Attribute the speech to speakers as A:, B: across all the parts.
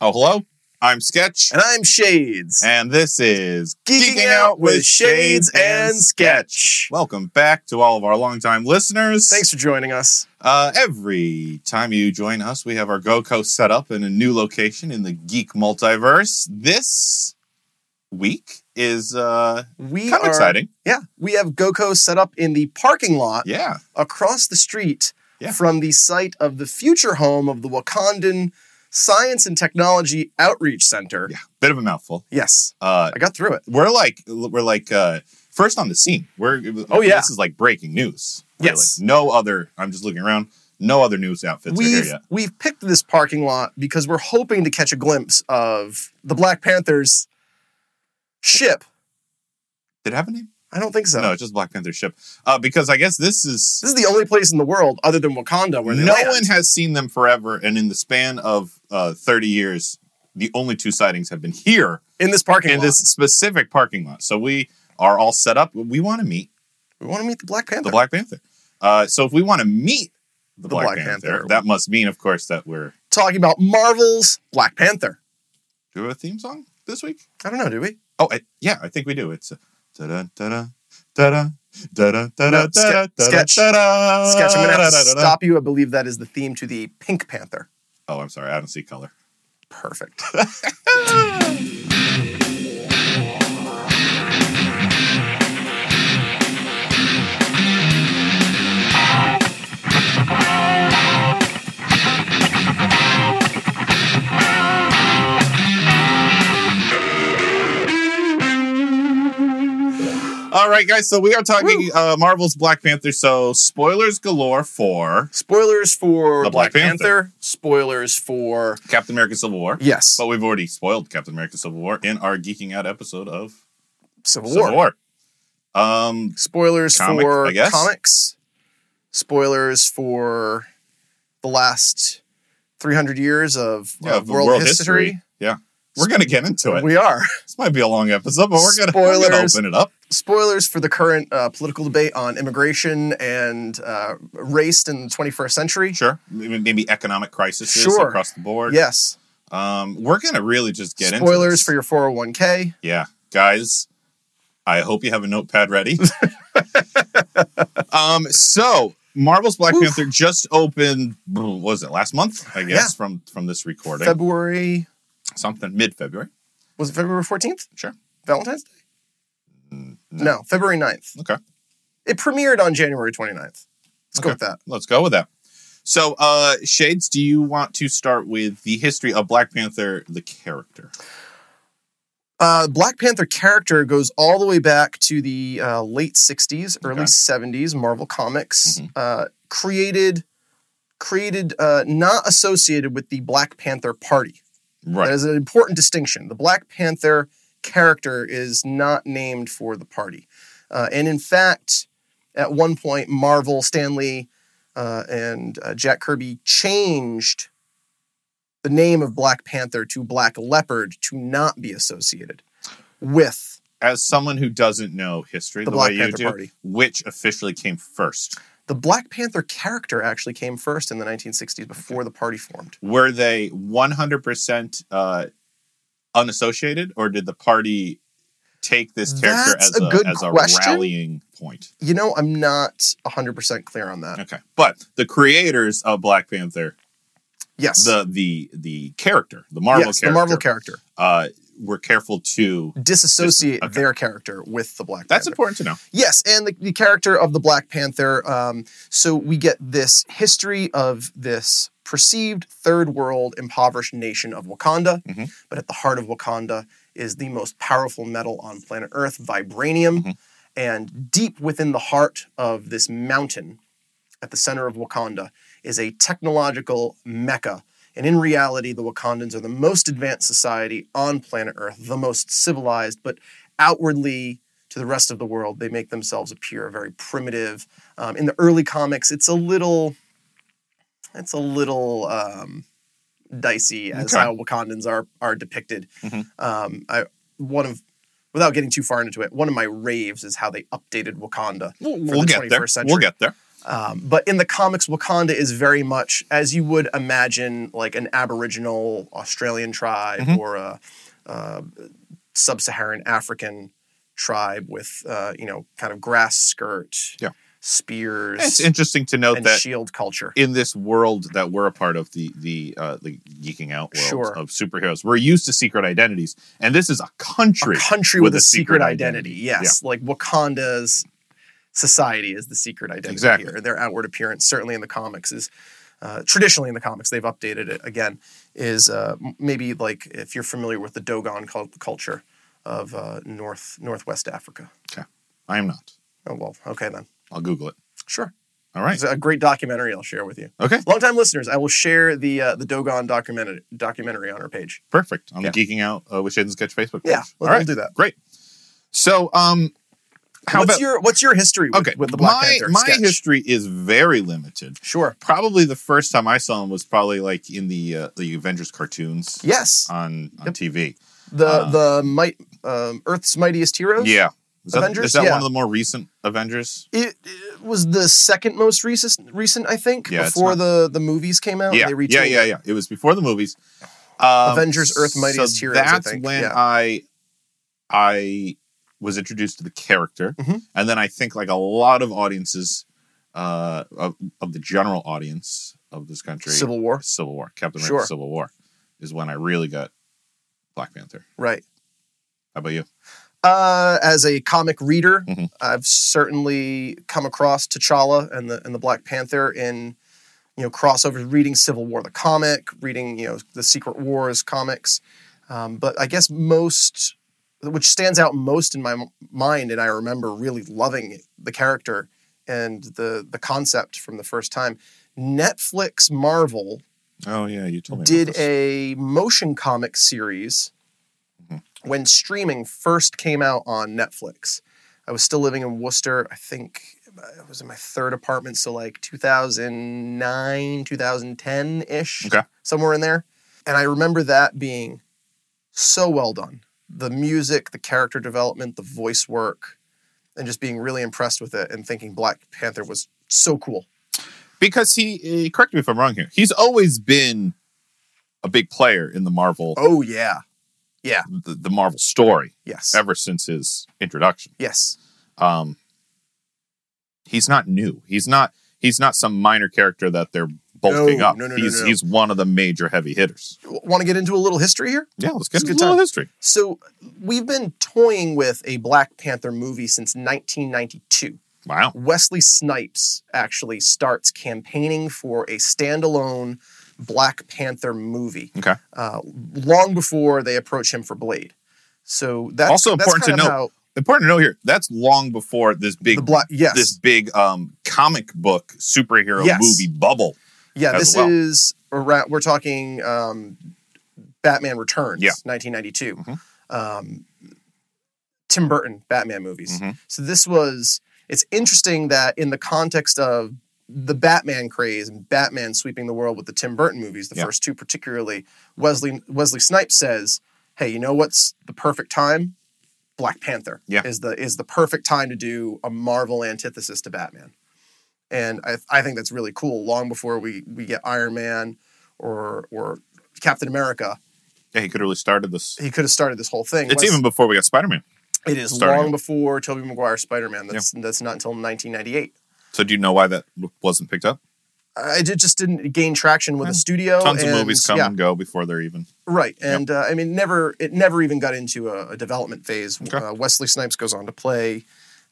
A: Oh, hello. I'm Sketch,
B: And I'm Shades.
A: and this is
B: Geeking out with Shades and Sketch.
A: Welcome back to all of our longtime listeners.
B: Thanks for joining us.
A: Uh, every time you join us, we have our GoCo set up in a new location in the geek multiverse. This week is uh,
B: We
A: kind of
B: are-
A: exciting.
B: Yeah, we have Goko set up in the parking lot
A: Yeah.
B: across the street
A: Yeah.
B: from the site of the future home of the Wakandan Science and Technology Outreach Center.
A: Yeah. Bit of a mouthful.
B: Yes,
A: Uh,
B: I got through it.
A: we're like we're like uh first on the scene. We're
B: Oh, yeah.
A: this is like breaking news. really.
B: Yes.
A: no other. I'm just looking around. No other news outfits are here
B: We've
A: yet.
B: we've picked this parking lot because we're hoping to catch a glimpse of the Black Panther's ship.
A: Did it have a name?
B: I don't think so.
A: No, it's just Black Panther ship. Uh, because I guess this is
B: This is the only place in the world other than Wakanda where they
A: no
B: land.
A: one has seen them forever, and in the span of uh, 30 years, the only two sightings have been here
B: in this parking
A: in
B: lot.
A: this specific parking lot. So we are all set up. We want to meet
B: we want to meet the Black Panther.
A: the Black Panther. Uh, so if we want to meet the, Black, Panther, that must mean, of course, that we're
B: Talking about Marvel's Black Panther.
A: do we have a theme song this week.
B: I don't know, do we?
A: Oh, I, yeah, I think we do. It's uh, da da da da da da da da da
B: No,
A: da
B: ske- sketch.
A: da
B: Sketch, I'm going to have to
A: da-da-da-da-da.
B: stop you. I believe that is the theme to the Pink Panther.
A: Oh, I'm sorry, I don't see color.
B: Perfect.
A: All right, guys. So we are talking uh, Marvel's Black Panther. So spoilers galore for
B: Spoilers for
A: The Black Panther.
B: Spoilers for.
A: Captain America: Civil War.
B: Yes.
A: But we've already spoiled Captain America: Civil War in our geeking out episode of
B: Civil War.
A: Civil War. Um,
B: Spoilers
A: Comic, I
B: for
A: guess.
B: comics. Spoilers for the last 300 years of,
A: Yeah,
B: of
A: the
B: world,
A: world
B: history.
A: history. we're gonna get into it.
B: We are.
A: This might be a long episode, but we're gonna, we're gonna
B: Spoilers.
A: open it up.
B: spoilers for the current uh, political debate on immigration and uh, race in the 21st century.
A: Sure. Maybe maybe economic crises
B: Sure.
A: across the board.
B: Yes.
A: Um, we're gonna really just get into
B: spoilers
A: this.
B: for your 401k.
A: Yeah, guys, I hope you have a notepad ready. um, so Marvel's Black
B: Oof.
A: Panther just opened. What was it last month? I guess from from this recording,
B: February,
A: something mid February.
B: was it February 14th?
A: Sure.
B: Valentine's Day?
A: No.
B: No, February 9th.
A: Okay.
B: It premiered on January 29th. Let's
A: Okay.
B: go with that.
A: Let's go with that. So, uh, Shades, do you want to start with the history of Black Panther, the character?
B: Uh, Black Panther character goes all the way back to the uh, late 60s, early
A: Okay.
B: 70s, Marvel Comics.
A: Mhm.
B: Uh, created, created uh, not associated with the Black Panther Party. That
A: Right.
B: is an important distinction. The Black Panther character is not named for the party. Uh, and in fact, at one point, Marvel, Stanley, uh, and uh, Jack Kirby changed the name of Black Panther to Black Leopard to not be associated with
A: As someone who doesn't know history
B: the,
A: the,
B: Black
A: way you
B: Panther
A: do,
B: Party.
A: which officially came first?
B: The Black Panther character actually came first in the 1960s before the party formed.
A: were they 100% uh, unassociated or did the party take this character
B: That's
A: as a,
B: a good
A: as a
B: question.
A: rallying point
B: You know, I'm not 100% clear on that.
A: okay but the creators of black panther
B: Yes.
A: the the the character the marvel
B: yes,
A: character
B: the Marvel character.
A: uh, were careful to
B: disassociate
A: Dis- okay.
B: their character with the Black
A: that's
B: Panther.
A: important to know
B: yes, and the, the character of the Black Panther. Um, so we get this history of this perceived third world impoverished nation of Wakanda,
A: Mhm.
B: but at the heart of Wakanda is the most powerful metal on planet Earth, vibranium,
A: Mhm.
B: and deep within the heart of this mountain, at the center of Wakanda, is a technological mecca. And in reality, the Wakandans are the most advanced society on planet Earth, the most civilized, but outwardly to the rest of the world, they make themselves appear very primitive. Um, in the early comics, it's a little, it's a little um, dicey as
A: Okay.
B: how Wakandans are are depicted.
A: Mhm.
B: Um, I one of without getting too far into it, one of my raves is how they updated Wakanda.
A: we'll,
B: the
A: we'll get there
B: 21st
A: we'll
B: century.
A: get there
B: Um, but in the comics, Wakanda is very much as you would imagine, like an Aboriginal Australian tribe
A: Mhm.
B: or a, uh sub-Saharan African tribe with uh, you know kind of grass skirt,
A: Yeah.
B: spears,
A: It's interesting to note
B: and
A: that
B: shield culture.
A: in this world that we're a part of, the the uh, the geeking out world
B: Sure.
A: of superheroes, we're used to secret identities, and this is a country.
B: A country with, a secret, identity. Yes, like Wakanda's society is the secret identity
A: Exactly.
B: here. Their outward appearance, certainly in the comics, is uh, traditionally in the comics. They've updated it again. Is uh, m- maybe like if you're familiar with the Dogon cul- culture of uh, North Northwest Africa.
A: I am not.
B: Oh well, okay then.
A: I'll Google it.
B: Sure,
A: All right.
B: it's a great documentary. I'll share with you.
A: Okay.
B: Longtime listeners, I will share the uh, the Dogon documentary documentary on our page.
A: Perfect. On the geeking out uh, with Shaden's Sketch Facebook. Page.
B: Yeah, we'll,
A: All
B: we'll
A: right.
B: do that.
A: So, um, how
B: what's
A: about
B: your what's your history with,
A: okay?
B: with the Black
A: my
B: Panther
A: my
B: sketch?
A: history is very limited.
B: Sure.
A: Probably the first time I saw him was probably like in the uh, the Avengers cartoons
B: Yes.
A: on on
B: Yep.
A: TV.
B: the
A: Uh,
B: the might um, Earth's Mightiest Heroes.
A: Yeah. Is that,
B: Avengers?
A: is that
B: Yeah.
A: one of the more recent Avengers?
B: It, it was the second most recent, recent I think,
A: Yeah, it's
B: before
A: not-
B: the the movies came out.
A: yeah.
B: Oh, they retooled
A: yeah, yeah,
B: it.
A: yeah. It was before the movies. Um,
B: Avengers: Earth Mightiest Heroes, I
A: That's
B: think.
A: when
B: Yeah.
A: I I was introduced to the character,
B: Mhm.
A: and then I think like a lot of audiences uh, of, of the general audience of this country,
B: Civil War,
A: Civil War, Captain
B: Sure.
A: America: Civil War, is when I really got Black Panther.
B: right?
A: How about you?
B: Uh, as a comic reader,
A: Mhm.
B: I've certainly come across T'Challa and the and the Black Panther in you know crossovers. Reading Civil War the comic, reading you know the Secret Wars comics, um, but I guess most which stands out most in my m- mind, and I remember really loving the character and the the concept from the first time. Netflix Marvel
A: Oh yeah, you told me.
B: did a motion comic series
A: Mhm.
B: when streaming first came out on Netflix. I was still living in Worcester. I think I was in my third apartment, so like 2009, 2010 ish,
A: Okay.
B: somewhere in there. And I remember that being so well done. The music, the character development, the voice work, and just being really impressed with it and thinking Black Panther was so cool.
A: because he. eh, Correct me if I'm wrong here. He's always been a big player in the Marvel,
B: Oh, yeah.
A: the, the Marvel story
B: Yes.
A: ever since his introduction.
B: Yes.
A: um he's not new he's not he's not some minor character that they're bulking
B: No,
A: up
B: no, no, no,
A: he's
B: no, no.
A: he's one of the major heavy hitters
B: Want to get into a little history here?
A: yeah let's get
B: It's a
A: into a
B: good
A: little
B: time.
A: history
B: So we've been toying with a Black Panther movie since 1992.
A: wow
B: Wesley Snipes actually starts campaigning for a standalone Black Panther movie.
A: Okay.
B: Uh, long before they approach him for Blade. So that's
A: Also
B: that's
A: important
B: kind
A: to
B: of
A: note,
B: how
A: important to know here that's long before this big
B: the black. Yes.
A: this big um comic book superhero
B: Yes.
A: movie bubble
B: yeah.
A: as
B: This
A: well.
B: is around. We're talking um, Batman Returns.
A: Yeah.
B: 1992.
A: Mhm.
B: Um, Tim Burton Batman movies.
A: Mhm.
B: So this was it's interesting that in the context of the Batman craze and Batman sweeping the world with the Tim Burton movies, the
A: Yeah.
B: first two particularly, Wesley Wesley Snipes says, "Hey, you know what's the perfect time? Black Panther
A: Yeah.
B: is the is the perfect time to do a Marvel antithesis to Batman." And I, I think that's really cool. Long before we we get Iron Man or or Captain America,
A: yeah he could have really started this
B: he could have started this whole thing.
A: it's
B: Wes-
A: even before we got spider-man
B: it is
A: starting
B: long
A: it.
B: before Tobey Maguire Spider Man. That's that's not until 1998.
A: so do you know why that w- wasn't picked up
B: I did, just didn't gain traction with
A: Yeah.
B: the studio.
A: tons
B: and-
A: of movies come
B: Yeah,
A: and go before they're even
B: right. And uh, I mean, never it never even got into a, a development phase.
A: Okay.
B: Uh, Wesley Snipes goes on to play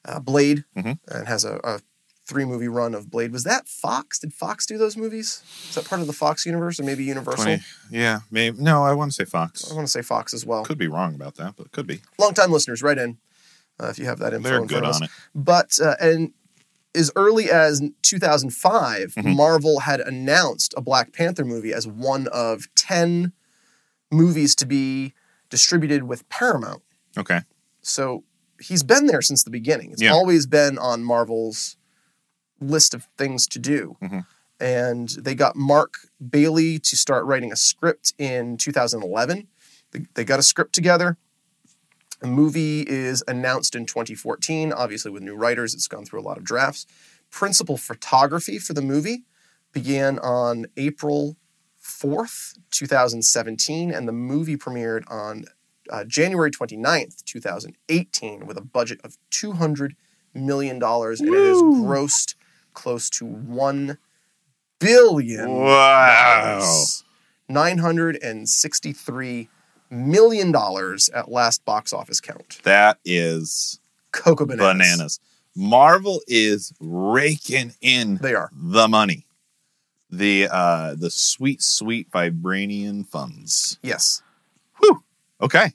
B: uh, Blade
A: Mhm.
B: and has a, a three movie run of Blade. Was that Fox? Did Fox do those movies? Is that part of the Fox universe or maybe Universal?
A: 20 yeah maybe no i want to say fox
B: I want to say Fox as well.
A: could be wrong about that but could be
B: Long time listeners, write in uh, if you have that info.
A: they're
B: in front
A: good
B: of us.
A: on it
B: but uh, and as early as 2005
A: Mhm.
B: marvel had announced a black panther movie as one of 10 movies to be distributed with paramount
A: okay
B: so he's been there since the beginning it's
A: Yeah.
B: always been on marvel's list of things to do
A: Mhm.
B: and they got mark bailey to start writing a script in 2011 they, they got a script together the movie is announced in 2014, obviously with new writers. It's gone through a lot of drafts. principal photography for the movie began on April 4th, 2017, and the movie premiered on uh, January 29th, 2018, with a budget of $200 million, and it has
A: Woo.
B: grossed close to $1 billion.
A: Wow.
B: $963 million at last box office count.
A: That is
B: Cocoa bananas.
A: bananas. Marvel is raking in
B: They are.
A: the money. The uh the sweet, sweet vibranian funds.
B: Yes.
A: Okay.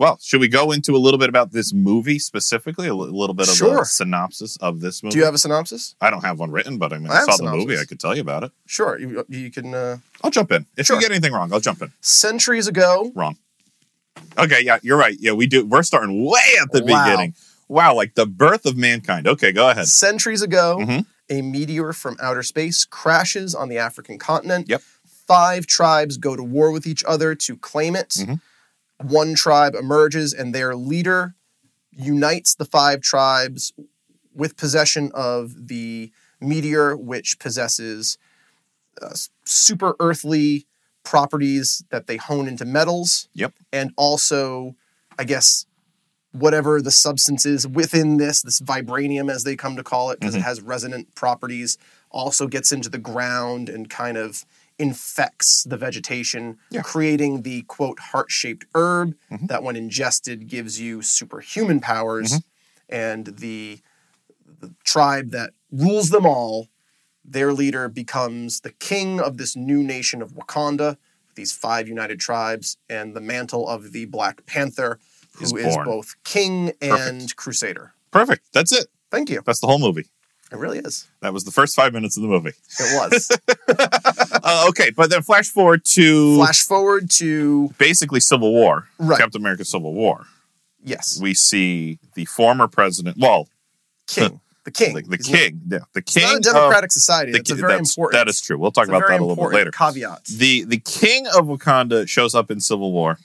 A: Well, should we go into a little bit about this movie specifically? A li- little bit of a
B: Sure.
A: synopsis of this movie.
B: Do you have a synopsis?
A: I don't have one written, but I mean,
B: I
A: I,
B: have
A: saw the
B: synopsis.
A: movie. I could tell you about it.
B: Sure. You, you can. Uh,
A: I'll jump in. If
B: Sure.
A: you get anything wrong, I'll jump in.
B: centuries ago,
A: Okay, yeah, you're right. Yeah, we do. We're starting way at the
B: Wow.
A: beginning. Wow, like the birth of mankind. Okay, go ahead.
B: centuries ago,
A: Mhm.
B: a meteor from outer space crashes on the African continent.
A: Yep.
B: Five tribes go to war with each other to claim it.
A: Mhm.
B: One tribe emerges, and their leader unites the five tribes with possession of the meteor, which possesses uh, s- super earthly properties that they hone into metals.
A: Yep.
B: And also, I guess, whatever the substance is within this, this vibranium, as they come to call it, because it has resonant properties, also gets into the ground and kind of infects the vegetation,
A: Yeah.
B: creating the quote heart shaped herb
A: Mhm.
B: that, when ingested, gives you superhuman powers.
A: Mhm.
B: And the, the tribe that rules them all, their leader becomes the king of this new nation of Wakanda. with These five united tribes and the mantle of the Black Panther, who
A: Is
B: is,
A: born.
B: both king and
A: Perfect.
B: crusader.
A: Perfect. That's it.
B: Thank you.
A: That's the whole movie.
B: It really is.
A: That was the first five minutes of the movie.
B: It was.
A: Uh, okay, but then flash forward to
B: Flash forward to
A: basically Civil War,
B: right.
A: Captain America Civil War.
B: Yes,
A: We see the former president, well,
B: king. The king.
A: the, the
B: He's not-
A: king, yeah, the king
B: It's not a
A: of-
B: democratic society.
A: the
B: That's a
A: ki-
B: very
A: that's-
B: important.
A: That is true. We'll talk
B: it's
A: about
B: very
A: that a little bit
B: important
A: later.
B: Caveat.
A: The the king of Wakanda shows up in Civil War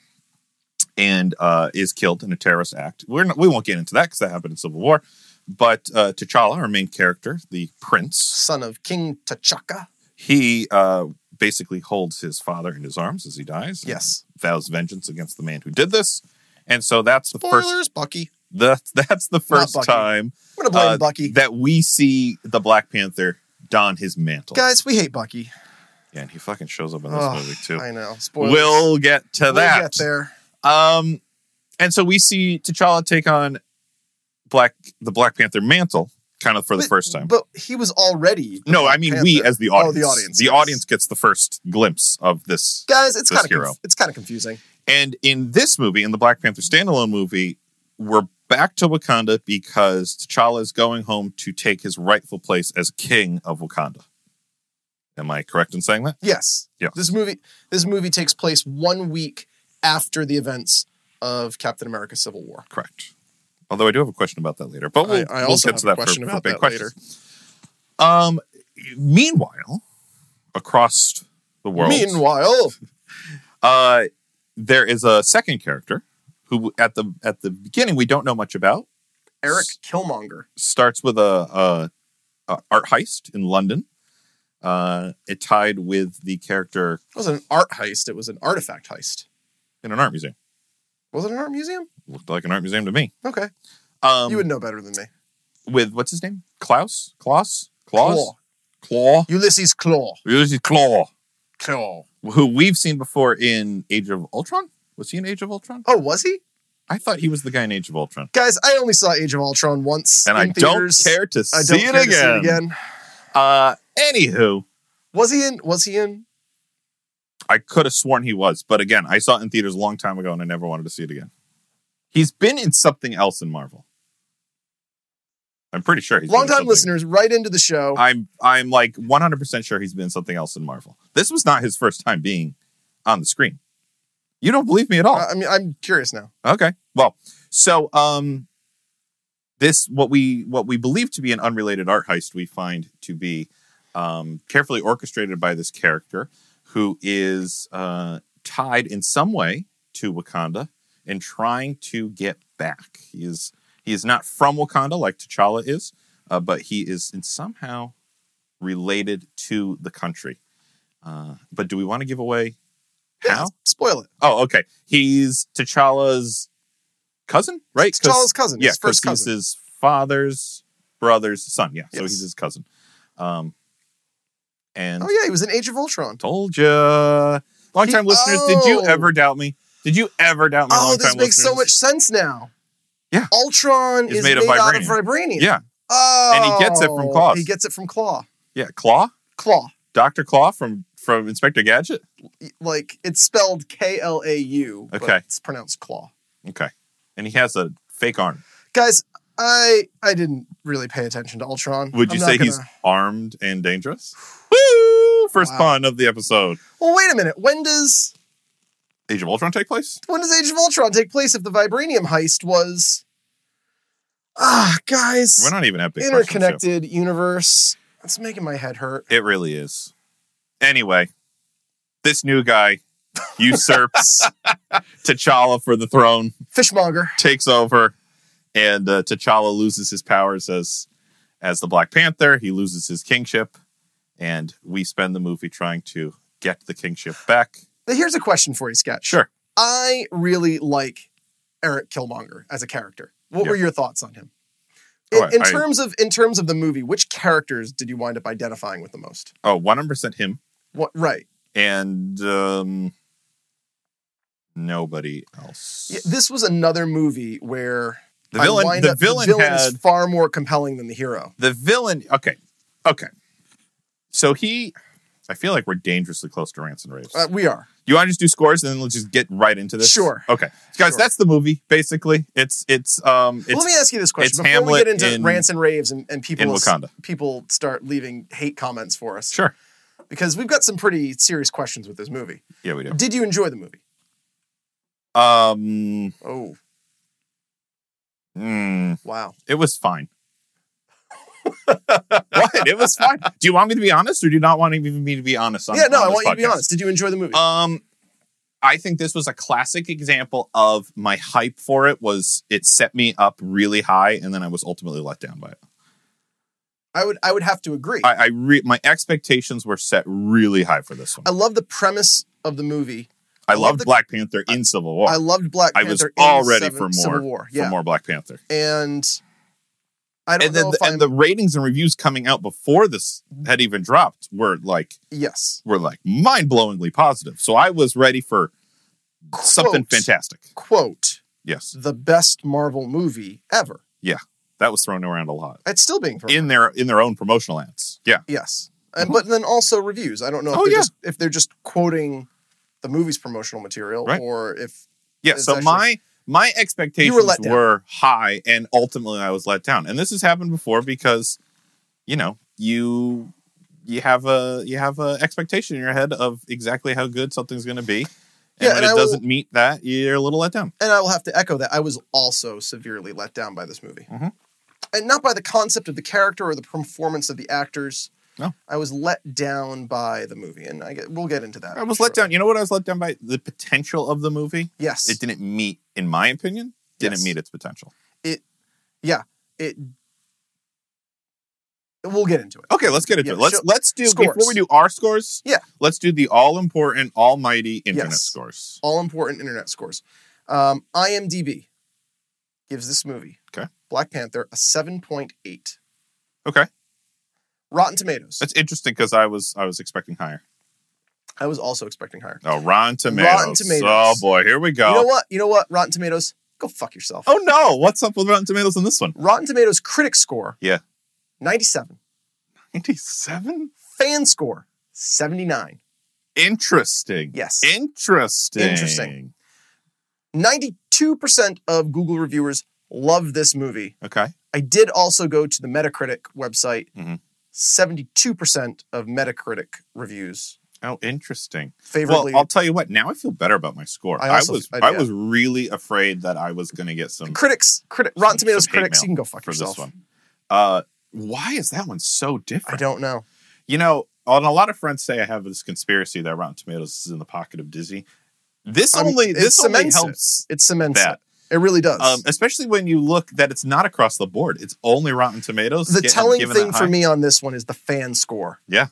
A: and uh, is killed in a terrorist act. We're not, we won't get into that because that happened in Civil War. But uh, T'Challa, our main character, the prince,
B: Son of King T'Chaka.
A: he uh, basically holds his father in his arms as he dies.
B: Yes.
A: vows vengeance against the man who did this. And so that's the first
B: Spoilers, Bucky.
A: the, that's the first
B: Bucky.
A: time
B: We're gonna blame
A: Uh,
B: Bucky.
A: that we see the Black Panther don his mantle.
B: Guys, we hate Bucky.
A: Yeah, and he fucking shows up in this
B: Ugh,
A: movie too.
B: I know. Spoilers.
A: We'll get to
B: We'll
A: that.
B: get there.
A: Um, and so we see T'Challa take on Black the Black Panther mantle, kind of for the
B: But-
A: first time.
B: But he was already. the
A: no,
B: Black
A: I mean we
B: Panther.
A: as the
B: Oh,
A: audience.
B: the audience,
A: The
B: yes.
A: audience gets the first glimpse of this.
B: guys. It's
A: this
B: kind of
A: hero.
B: it's kind of confusing.
A: And in this movie, in the Black Panther standalone movie, we're back to Wakanda because T'Challa is going home to take his rightful place as king of Wakanda. Am I correct in saying that?
B: Yes.
A: Yeah.
B: This movie this movie takes place one week after the events of Captain America: Civil War.
A: Correct. Although I do have a question about that later, but we'll,
B: I- I
A: we'll
B: also
A: get to
B: have
A: that for,
B: a question
A: for
B: about
A: big
B: that
A: questions. Um, meanwhile, across the world,
B: Meanwhile,
A: uh, there is a second character who, at the at the beginning, we don't know much about.
B: Eric Killmonger.
A: Starts with a, a, a art heist in London. Uh, it tied with the character
B: It wasn't an art heist. It was an artifact heist.
A: in an art museum.
B: Was it an art museum?
A: Looked like an art museum to me.
B: Okay,
A: Um,
B: you would know better than me.
A: with what's his name? Klaus, Klaus, Klaus, Claw,
B: Ulysses Claw.
A: Ulysses Claw.
B: Claw.
A: who we've seen before in Age of Ultron. Was he in Age of Ultron?
B: Oh, was he?
A: I thought he was the guy in Age of Ultron.
B: Guys, I only saw Age of Ultron once,
A: And
B: in
A: I
B: theaters.
A: don't care to see,
B: I don't
A: it, again.
B: care to see it again.
A: Uh anywho,
B: Was he in? Was he in?
A: I could have sworn he was, but again, I saw it in theaters a long time ago and I never wanted to see it again. He's been in something else in Marvel. I'm pretty sure he's been in
B: Long time
A: something-
B: listeners, right into the show.
A: I'm I'm like 100% sure he's been in something else in Marvel. This was not his first time being on the screen. You don't believe me at all.
B: I, I mean, I'm curious now.
A: Okay. Well, so um this what we what we believe to be an unrelated art heist we find to be um carefully orchestrated by this character who is uh tied in some way to Wakanda and trying to get back. He is he is not from Wakanda like T'Challa is, uh, but he is in somehow related to the country. Uh, but do we want to give away
B: Yeah,
A: how?
B: spoil it.
A: Oh, okay. He's T'Challa's cousin, right?
B: It's
A: 'Cause-
B: T'Challa's cousin.
A: yeah,
B: his first
A: 'cause
B: cousin.
A: He's his father's brother's son. Yeah, so
B: Yes.
A: he's his cousin. Um, and
B: Oh yeah, he was in Age of Ultron.
A: told ya. Long time
B: He-
A: listeners, did you
B: oh.
A: ever doubt me? Did you ever doubt me?
B: Oh, this
A: long-time
B: makes so
A: listeners?
B: much sense now.
A: Yeah.
B: Ultron
A: It's
B: is
A: made
B: made,
A: of
B: out of vibranium.
A: Yeah,
B: Oh,
A: And he gets it from Claws.
B: He gets it from Claw.
A: yeah. Claw,
B: Claw.
A: Doctor Claw from from Inspector Gadget.
B: Like it's spelled K L A U. but
A: Okay.
B: It's pronounced Claw.
A: Okay, and he has a fake arm.
B: Guys, I I didn't really pay attention to Ultron.
A: Would you
B: I'm not
A: say
B: gonna-
A: he's armed and dangerous? Woo! First
B: Wow.
A: pun of the episode.
B: Well, wait a minute. When does
A: Age of Ultron take place?
B: when does Age of Ultron take place if the vibranium heist was Ah, guys.
A: We're not even at big Question Show.
B: interconnected universe. That's making my head hurt.
A: It really is. Anyway, this new guy usurps T'Challa for the throne,
B: Fishmonger.
A: takes over, and uh, T'Challa loses his powers as as the Black Panther. He loses his kingship, and we spend the movie trying to get the kingship back.
B: Now, Here's a question for you, Sketch.
A: Sure.
B: I really like Eric Killmonger as a character. What
A: Yeah.
B: were your thoughts on him?
A: Oh,
B: In,
A: I-
B: in
A: I-
B: terms of in terms of the movie, which characters did you wind up identifying with the most?
A: Oh, 100% him
B: What right?
A: and um, nobody else.
B: Yeah, This was another movie where
A: the
B: I
A: villain,
B: wind
A: the
B: up-
A: villain, had
B: is far more compelling than the hero.
A: the villain okay okay so he i feel like we're dangerously close to rants and raves
B: Uh, we are.
A: you want to just do scores and then let's just get right into this
B: Sure.
A: okay guys
B: Sure.
A: that's the movie basically it's it's um
B: Let
A: it's
B: me ask you this question
A: it's
B: before we
A: Hamlet
B: get into
A: in-
B: rants and raves and, and
A: in
B: people
A: wakanda
B: people start leaving hate comments for us
A: sure
B: because we've got some pretty serious questions with this movie.
A: yeah we do
B: Did you enjoy the movie?
A: um
B: Oh
A: mm,
B: wow!
A: it was fine what it was fine do you want me to be honest or do you not want me to be honest on,
B: yeah, no,
A: on
B: I
A: this
B: want you to be
A: podcast?
B: honest. Did you enjoy the movie?
A: Um, I think this was a classic example of my hype for it was it set me up really high, and then I was ultimately let down by it.
B: I would I would have to agree. I,
A: I, I re- my expectations were set really high for this one.
B: love the premise of the movie.
A: I,
B: I love
A: loved
B: the-
A: Black Panther in Civil War.
B: I loved Black
A: I
B: Panther.
A: was
B: in
A: all ready
B: Seven-
A: for more,
B: Civil War. Yeah,
A: for more Black Panther,
B: and I don't
A: and
B: know
A: then
B: if
A: the,
B: I'm.
A: and the ratings and reviews coming out before this had even dropped were like
B: yes,
A: were like mind blowingly positive. So I was ready for something
B: Quote.
A: fantastic.
B: quote
A: Yes,
B: the best Marvel movie ever.
A: that was thrown around a lot
B: It's still being thrown.
A: in their in their own promotional ads. Yeah.
B: yes, and, but then also reviews. I don't know if
A: Oh,
B: they're
A: yeah.
B: just if they're just quoting the movie's promotional material
A: Right.
B: or if
A: Yeah.
B: It's
A: So
B: actually-
A: my my expectations
B: let
A: were,
B: down.
A: high, and ultimately I was let down. And this has happened before because, you know, you you have a you have a expectation in your head of exactly how good something's going to be, and
B: Yeah,
A: when
B: and
A: it
B: I will-
A: doesn't meet that, you're a little let down.
B: and I will have to echo that I was also severely let down by this movie,
A: Mhm.
B: and not by the concept of the character or the performance of the actors.
A: No.
B: I was let down by the movie, and I get, we'll get into that.
A: I was let
B: shortly.
A: down. You know what I was let down by? The potential of the movie.
B: Yes,
A: It didn't meet, in my opinion, didn't
B: Yes.
A: meet its potential.
B: it. We'll get into it.
A: Okay, let's get into
B: Yeah,
A: it. Let's
B: sure.
A: let's do before
B: Scores.
A: we do our scores.
B: Yeah.
A: let's do the all important, almighty internet
B: Yes.
A: scores.
B: All important internet scores. Um, IMDb gives this movie,
A: Okay.
B: Black Panther, a seven point eight.
A: Okay.
B: Rotten Tomatoes.
A: That's interesting because I was I was expecting higher.
B: I was also expecting higher.
A: Oh, Rotten Tomatoes.
B: Rotten Tomatoes.
A: Oh boy, here we go.
B: You know what? You know what? Rotten Tomatoes, go fuck yourself.
A: Oh no, what's up with Rotten Tomatoes on this one?
B: Rotten Tomatoes critic score.
A: Yeah.
B: 97.
A: 97?
B: Fan score 79.
A: Interesting.
B: Yes.
A: Interesting.
B: Interesting. 92% of Google reviewers love this movie.
A: Okay.
B: I did also go to the Metacritic website.
A: Mhm.
B: 72% of Metacritic reviews
A: Oh, interesting. Well,
B: favorably.
A: I'll tell you what. Now I feel better about my score.
B: I
A: I,
B: also-
A: was
B: I-
A: I,
B: yeah.
A: was really afraid that I was going to get some
B: critics, critic, Rotten
A: Some-
B: Tomatoes
A: some hate
B: critics,
A: mail
B: you can go fuck
A: for
B: yourself.
A: this one. Uh, why is that one so
B: I
A: different?
B: don't know.
A: You know, and a lot of friends say I have this conspiracy that Rotten Tomatoes is in the pocket of Disney. This
B: I'm-
A: only
B: it
A: this only
B: cements it.
A: helps
B: It cements
A: that
B: it. It really does.
A: Um, especially when you look that it's not across the board. It's only Rotten Tomatoes.
B: the
A: getting-
B: telling
A: given that
B: thing for
A: high.
B: me on this one is the fan score.
A: Yeah.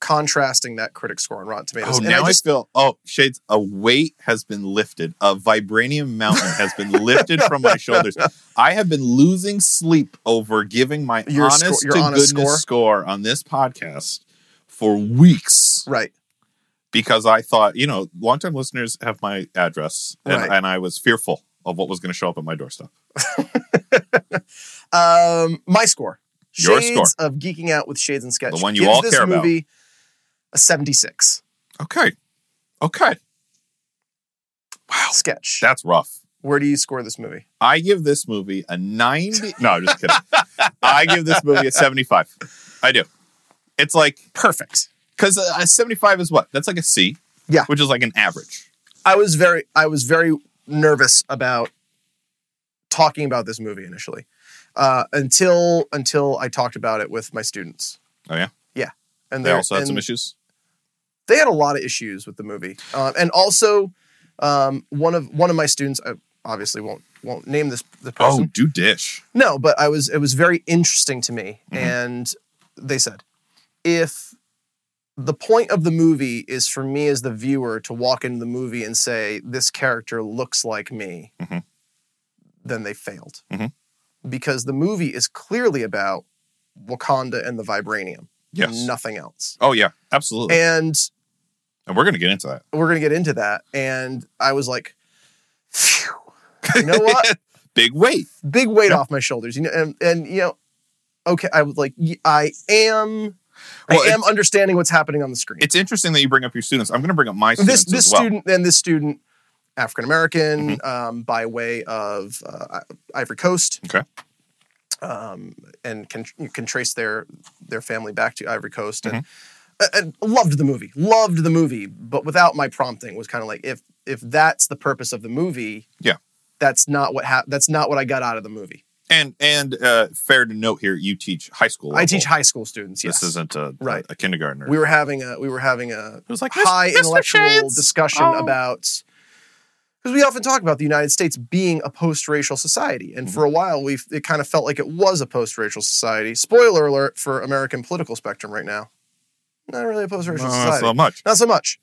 B: Contrasting that critic score on Rotten Tomatoes.
A: Oh,
B: And
A: now
B: I
A: I,
B: just
A: feel. Oh, shades. A weight has been lifted. A vibranium mountain has been lifted from my shoulders. I have been losing sleep over giving my
B: Your sco-
A: honest
B: your
A: to
B: honest score?
A: goodness score on this podcast for weeks
B: right.
A: because I thought, you know, longtime listeners have my address, and,
B: Right.
A: and I was fearful of what was going to show up at my doorstep.
B: Um, my score.
A: Your
B: Shades of geeking out with Shades and Sketch.
A: The one you
B: gives
A: all
B: this
A: care about.
B: movie A seventy-six
A: Okay, okay,
B: sketch.
A: that's rough.
B: Where do you score this movie?
A: I give this movie a 90. No, I'm just kidding. I give this movie a 75. I do. It's like,
B: Perfect.
A: because a 75 is what? That's like a C.
B: Yeah.
A: Which is like an average.
B: I was very I was very nervous about talking about this movie initially. Uh, until until I talked about it with my students.
A: Oh, yeah?
B: Yeah. And
A: They
B: they're-
A: also had
B: and
A: some issues.
B: they had a lot of issues with the movie, um, and also um, one of one of my students. I obviously won't won't name this the person.
A: Oh, do dish.
B: No, but I was it was very interesting to me,
A: Mhm.
B: and they said if the point of the movie is for me as the viewer to walk into the movie and say this character looks like me,
A: Mhm.
B: then they failed
A: Mhm.
B: because the movie is clearly about Wakanda and the vibranium,
A: Yes.
B: nothing else,
A: Oh, yeah. Absolutely. And,
B: and.
A: we're going to get into that.
B: we're gonna get into that. And I was like, phew, you know what?
A: Big weight.
B: Big weight off my shoulders. You know, and, and you know, okay, I was like, y- I am,
A: Well,
B: I am understanding what's happening on the screen.
A: It's interesting that you bring up your students. I'm going to bring up my
B: This
A: students
B: this
A: as well. Mm-hmm.
B: student and this student, African American, um, by way of uh, I- Ivory Coast.
A: Okay.
B: Um, and can you can trace their their family back to Ivory Coast and.
A: Mm-hmm.
B: and loved the movie, loved the movie, but without my prompting was kind of like if if that's the purpose of the movie,
A: Yeah.
B: that's not what hap that's not what I got out of the movie.
A: and and uh, fair to note here, you teach high school.
B: I
A: level.
B: teach high school students. Yes,
A: This isn't a,
B: Right.
A: a kindergartner.
B: we were having a we were having a
A: it was like
B: high
A: "Mr.
B: intellectual
A: Shades."
B: discussion
A: Oh.
B: about because we often talk about the United States being a post-racial society,
A: Mm-hmm.
B: and for a while we it kind of felt like it was a post-racial society. Spoiler alert for American political spectrum right now, not really a post-racial
A: No, not
B: society.
A: so much.
B: not so much.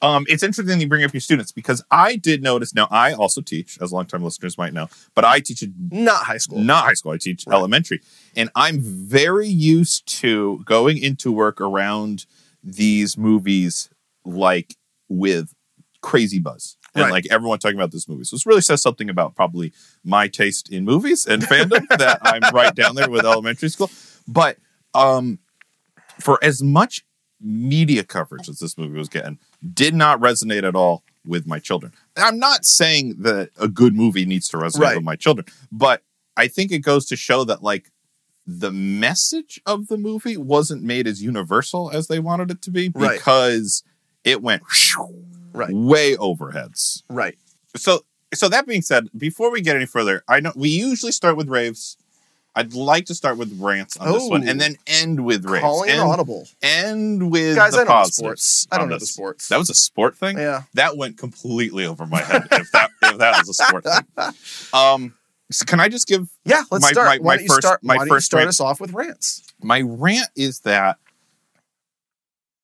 A: Um, it's interesting you bring up your students because I did notice. Now I also teach, as longtime listeners might know, but I teach at
B: Not high school.
A: not high school. I teach
B: Right.
A: elementary, and I'm very used to going into work around these movies like with crazy buzz and
B: Right.
A: like everyone talking about this movie. So this really says something about probably my taste in movies and fandom that I'm right down there with elementary school. But um, for as much media coverage as this movie was getting, did not resonate at all with my children. And I'm not saying that a good movie needs to resonate
B: Right.
A: with my children, but I think it goes to show that like the message of the movie wasn't made as universal as they wanted it to be
B: Right.
A: because it went
B: Right.
A: way overheads.
B: Right.
A: So so that being said, before we get any further, I know we usually start with raves. I'd like to start with rants on this one
B: Oh.
A: and then end with raves.
B: Calling an
A: end,
B: audible.
A: end with
B: Guys,
A: the
B: I know the
A: positives
B: sports. I don't
A: on
B: know the
A: this.
B: sports.
A: That was a sport thing?
B: yeah.
A: That went completely over my head if that if that was a sport thing. Um so can I just give
B: Yeah, let's
A: My-
B: start.
A: my-
B: why
A: my
B: don't you
A: first-
B: start,
A: my
B: why don't you
A: first
B: start
A: rant-
B: us off with rants?
A: my rant is that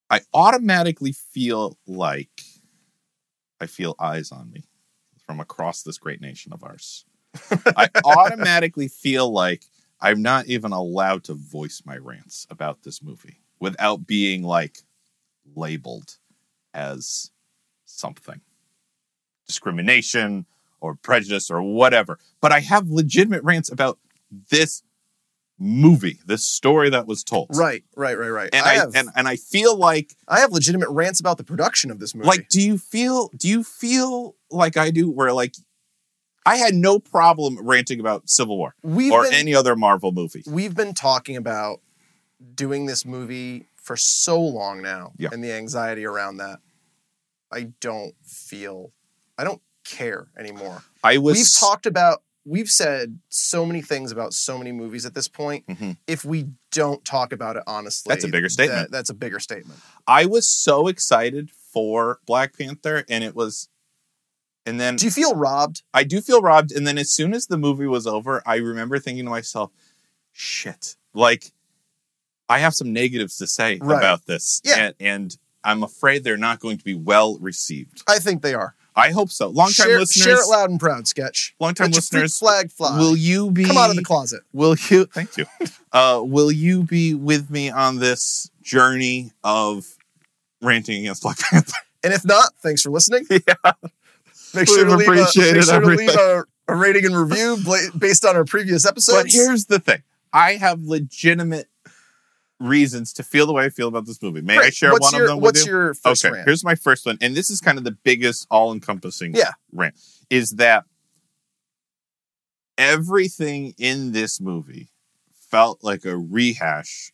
A: I automatically feel like I feel eyes on me from across this great nation of ours. I automatically feel like I'm not even allowed to voice my rants about this movie without being like labeled as something discrimination or prejudice or whatever. But I have legitimate rants about this movie, this story that was told.
B: Right, right, right, right.
A: And
B: I,
A: I,
B: have
A: and, and I feel like
B: I have legitimate rants about the production of this movie.
A: like do you feel do you feel like I do where like I had no problem ranting about Civil War
B: we've
A: or
B: been,
A: any other Marvel movie.
B: we've been talking about doing this movie for so long now,
A: Yeah.
B: and the anxiety around that. I don't feel. I don't care anymore.
A: I was
B: we've talked about. We've said so many things about so many movies at this point.
A: Mhm.
B: If we don't talk about it honestly,
A: That's a bigger
B: that-
A: statement.
B: that's a bigger statement.
A: I was so excited for Black Panther and it was And then
B: Do you feel robbed?
A: I do feel robbed. And then as soon as the movie was over, I remember thinking to myself, shit, like I have some negatives to say
B: Right.
A: about this.
B: Yeah.
A: And, and I'm afraid they're not going to be well received.
B: I think they are.
A: I hope so. Long time
B: share,
A: listeners,
B: share it loud and proud, sketch.
A: long time
B: Let your freak
A: listeners,
B: flag fly.
A: will you be
B: Come out of the closet.
A: will you thank you uh will you be with me on this journey of ranting against black panther
B: And if not, thanks for listening. Yeah. Make
A: We've
B: sure to leave, a, make
A: appreciated
B: sure to leave
A: everything.
B: a, a rating and review bla- based on our previous episodes.
A: but here's the thing i have legitimate reasons to feel the way i feel about this movie may i
B: Right.
A: share
B: what's
A: one
B: your,
A: of them with
B: What's
A: you
B: your first
A: okay
B: rant?
A: here's my first one and this is kind of the biggest all-encompassing
B: Yeah.
A: rant is that everything in this movie felt like a rehash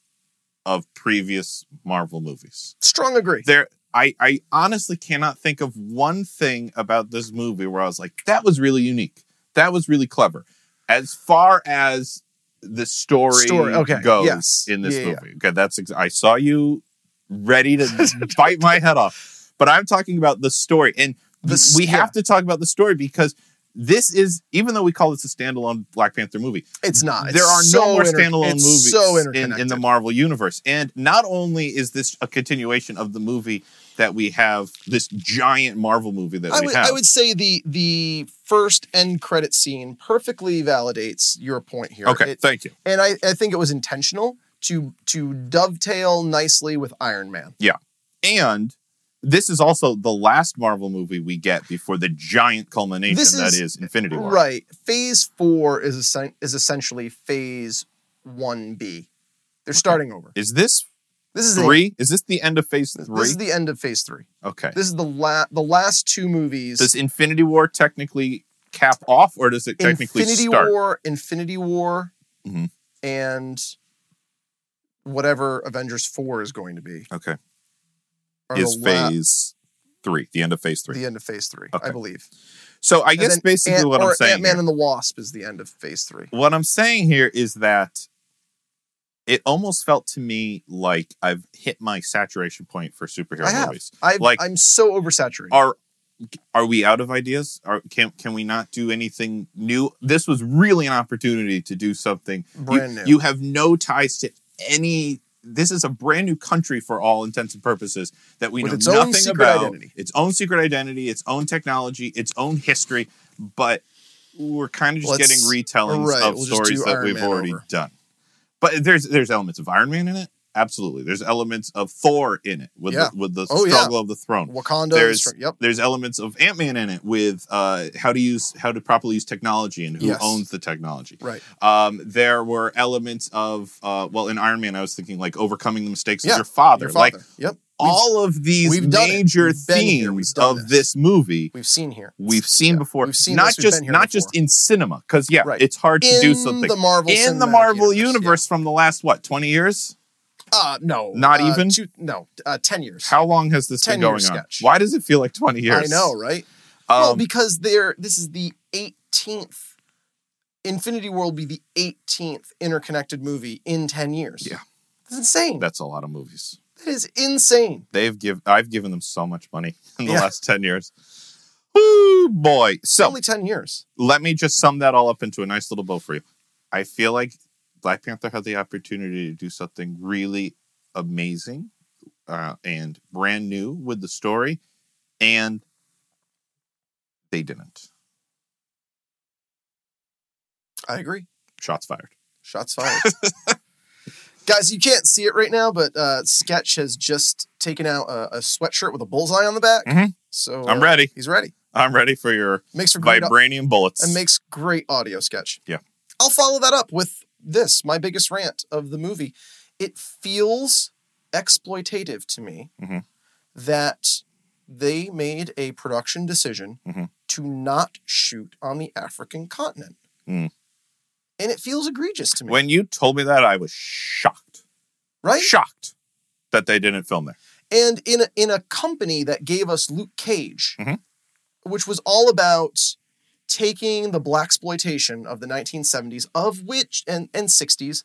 A: of previous marvel movies
B: Strong agree.
A: there I, I honestly cannot think of one thing about this movie where I was like, that was really unique. That was really clever. As far as the story,
B: Story, okay,
A: goes
B: yes.
A: in this
B: Yeah, yeah,
A: movie. Okay, that's ex- I saw you ready to bite my head off. But I'm talking about the story. And
B: The s-
A: we
B: yeah.
A: have to talk about the story because this is even though we call this a standalone Black Panther movie,
B: It's not. It's
A: there are
B: so
A: no more
B: inter-
A: standalone
B: it's
A: movies
B: So
A: in,
B: interconnected.
A: in the Marvel universe. And not only is this a continuation of the movie that we have, this giant Marvel movie that
B: I
A: we
B: would,
A: have.
B: I would say the the first end credit scene perfectly validates your point here.
A: okay,
B: It-
A: thank you.
B: and I, I think it was intentional to to dovetail nicely with Iron Man.
A: And this is also the last Marvel movie we get before the giant culmination
B: This
A: that
B: is-
A: is Infinity War.
B: Right. Phase four is essen- is essentially phase one B. They're starting over.
A: Is this
B: This is the,
A: three? Is this the end of Phase
B: this
A: three?
B: is the end of phase three.
A: okay.
B: This is the la- the last two movies.
A: Does Infinity War technically cap off, or does it technically
B: Infinity
A: start?
B: War, Infinity War,
A: Mhm.
B: and whatever Avengers four is going to be.
A: Okay,
B: are
A: is
B: the la-
A: Phase three the end of Phase three?
B: the end of phase three, I
A: Okay.
B: believe.
A: So I
B: And
A: guess
B: then
A: basically
B: Ant-
A: what
B: or
A: I'm saying.
B: Ant-Man
A: here-
B: and the Wasp is the end of phase three.
A: what I'm saying here is that it almost felt to me like I've hit my saturation point for superhero
B: I have.
A: movies.
B: I
A: Like-
B: I'm so oversaturated.
A: Are are we out of ideas? Are, can can we not do anything new? This was really an opportunity to do something You-
B: Brand
A: you,
B: new.
A: have no ties to any. This is a brand new country for all intents and purposes that we
B: With
A: know
B: its own
A: nothing
B: secret
A: about.
B: identity.
A: Its own secret identity, its own technology, its own history, but we're kind of just
B: Let's-
A: getting retellings
B: right,
A: of
B: we'll just
A: stories
B: do
A: that
B: Iron
A: we've
B: Man
A: already
B: over.
A: done. But there's there's elements of Iron Man in it, absolutely. There's elements of Thor in it with
B: Yeah.
A: the, with the
B: Oh, yeah.
A: struggle of the throne.
B: Wakanda.
A: there's-
B: is from- yep.
A: There's elements of Ant Man in it with uh, how to use how to properly use technology and who
B: Yes.
A: owns the technology.
B: Right.
A: Um, there were elements of, uh, well, in Iron Man, I was thinking like overcoming the mistakes
B: Yeah,
A: of your father.
B: Your
A: Like
B: father. yep.
A: all of these
B: we've done it.
A: major
B: We've been here. We've
A: themes
B: done
A: of
B: this.
A: this. movie
B: We've seen here.
A: we've seen
B: Yeah,
A: before.
B: we've seen
A: not
B: this, we've
A: just
B: been here
A: not
B: before.
A: just in cinema, because yeah,
B: Right.
A: it's hard to
B: in
A: do something
B: the Marvel
A: in the
B: Cinematic
A: Marvel universe,
B: universe.
A: from the last what twenty years?
B: yeah. Uh, no,
A: Not
B: uh,
A: even?
B: two, no uh, ten years.
A: How long has this
B: 10
A: been
B: year
A: going on?
B: sketch.
A: Why does it feel like twenty years?
B: I know, right?
A: Um,
B: well, because they're this is the 18th. Infinity War will be the 18th interconnected movie in 10 years.
A: Yeah.
B: That's insane.
A: that's a lot of movies.
B: that is insane.
A: they've give I've given them so much money in the
B: Yeah.
A: last 10 years. Woo boy. So
B: Only 10 years.
A: let me just sum that all up into a nice little bow for you. I feel like Black Panther had the opportunity to do something really amazing uh, and brand new with the story, and they didn't.
B: I agree.
A: Shots fired.
B: Shots fired. Guys, you can't see it right now, but uh, Sketch has just taken out a, a sweatshirt with a bullseye on the back.
A: Mhm.
B: So
A: I'm
B: uh,
A: ready.
B: He's ready.
A: I'm ready for your
B: Makes for great
A: vibranium bullets.
B: and makes great audio sketch.
A: Yeah.
B: I'll follow that up with this, my biggest rant of the movie. It feels exploitative to me
A: Mhm.
B: that they made a production decision
A: Mhm.
B: to not shoot on the African continent.
A: Mm.
B: And it feels egregious to me.
A: when you told me that, I was shocked.
B: right?
A: Shocked that they didn't film there.
B: and in a, in a company that gave us Luke Cage,
A: Mhm.
B: which was all about taking the black exploitation of the 1970s, of which and and 60s,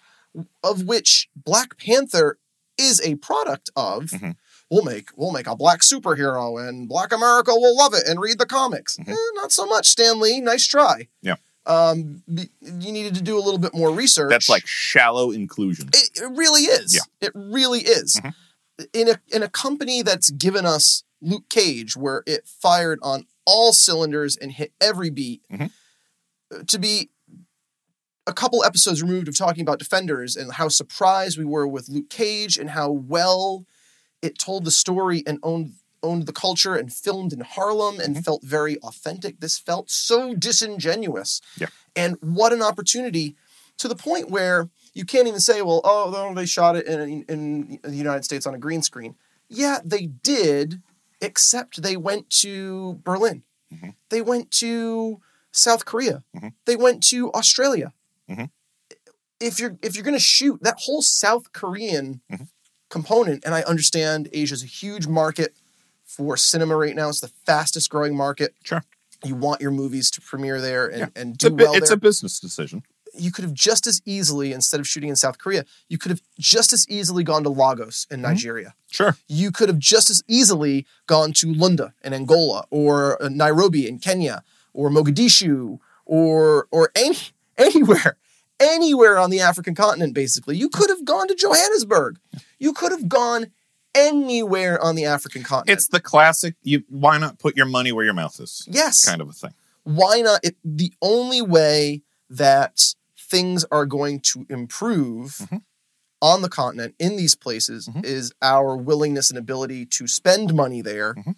B: of which Black Panther is a product of.
A: Mhm.
B: we'll make we'll make a black superhero and Black America will love it and read the comics.
A: Mhm.
B: Eh, not so much, Stan Lee. Nice try.
A: Yeah.
B: Um, be- you needed to do a little bit more research.
A: That's like shallow inclusion.
B: It, it really is.
A: Yeah.
B: It really is.
A: Mhm.
B: In a in a company that's given us Luke Cage, where it fired on all cylinders and hit every beat,
A: Mhm.
B: uh, to be a couple episodes removed of talking about Defenders and how surprised we were with Luke Cage and how well it told the story and owned owned the culture and filmed in Harlem and
A: Mhm.
B: felt very authentic. This felt so disingenuous.
A: Yeah.
B: And what an opportunity to the point where you can't even say, well, oh, no, they shot it in, in the United States on a green screen. Yeah, they did, except they went to Berlin.
A: Mhm.
B: They went to South Korea.
A: Mhm.
B: They went to Australia.
A: Mhm.
B: If you're if you're gonna shoot that whole South Korean
A: Mhm.
B: component, and I understand Asia's a huge market for cinema right now. It's the fastest growing market.
A: Sure.
B: You want your movies to premiere there and,
A: Yeah.
B: and
A: It's
B: do
A: a, bu-
B: well
A: it's
B: there
A: a business decision.
B: you could have just as easily, instead of shooting in South Korea, you could have just as easily gone to Lagos in Nigeria.
A: Sure.
B: You could have just as easily gone to Lunda in Angola or uh, Nairobi in Kenya or Mogadishu or or any anywhere anywhere on the African continent basically. You could have gone to Johannesburg. You could have gone anywhere on the African continent.
A: It's the classic. You why not put your money where your mouth is?
B: yes.
A: Kind of a thing.
B: why not it, the only way that things are going to improve
A: Mhm.
B: on the continent in these places
A: Mhm.
B: is our willingness and ability to spend money there
A: Mhm.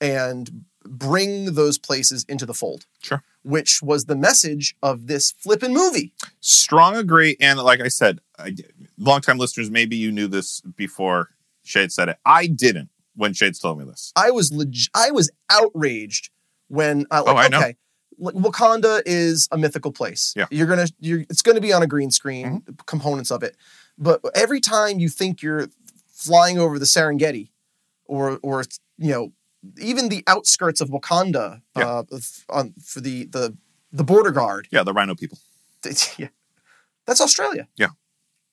B: and bring those places into the fold
A: Sure.
B: which was the message of this flippin' movie
A: Strong agree. And like I said, I, longtime listeners, maybe you knew this before Shade said it. I didn't when Shades told me this.
B: i was leg- i was outraged when i
A: Oh, I
B: like
A: know.
B: okay like, Wakanda is a mythical place.
A: Yeah. Mm-hmm.
B: You're gonna you're it's gonna be on a green screen, components of it. But every time you think you're flying over the Serengeti or or you know, even the outskirts of Wakanda uh, f- on, for the, the the border guard.
A: Yeah, the Rhino people.
B: yeah. That's Australia.
A: Yeah.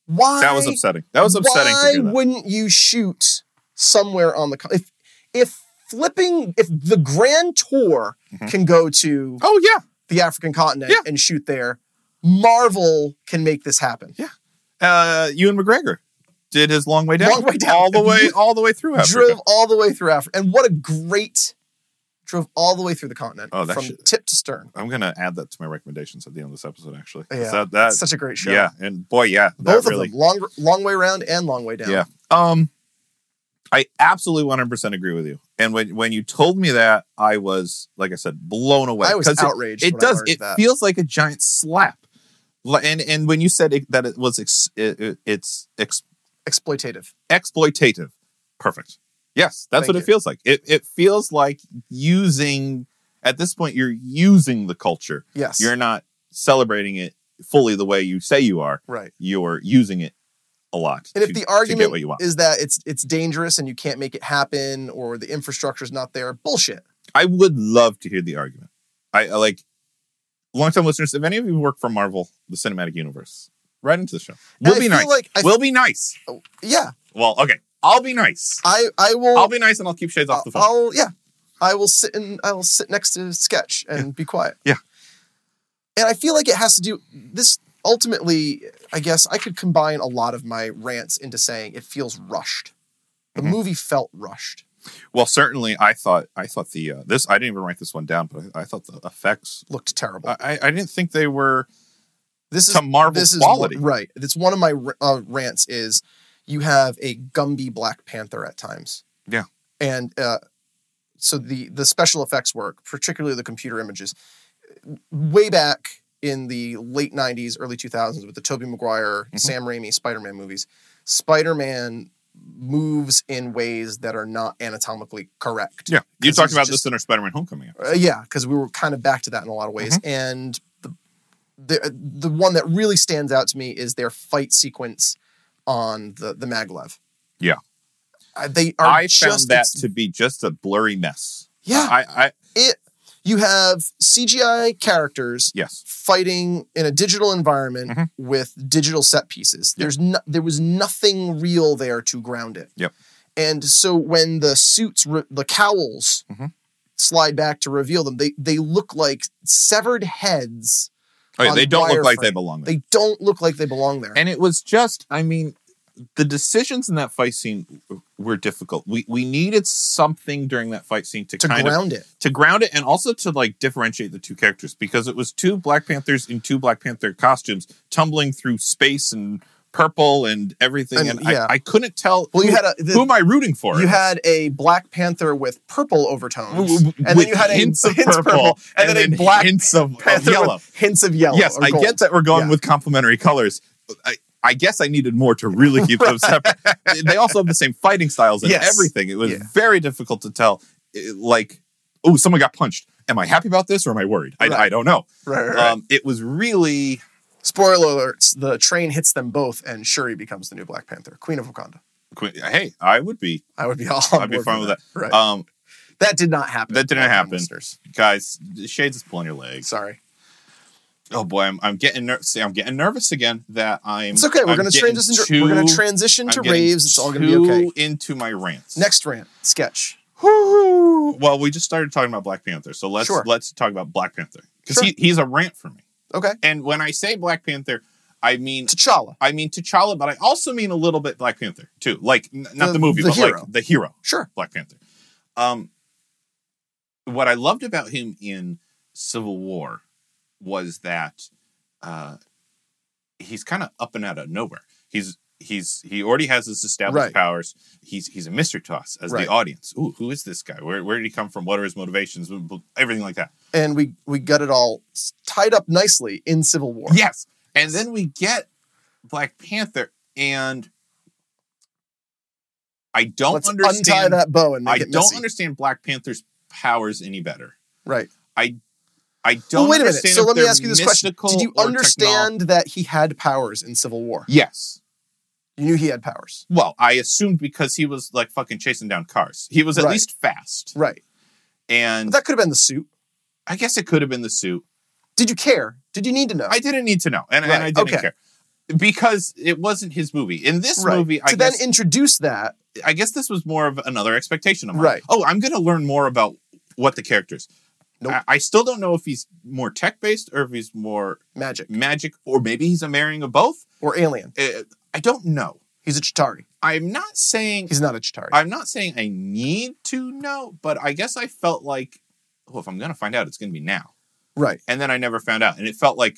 B: Why
A: That was upsetting. That was upsetting
B: why
A: to hear that.
B: wouldn't you shoot somewhere on the co- if if flipping if the grand tour
A: Mhm.
B: can go to
A: Oh yeah,
B: the African continent
A: Yeah.
B: and shoot there. Marvel can make this happen.
A: uh, Ewan McGregor did his long way down,
B: Long Way Down.
A: all the way,
B: You
A: all the way through Africa.
B: Drove all the way through Africa, and what a great drove all the way through the continent
A: Oh, that
B: from
A: shit-
B: tip to stern.
A: I'm gonna add that to my recommendations at the end of this episode. Actually, 'Cause
B: Yeah.
A: that, that,
B: Such a great show.
A: yeah, and boy, yeah, that
B: both
A: really,
B: of them long, long way round and long way down.
A: yeah. Um, I absolutely 100 percent agree with you. And when when you told me that, I was like I said, blown away.
B: I was
A: 'Cause it-
B: outraged.
A: It,
B: when I
A: does.
B: learned
A: It
B: that.
A: feels like a giant slap. Li- And and when you said it, that it was ex, it, it- it's ex,
B: exploitative.
A: exploitative. Perfect. Yes, that's
B: Thank
A: what
B: you.
A: it feels like. It it feels like using at this point you're using the culture.
B: Yes,
A: You're not celebrating it fully the way you say you are.
B: right.
A: You're using it a lot.
B: And if
A: to-
B: the
A: to
B: argument
A: get what you want.
B: is that it's it's dangerous and you can't make it happen or the infrastructure's not there, bullshit.
A: I would love to hear the argument. I, I like longtime listeners, if any of you work for Marvel, the cinematic universe, right into the show.
B: And
A: We'll
B: I
A: be
B: feel
A: nice.
B: Like I,
A: we'll be nice.
B: yeah,
A: Well, okay. I'll be nice.
B: I I will.
A: I'll be nice and I'll keep shades off the phone.
B: I'll yeah. I will sit and I will sit next to sketch and be quiet.
A: Yeah.
B: And I feel like it has to do this ultimately, I guess I could combine a lot of my rants into saying it feels rushed. The
A: Mhm.
B: movie felt rushed.
A: Well, certainly, I thought I thought the uh, this I didn't even write this one down, but I, I thought the effects.
B: Looked terrible.
A: I, I- I didn't think they were
B: this is
A: to Marvel
B: this
A: quality.
B: is one- right. It's one of my r- uh, rants is you have a Gumby Black Panther at times.
A: Yeah.
B: And uh, so the the special effects work, particularly the computer images, way back in the late '90s, early 2000s, with the Tobey Maguire,
A: Mhm.
B: Sam Raimi, Spider-Man movies, Spider-Man moves in ways that are not anatomically correct.
A: yeah, you
B: 'Cause
A: talked
B: it's
A: about
B: just-
A: this in our Spider-Man: Homecoming.
B: Uh, yeah, because we were kind of back to that in a lot of ways.
A: Mm-hmm.
B: And the, the uh, the one that really stands out to me is their fight sequence on the the maglev.
A: Yeah.
B: Uh, they are.
A: I
B: just,
A: found that
B: it's-
A: to be just a blurry mess.
B: yeah,
A: I, I
B: you have CGI characters
A: yes,
B: fighting in a digital environment
A: Mhm.
B: with digital set pieces.
A: Yep.
B: There's no, there was nothing real there to ground it.
A: Yep.
B: And so when the suits, re- the cowls
A: Mhm.
B: slide back to reveal them, they, they look like severed heads.
A: Oh, yeah,
B: On
A: they don't look like
B: wireframe.
A: they belong there.
B: They don't look like they belong there.
A: And it was just, I mean, the decisions in that fight scene were difficult. We we needed something during that fight scene to,
B: to
A: kind of
B: ground it.
A: to ground it and also to like differentiate the two characters because it was two Black Panthers in two Black Panther costumes tumbling through space and purple and everything. And,
B: And, yeah.
A: I, I couldn't tell
B: Well, you
A: who,
B: had a the-
A: who am I rooting for?
B: you had a Black Panther with purple overtones,
A: W- w-
B: and then
A: with
B: you had a
A: hints of
B: hints
A: purple,
B: and, then, a Black
A: hints of, of
B: Panther
A: yellow.
B: with hints of yellow.
A: yes,
B: or
A: I
B: gold.
A: get that we're going
B: Yeah.
A: with complementary colors. I, I guess I needed more to really keep them separate. they also have the same fighting styles and
B: Yes.
A: everything. It was
B: Yeah.
A: very difficult to tell. It- like, oh, someone got punched. Am I happy about this or am I worried? I,
B: Right.
A: I don't know.
B: Right, right, right.
A: Um, it was really
B: Spoiler alerts: the train hits them both, and Shuri becomes the new Black Panther, Queen of Wakanda.
A: hey, I would be
B: I would be all. on
A: I'd be
B: board
A: fine
B: for
A: with that.
B: Right.
A: Um,
B: that did not happen.
A: that didn't
B: Welcome,
A: happen.
B: listeners.
A: guys, shades is pulling your legs.
B: Sorry.
A: Oh boy, I'm, I'm getting ner- see, I'm getting nervous again that I'm
B: It's okay. We're
A: I'm
B: going to
A: getting
B: transition.
A: too-
B: we're going to transition to
A: I'm getting
B: raves. It's all going to be okay.
A: too into my rants.
B: Next rant sketch.
A: Whoo! Well, we just started talking about Black Panther, so let's
B: Sure.
A: let's talk about Black Panther because
B: Sure.
A: he, he's a rant for me.
B: Okay.
A: And when I say Black Panther, I mean
B: T'Challa.
A: I mean T'Challa, but I also mean a little bit Black Panther too, like n- not
B: The-
A: the, movie,
B: the
A: but
B: hero.
A: like the hero,
B: Sure.
A: Black Panther. Um, what I loved about him in Civil War was that uh, he's kind of up and out of nowhere. He's he's he already has his established
B: Right.
A: powers. He's he's a mystery to us as
B: Right.
A: the audience. Ooh, who is this guy? Where where did he come from? What are his motivations? Everything like that.
B: And we we got it all tied up nicely in Civil War.
A: Yes. And then we get Black Panther, and I don't
B: Let's
A: understand.
B: untie that bow and make
A: I
B: it
A: don't
B: messy.
A: understand Black Panther's powers any better.
B: right.
A: I don't.
B: well, wait a minute.
A: understand
B: So
A: if
B: let me
A: they're
B: ask you this question:
A: mystical
B: Did you
A: or
B: understand
A: technol-
B: that he had powers in Civil War?
A: yes.
B: You knew he had powers,
A: Well, I assumed because he was like fucking chasing down cars. He was at
B: Right.
A: least fast,
B: right?
A: and
B: But that could have been the suit.
A: I guess it could have been the suit.
B: Did you care? Did you need to know?
A: I didn't need to know, and,
B: Right.
A: and I didn't
B: Okay.
A: care because it wasn't his movie. In this
B: right.
A: movie,
B: to
A: I
B: then
A: guess
B: introduce that.
A: I guess this was more of another expectation of mine.
B: Right.
A: Oh, I'm going to learn more about what the characters.
B: Nope.
A: I, I still don't know if he's more tech based or if he's more
B: Magic
A: magic or maybe he's a marrying of both.
B: or alien.
A: Uh, I don't know.
B: He's a Chitari.
A: I'm not saying
B: He's not a Chitari.
A: I'm not saying I need to know, but I guess I felt like, oh, if I'm going to find out, it's going to be now.
B: right.
A: And then I never found out, and it felt like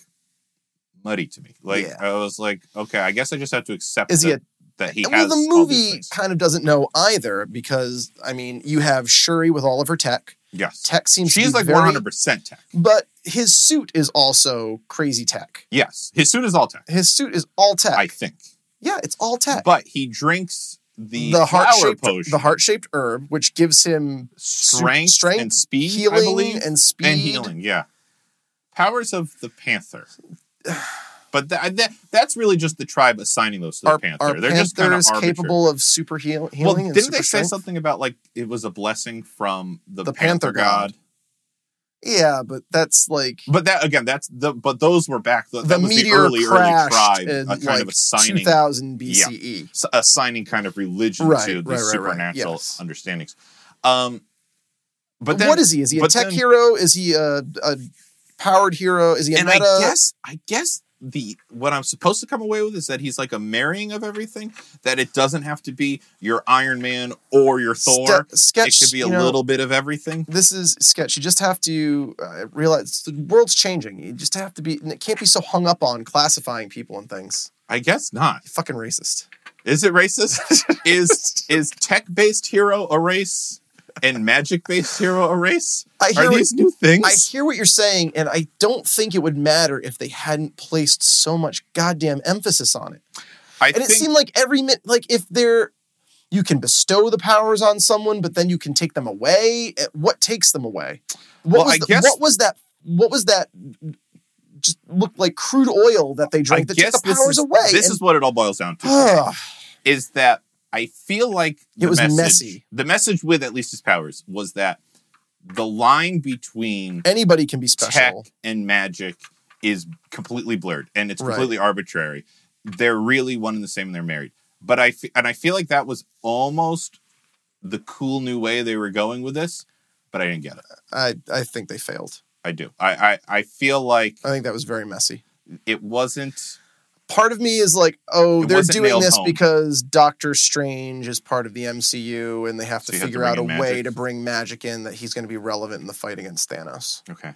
A: muddy to me. Like
B: Yeah.
A: I was like, okay, I guess I just have to accept
B: Is he
A: that,
B: a
A: that he
B: well,
A: has
B: the
A: all these
B: movie
A: things.
B: kind of doesn't know either because I mean, you have Shuri with all of her tech.
A: Yes,
B: Tech seems to
A: she's
B: be
A: like
B: very,
A: 100 percent tech.
B: But his suit is also crazy tech.
A: Yes, his suit is all tech.
B: His suit is all tech.
A: I think.
B: yeah, it's all tech.
A: But he drinks the, flower
B: heart-shaped
A: potion,
B: the heart-shaped herb, which gives him
A: strength,
B: strength,
A: and speed, I
B: healing
A: believe,
B: and speed.
A: and healing. Yeah, powers of the panther. But tha- that, that's really just the tribe assigning those to the
B: Our,
A: panther.
B: our
A: They're just kind
B: panther
A: of
B: is capable of super heal- healing.
A: Well,
B: and
A: didn't
B: super
A: they say
B: strength.
A: something about like it was a blessing from the,
B: The
A: panther,
B: panther
A: god.
B: Yeah, but that's like
A: But that again, that's the but those were back. The,
B: the
A: that was
B: meteor
A: the early early
B: crashed
A: tribe, a
B: in
A: kind
B: like
A: of assigning
B: 2000 BCE.
A: s- assigning kind of religion
B: Right,
A: to
B: right,
A: the
B: right, right,
A: supernatural
B: yes.
A: understandings. Um, but
B: But
A: then,
B: what is he? Is he a
A: but
B: tech
A: then-
B: hero? Is he a, a powered hero? Is he a
A: and
B: meta?
A: I guess I guess the what I'm supposed to come away with is that he's like a marrying of everything. That it doesn't have to be your Iron Man or your Thor.
B: Ste- sketch.
A: it could be a
B: you know,
A: little bit of everything.
B: This is sketch. You just have to uh, realize the world's changing. You just have to be. and It can't be so hung up on classifying people and things.
A: I guess not.
B: You fucking racist.
A: Is it racist? is is tech based hero a race and magic based hero a race?
B: I hear.
A: Are
B: what-
A: these new
B: I
A: things?
B: hear what you're saying, and I don't think it would matter if they hadn't placed so much goddamn emphasis on it.
A: I,
B: and it seemed like every minute, like if they're, you can bestow the powers on someone, but then you can take them away. Eh, What takes them away? What
A: Well,
B: was
A: I
B: the-
A: guess-
B: what was that? What was that? Just looked like crude oil that they drank that took the
A: this
B: powers
A: is,
B: away.
A: This
B: And-
A: is what it all boils down to.
B: Ugh.
A: is that I feel like
B: It
A: the
B: was
A: message-
B: messy.
A: The message with at least his powers was that the line between
B: anybody can be
A: tech
B: special.
A: and magic is completely blurred and it's
B: Right.
A: completely arbitrary. They're really one and the same and they're married. But I fe- and I feel like that was almost the cool new way they were going with this, but I didn't get it.
B: I, I think they failed.
A: I do. I I, I feel like
B: I think that was very messy.
A: it wasn't.
B: Part of me is like, oh,
A: It
B: they're
A: wasn't
B: doing
A: nailed
B: this
A: home.
B: because Doctor Strange is part of the MCU and they have
A: So
B: to
A: you have to
B: figure
A: bring
B: out a
A: in
B: way
A: magic.
B: to bring magic in that he's going to be relevant in the fight against Thanos.
A: Okay.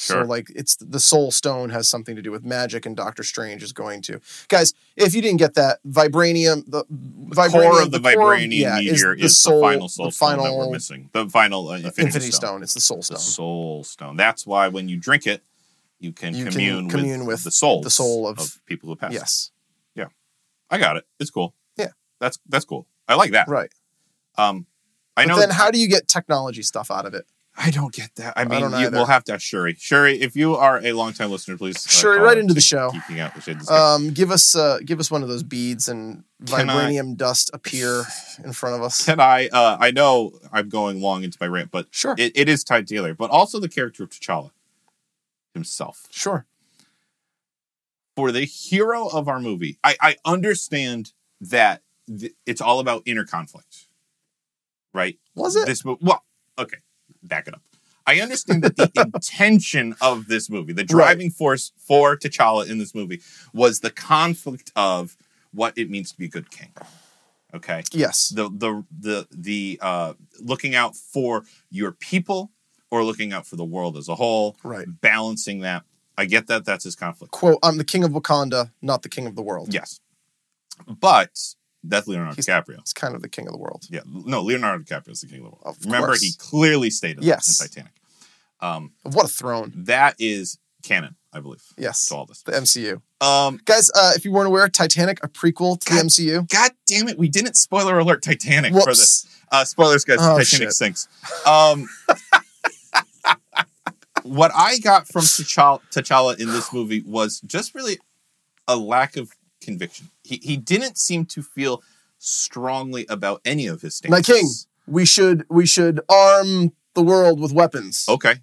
B: So
A: Sure.
B: like it's the soul stone has something to do with magic and Doctor Strange is going to. Guys, if you didn't get that, vibranium the, vibranium,
A: core of the,
B: core of-
A: vibranium
B: yeah,
A: meteor is the, final soul
B: the
A: stone
B: final
A: that we're missing. The final uh, Infinity,
B: Infinity,
A: stone.
B: stone. It's the soul
A: The
B: stone.
A: soul stone. That's why when you drink it, you can,
B: You can
A: commune,
B: commune
A: with,
B: with
A: the soul,
B: the soul of-
A: people who passed.
B: Yes.
A: I got it. It's cool.
B: Yeah.
A: that's that's cool. I like that.
B: Right.
A: Um, I
B: but
A: know.
B: then how do you get technology stuff out of it?
A: I don't get that. I mean,
B: don't
A: you,
B: either.
A: we'll have to ask Shuri. Shuri, if you are a longtime listener, please uh,
B: Sure,
A: call
B: right
A: in
B: into
A: to
B: the show.
A: Geeking Out with Shade and Scott.
B: Um, give us uh, give us one of those beads and
A: Can I-
B: vibranium dust appear in front of us.
A: Can I? Uh, I know I'm going long into my rant, but
B: Sure.
A: it, it is Ty Taylor, but also the character of T'Challa himself.
B: sure.
A: For the hero of our movie, I, I understand that th- it's all about inner conflict, right?
B: Was it?
A: This mo- well, okay, back it up. I understand that the intention of this movie, the driving force for T'Challa in this movie, was the conflict of what it means to be a good king. Okay,
B: yes.
A: the the the the uh, looking out for your people or looking out for the world as a whole,
B: Right.
A: balancing that. I get that that's his conflict.
B: Quote, I'm the king of Wakanda, not the king of the world.
A: Yes, but that's Leonardo
B: He's-
A: DiCaprio.
B: It's kind of the king of the world.
A: Yeah, no, Leonardo DiCaprio is the king of the world.
B: Of
A: Remember,
B: course.
A: he clearly stated that
B: Yes.
A: in Titanic. Um,
B: What a throne.
A: that is canon, I believe.
B: Yes.
A: to all this.
B: The MCU.
A: Um,
B: Guys, uh, if you weren't aware, Titanic, a prequel to the
A: God
B: MCU.
A: God damn it, we didn't spoiler alert Titanic for this.
B: Whoops.
A: Uh, spoilers, guys.
B: Oh,
A: Titanic
B: shit.
A: sinks. Um, what I got from T'Challa, T'Challa in this movie was just really a lack of conviction. He he didn't seem to feel strongly about any of his
B: My
A: stances.
B: king, we should we should arm the world with weapons.
A: Okay,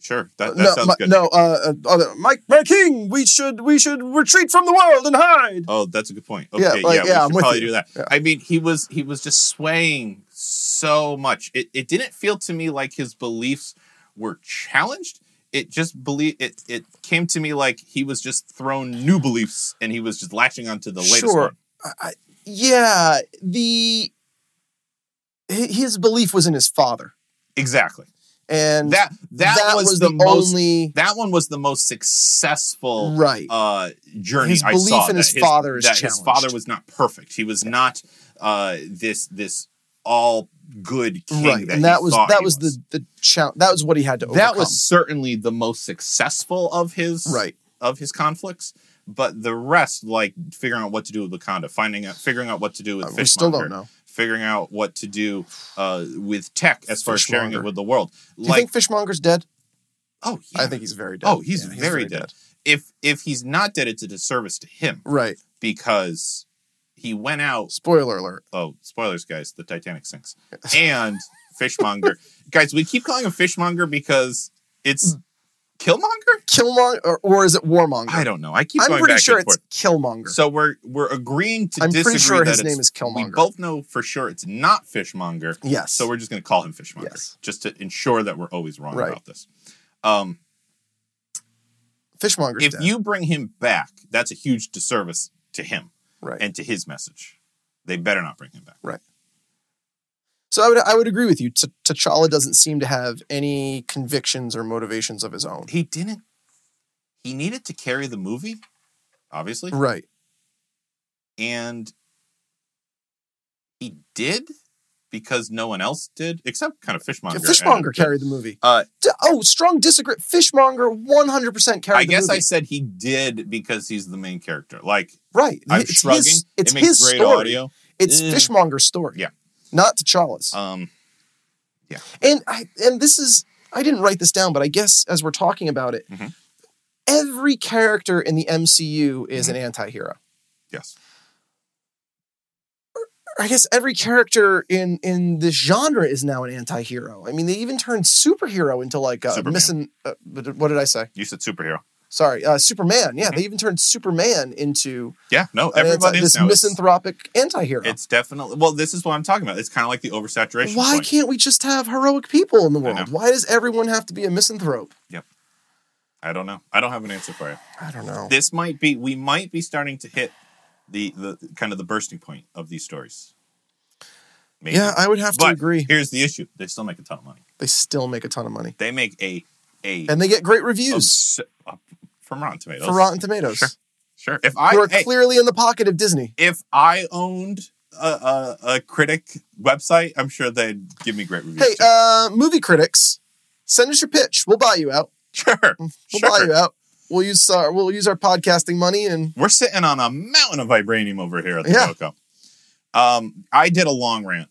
A: sure. Oh, That, that
B: no,
A: sounds
B: my,
A: good.
B: no, uh, uh, other, my, my king, we should we should retreat from the world and hide.
A: Oh, that's a good point. Okay,
B: Yeah,
A: yeah,
B: like,
A: we
B: yeah, I'm
A: should
B: with
A: probably
B: you.
A: do that.
B: Yeah.
A: I mean, he was he was just swaying so much. It it didn't feel to me like his beliefs were challenged. It just believe it it came to me like he was just thrown new beliefs and he was just latching onto the latest
B: Sure.
A: one.
B: I- I- yeah, the hi- his belief was in his father,
A: Exactly.
B: and
A: That that, was, the, most
B: only
A: that one was the most successful
B: right.
A: uh journey
B: His
A: I
B: belief
A: saw
B: in
A: that
B: his father is
A: that his
B: challenged.
A: father was not perfect. He was not uh this this all good king
B: right,
A: that
B: and
A: he
B: that was
A: thought
B: that
A: he
B: was, the the challenge. That was what he had to overcome.
A: that was certainly the most successful of his
B: right.
A: of his conflicts but the rest like figuring out what to do with Wakanda finding out figuring out what to do with
B: Uh,
A: Fishmonger
B: we still don't know.
A: figuring out what to do uh, with tech as far as sharing it
B: Fishmonger.
A: with the world
B: Do you
A: like
B: think Fishmonger's dead?
A: oh yeah.
B: I think he's very dead.
A: oh he's,
B: Yeah,
A: very, dead. if if he's not dead it's a disservice to him
B: Right.
A: because he went out
B: Spoiler alert.
A: oh spoilers guys the Titanic sinks and Fishmonger guys we keep calling him Fishmonger because
B: Hmm.
A: it's Killmonger
B: Killmonger, or, or is it Warmonger?
A: I don't know. I keep.
B: I'm
A: going
B: pretty
A: back
B: sure
A: and
B: it's Killmonger.
A: Forth. So we're we're agreeing to
B: I'm
A: disagree.
B: pretty sure
A: that
B: his
A: it's-
B: name is
A: We
B: Killmonger.
A: both know for sure it's not Fishmonger.
B: yes.
A: So we're just going to call him Fishmonger,
B: Yes.
A: just to ensure that we're always wrong
B: Right.
A: about this. Um,
B: Fishmonger's
A: if
B: dead.
A: you bring him back, that's a huge disservice to him
B: right.
A: and to his message. They better not bring him back.
B: so I would I would agree with you. T- T'Challa doesn't seem to have any convictions or motivations of his own.
A: He didn't. He needed to carry the movie, obviously,
B: Right.
A: and he did because no one else did except kind of Fishmonger. and-
B: Fishmonger carried the movie.
A: Uh,
B: D- oh, strong disagree. Fishmonger 100% carried
A: I
B: the
A: guess
B: movie.
A: I said he did because he's the main character. Like
B: right.
A: I'm
B: it's
A: shrugging.
B: his, it's
A: it makes
B: his
A: great
B: story.
A: audio.
B: It's
A: Eh.
B: Fishmonger's story.
A: Yeah.
B: Not T'Challa's.
A: Um,
B: and I and this is I didn't write this down, but I guess as we're talking about it,
A: Mhm.
B: every character in the MCU is
A: Mm-hmm.
B: an anti-hero.
A: yes.
B: Or I guess every character in in this genre is now an anti-hero. I mean, they even turned superhero into like uh,
A: Superman.
B: missing. Uh, what did I say?
A: You said superhero.
B: Sorry, uh, Superman. Yeah, they even turned Superman into
A: Yeah, no,
B: an anti-
A: Mm-hmm. everybody is
B: Uh, this
A: now. It's,
B: misanthropic anti-hero.
A: it's definitely well. This is what I'm talking about. It's kind of like the oversaturation.
B: Why
A: point.
B: can't we just have heroic people in the
A: I
B: world? Why does everyone have to be a misanthrope?
A: I don't know. I don't have an answer for you.
B: I don't know.
A: This might be. We might be starting to hit the the kind of the bursting point of these stories. Maybe.
B: Yeah, I would have to
A: But-
B: agree.
A: Here's the issue: they still make a ton of money.
B: They still make a ton of money,
A: They make a a
B: and they get great reviews
A: obs- uh, from Rotten Tomatoes.
B: for Rotten Tomatoes.
A: Sure. Sure. If I
B: who are
A: hey,
B: clearly in the pocket of Disney.
A: if I owned a, a, a critic website, I'm sure they'd give me great reviews.
B: Hey,
A: too.
B: uh, movie critics, send us your pitch. We'll buy you out.
A: sure,
B: We'll
A: sure.
B: buy you out. We'll use our we'll use our podcasting money and
A: We're sitting on a mountain of vibranium over here at the
B: Yeah.
A: Coco. Um, I did a long rant.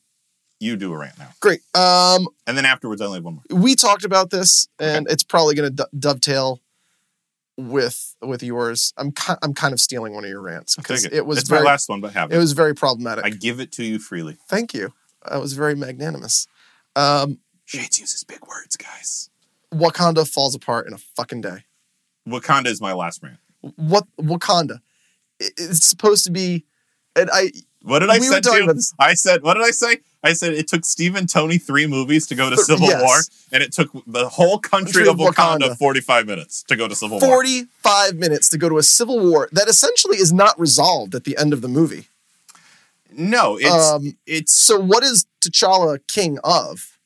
A: You do a rant now,
B: great. Um,
A: and then afterwards, I only have one more.
B: we talked about this, and it's probably going to dovetail with with yours. I'm ki- I'm kind of stealing one of your rants
A: I'll take
B: because it was
A: it's
B: very
A: my last one, but have
B: it
A: it.
B: was very problematic.
A: I give it to you freely.
B: Thank you. That was very magnanimous. Um,
A: Shades uses big words, guys.
B: Wakanda falls apart in a fucking day.
A: Wakanda is my last rant.
B: What Wakanda? It- It's supposed to be, and I
A: What did I
B: we
A: say
B: were
A: to
B: talking
A: you?
B: about this.
A: I said, what did I say? I said it took Steve and Tony three movies to go to
B: Th-
A: Civil
B: yes.
A: War, and it took the whole country
B: Country
A: of
B: of
A: Wakanda,
B: Wakanda.
A: 45 minutes to go to Civil War.
B: 45 minutes to go to a civil war that essentially is not resolved at the end of the movie.
A: No, it's
B: um,
A: it's
B: so what is T'Challa king of?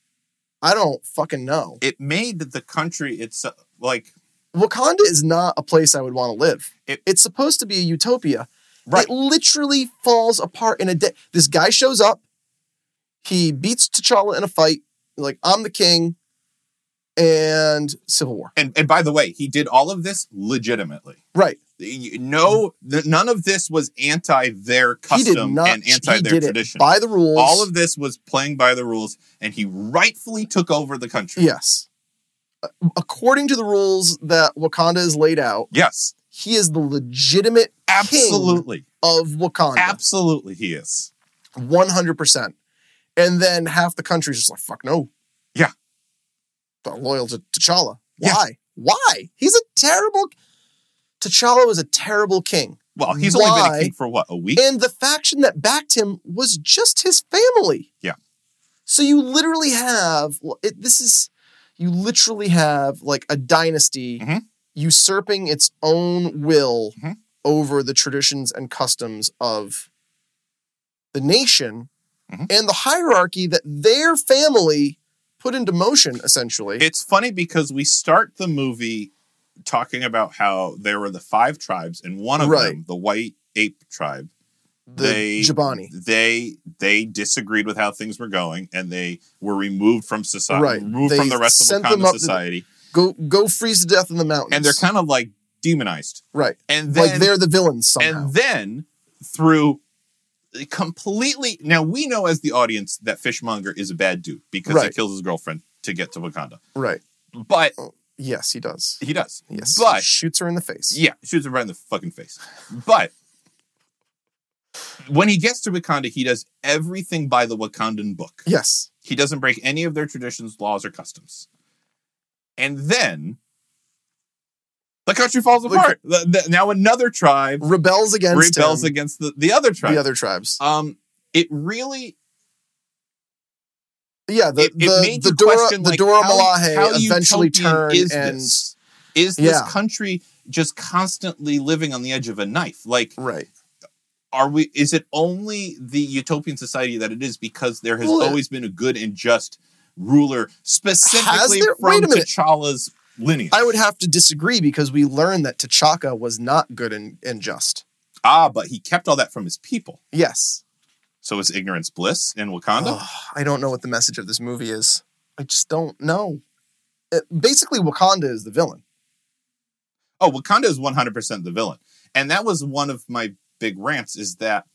B: I don't fucking know.
A: it made the country it's like
B: Wakanda is not a place I would want to live.
A: It-
B: it's supposed to be a utopia.
A: right
B: It literally falls apart in a day. This guy shows up. He beats T'Challa in a fight. Like, I'm the king. And civil war.
A: and and by the way, he did all of this legitimately.
B: Right.
A: You- No, th- none of this was anti their custom
B: he did not.
A: and anti
B: he
A: their
B: did
A: tradition.
B: It by the rules.
A: all of this was playing by the rules, and he rightfully took over the country.
B: Yes. A- According to the rules that Wakanda is laid out,
A: Yes,
B: he is the legitimate
A: absolutely,
B: of Wakanda.
A: absolutely, he is.
B: One hundred percent. And then half the country's just like, "Fuck no."
A: Yeah.
B: Not loyal to T'Challa.
A: Yeah.
B: Why? Why? He's a terrible. T'Challa was a terrible king,
A: Well, he's only been
B: Why?
A: a king for what a week.
B: and the faction that backed him was just his family.
A: Yeah.
B: So you literally have it, this is you literally have like a dynasty
A: Mhm.
B: usurping its own will
A: Mhm.
B: over the traditions and customs of the nation
A: Mhm.
B: and the hierarchy that their family put into motion essentially
A: It's funny because we start the movie talking about how there were the five tribes, and one of
B: Right.
A: them, the white ape tribe,
B: the
A: they-
B: Jabani
A: they they disagreed with how things were going, and they were removed from society,
B: Right.
A: removed
B: They
A: from the rest of
B: sent them
A: Wakanda
B: up to the-
A: society,
B: go go freeze to death in the mountains
A: and they're kind of like demonized,
B: right
A: and then
B: like they're the villains somehow
A: and then through completely now we know as the audience that Fishmonger is a bad dude because he
B: Right.
A: kills his girlfriend to get to Wakanda,
B: right
A: but
B: yes he does
A: he does.
B: yes
A: But-
B: shoots her in the face
A: Yeah, shoots him right in the fucking face. But when he gets to Wakanda, he does everything by the Wakandan book.
B: yes
A: He doesn't break any of their traditions, laws, or customs. And then the country falls
B: Look-
A: apart. The- the- now another tribe
B: rebels against
A: rebels
B: him,
A: against the, the other tribe.
B: the other tribes.
A: um, it really
B: yeah, the
A: it, it
B: the,
A: made
B: the
A: you
B: Dora
A: question,
B: the
A: like,
B: Dora
A: how-
B: Milaje
A: how
B: eventually
A: utopian
B: turned
A: is
B: and
A: this? is this
B: Yeah.
A: country just constantly living on the edge of a knife? Like
B: right.
A: are we is it only the utopian society that it is because there has
B: Well, it-
A: always been a good and just ruler specifically
B: there-
A: from
B: wait a minute.
A: T'Challa's lineage
B: I would have to disagree because we learned that T'Chaka was not good and, and just.
A: ah but he kept all that from his people
B: Yes,
A: so is ignorance bliss in Wakanda
B: Ugh, I don't know what the message of this movie is. I just don't know. It- basically, Wakanda is the villain.
A: oh Wakanda is 100% the villain and that was one of my big rants is that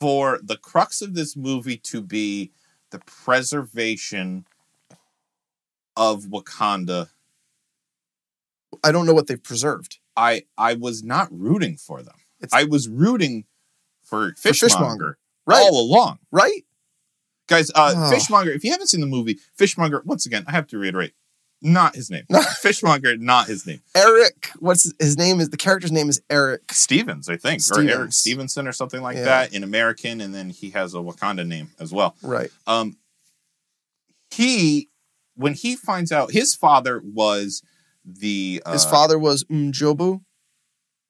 A: for the crux of this movie to be the preservation of Wakanda
B: I don't know what they've preserved.
A: I I was not rooting for them.
B: It's-
A: I was rooting for Fishmonger,
B: Fishmonger. Right,
A: all along.
B: right.
A: Guys, uh,
B: Oh.
A: Fishmonger, if you haven't seen the movie, Fishmonger, once again, I have to reiterate, not his name. Fishmonger, not his name.
B: Eric, what's his name? Is the character's name is Eric?
A: Stevens, I think, or Eric
B: Stevens.
A: Stevenson or something like
B: Yeah.
A: that in American, and then he has a Wakanda name as well.
B: Right.
A: Um, he, when he finds out his father was the uh,
B: His father was Mjobu,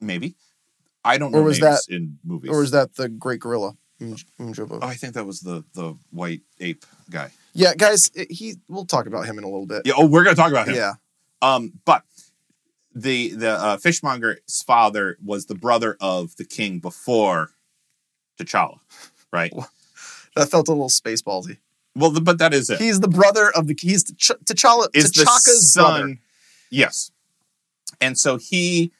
A: maybe I don't know
B: Or was
A: names in movies.
B: or was that the great gorilla? Mj-
A: oh,
B: Mjobu.
A: I think that was the the white ape guy.
B: Yeah, guys, it- he. We'll talk about him in a little bit.
A: Yeah. Oh, we're gonna talk about him.
B: Yeah.
A: Um, but the the uh, fishmonger's father was the brother of the king before T'Challa, right?
B: That felt a little space ballsy.
A: Well, the, but that is it.
B: He's the brother of the. He's T'Ch- T'Challa.
A: Is the
B: T'Chaka's brother.
A: Yes, and so he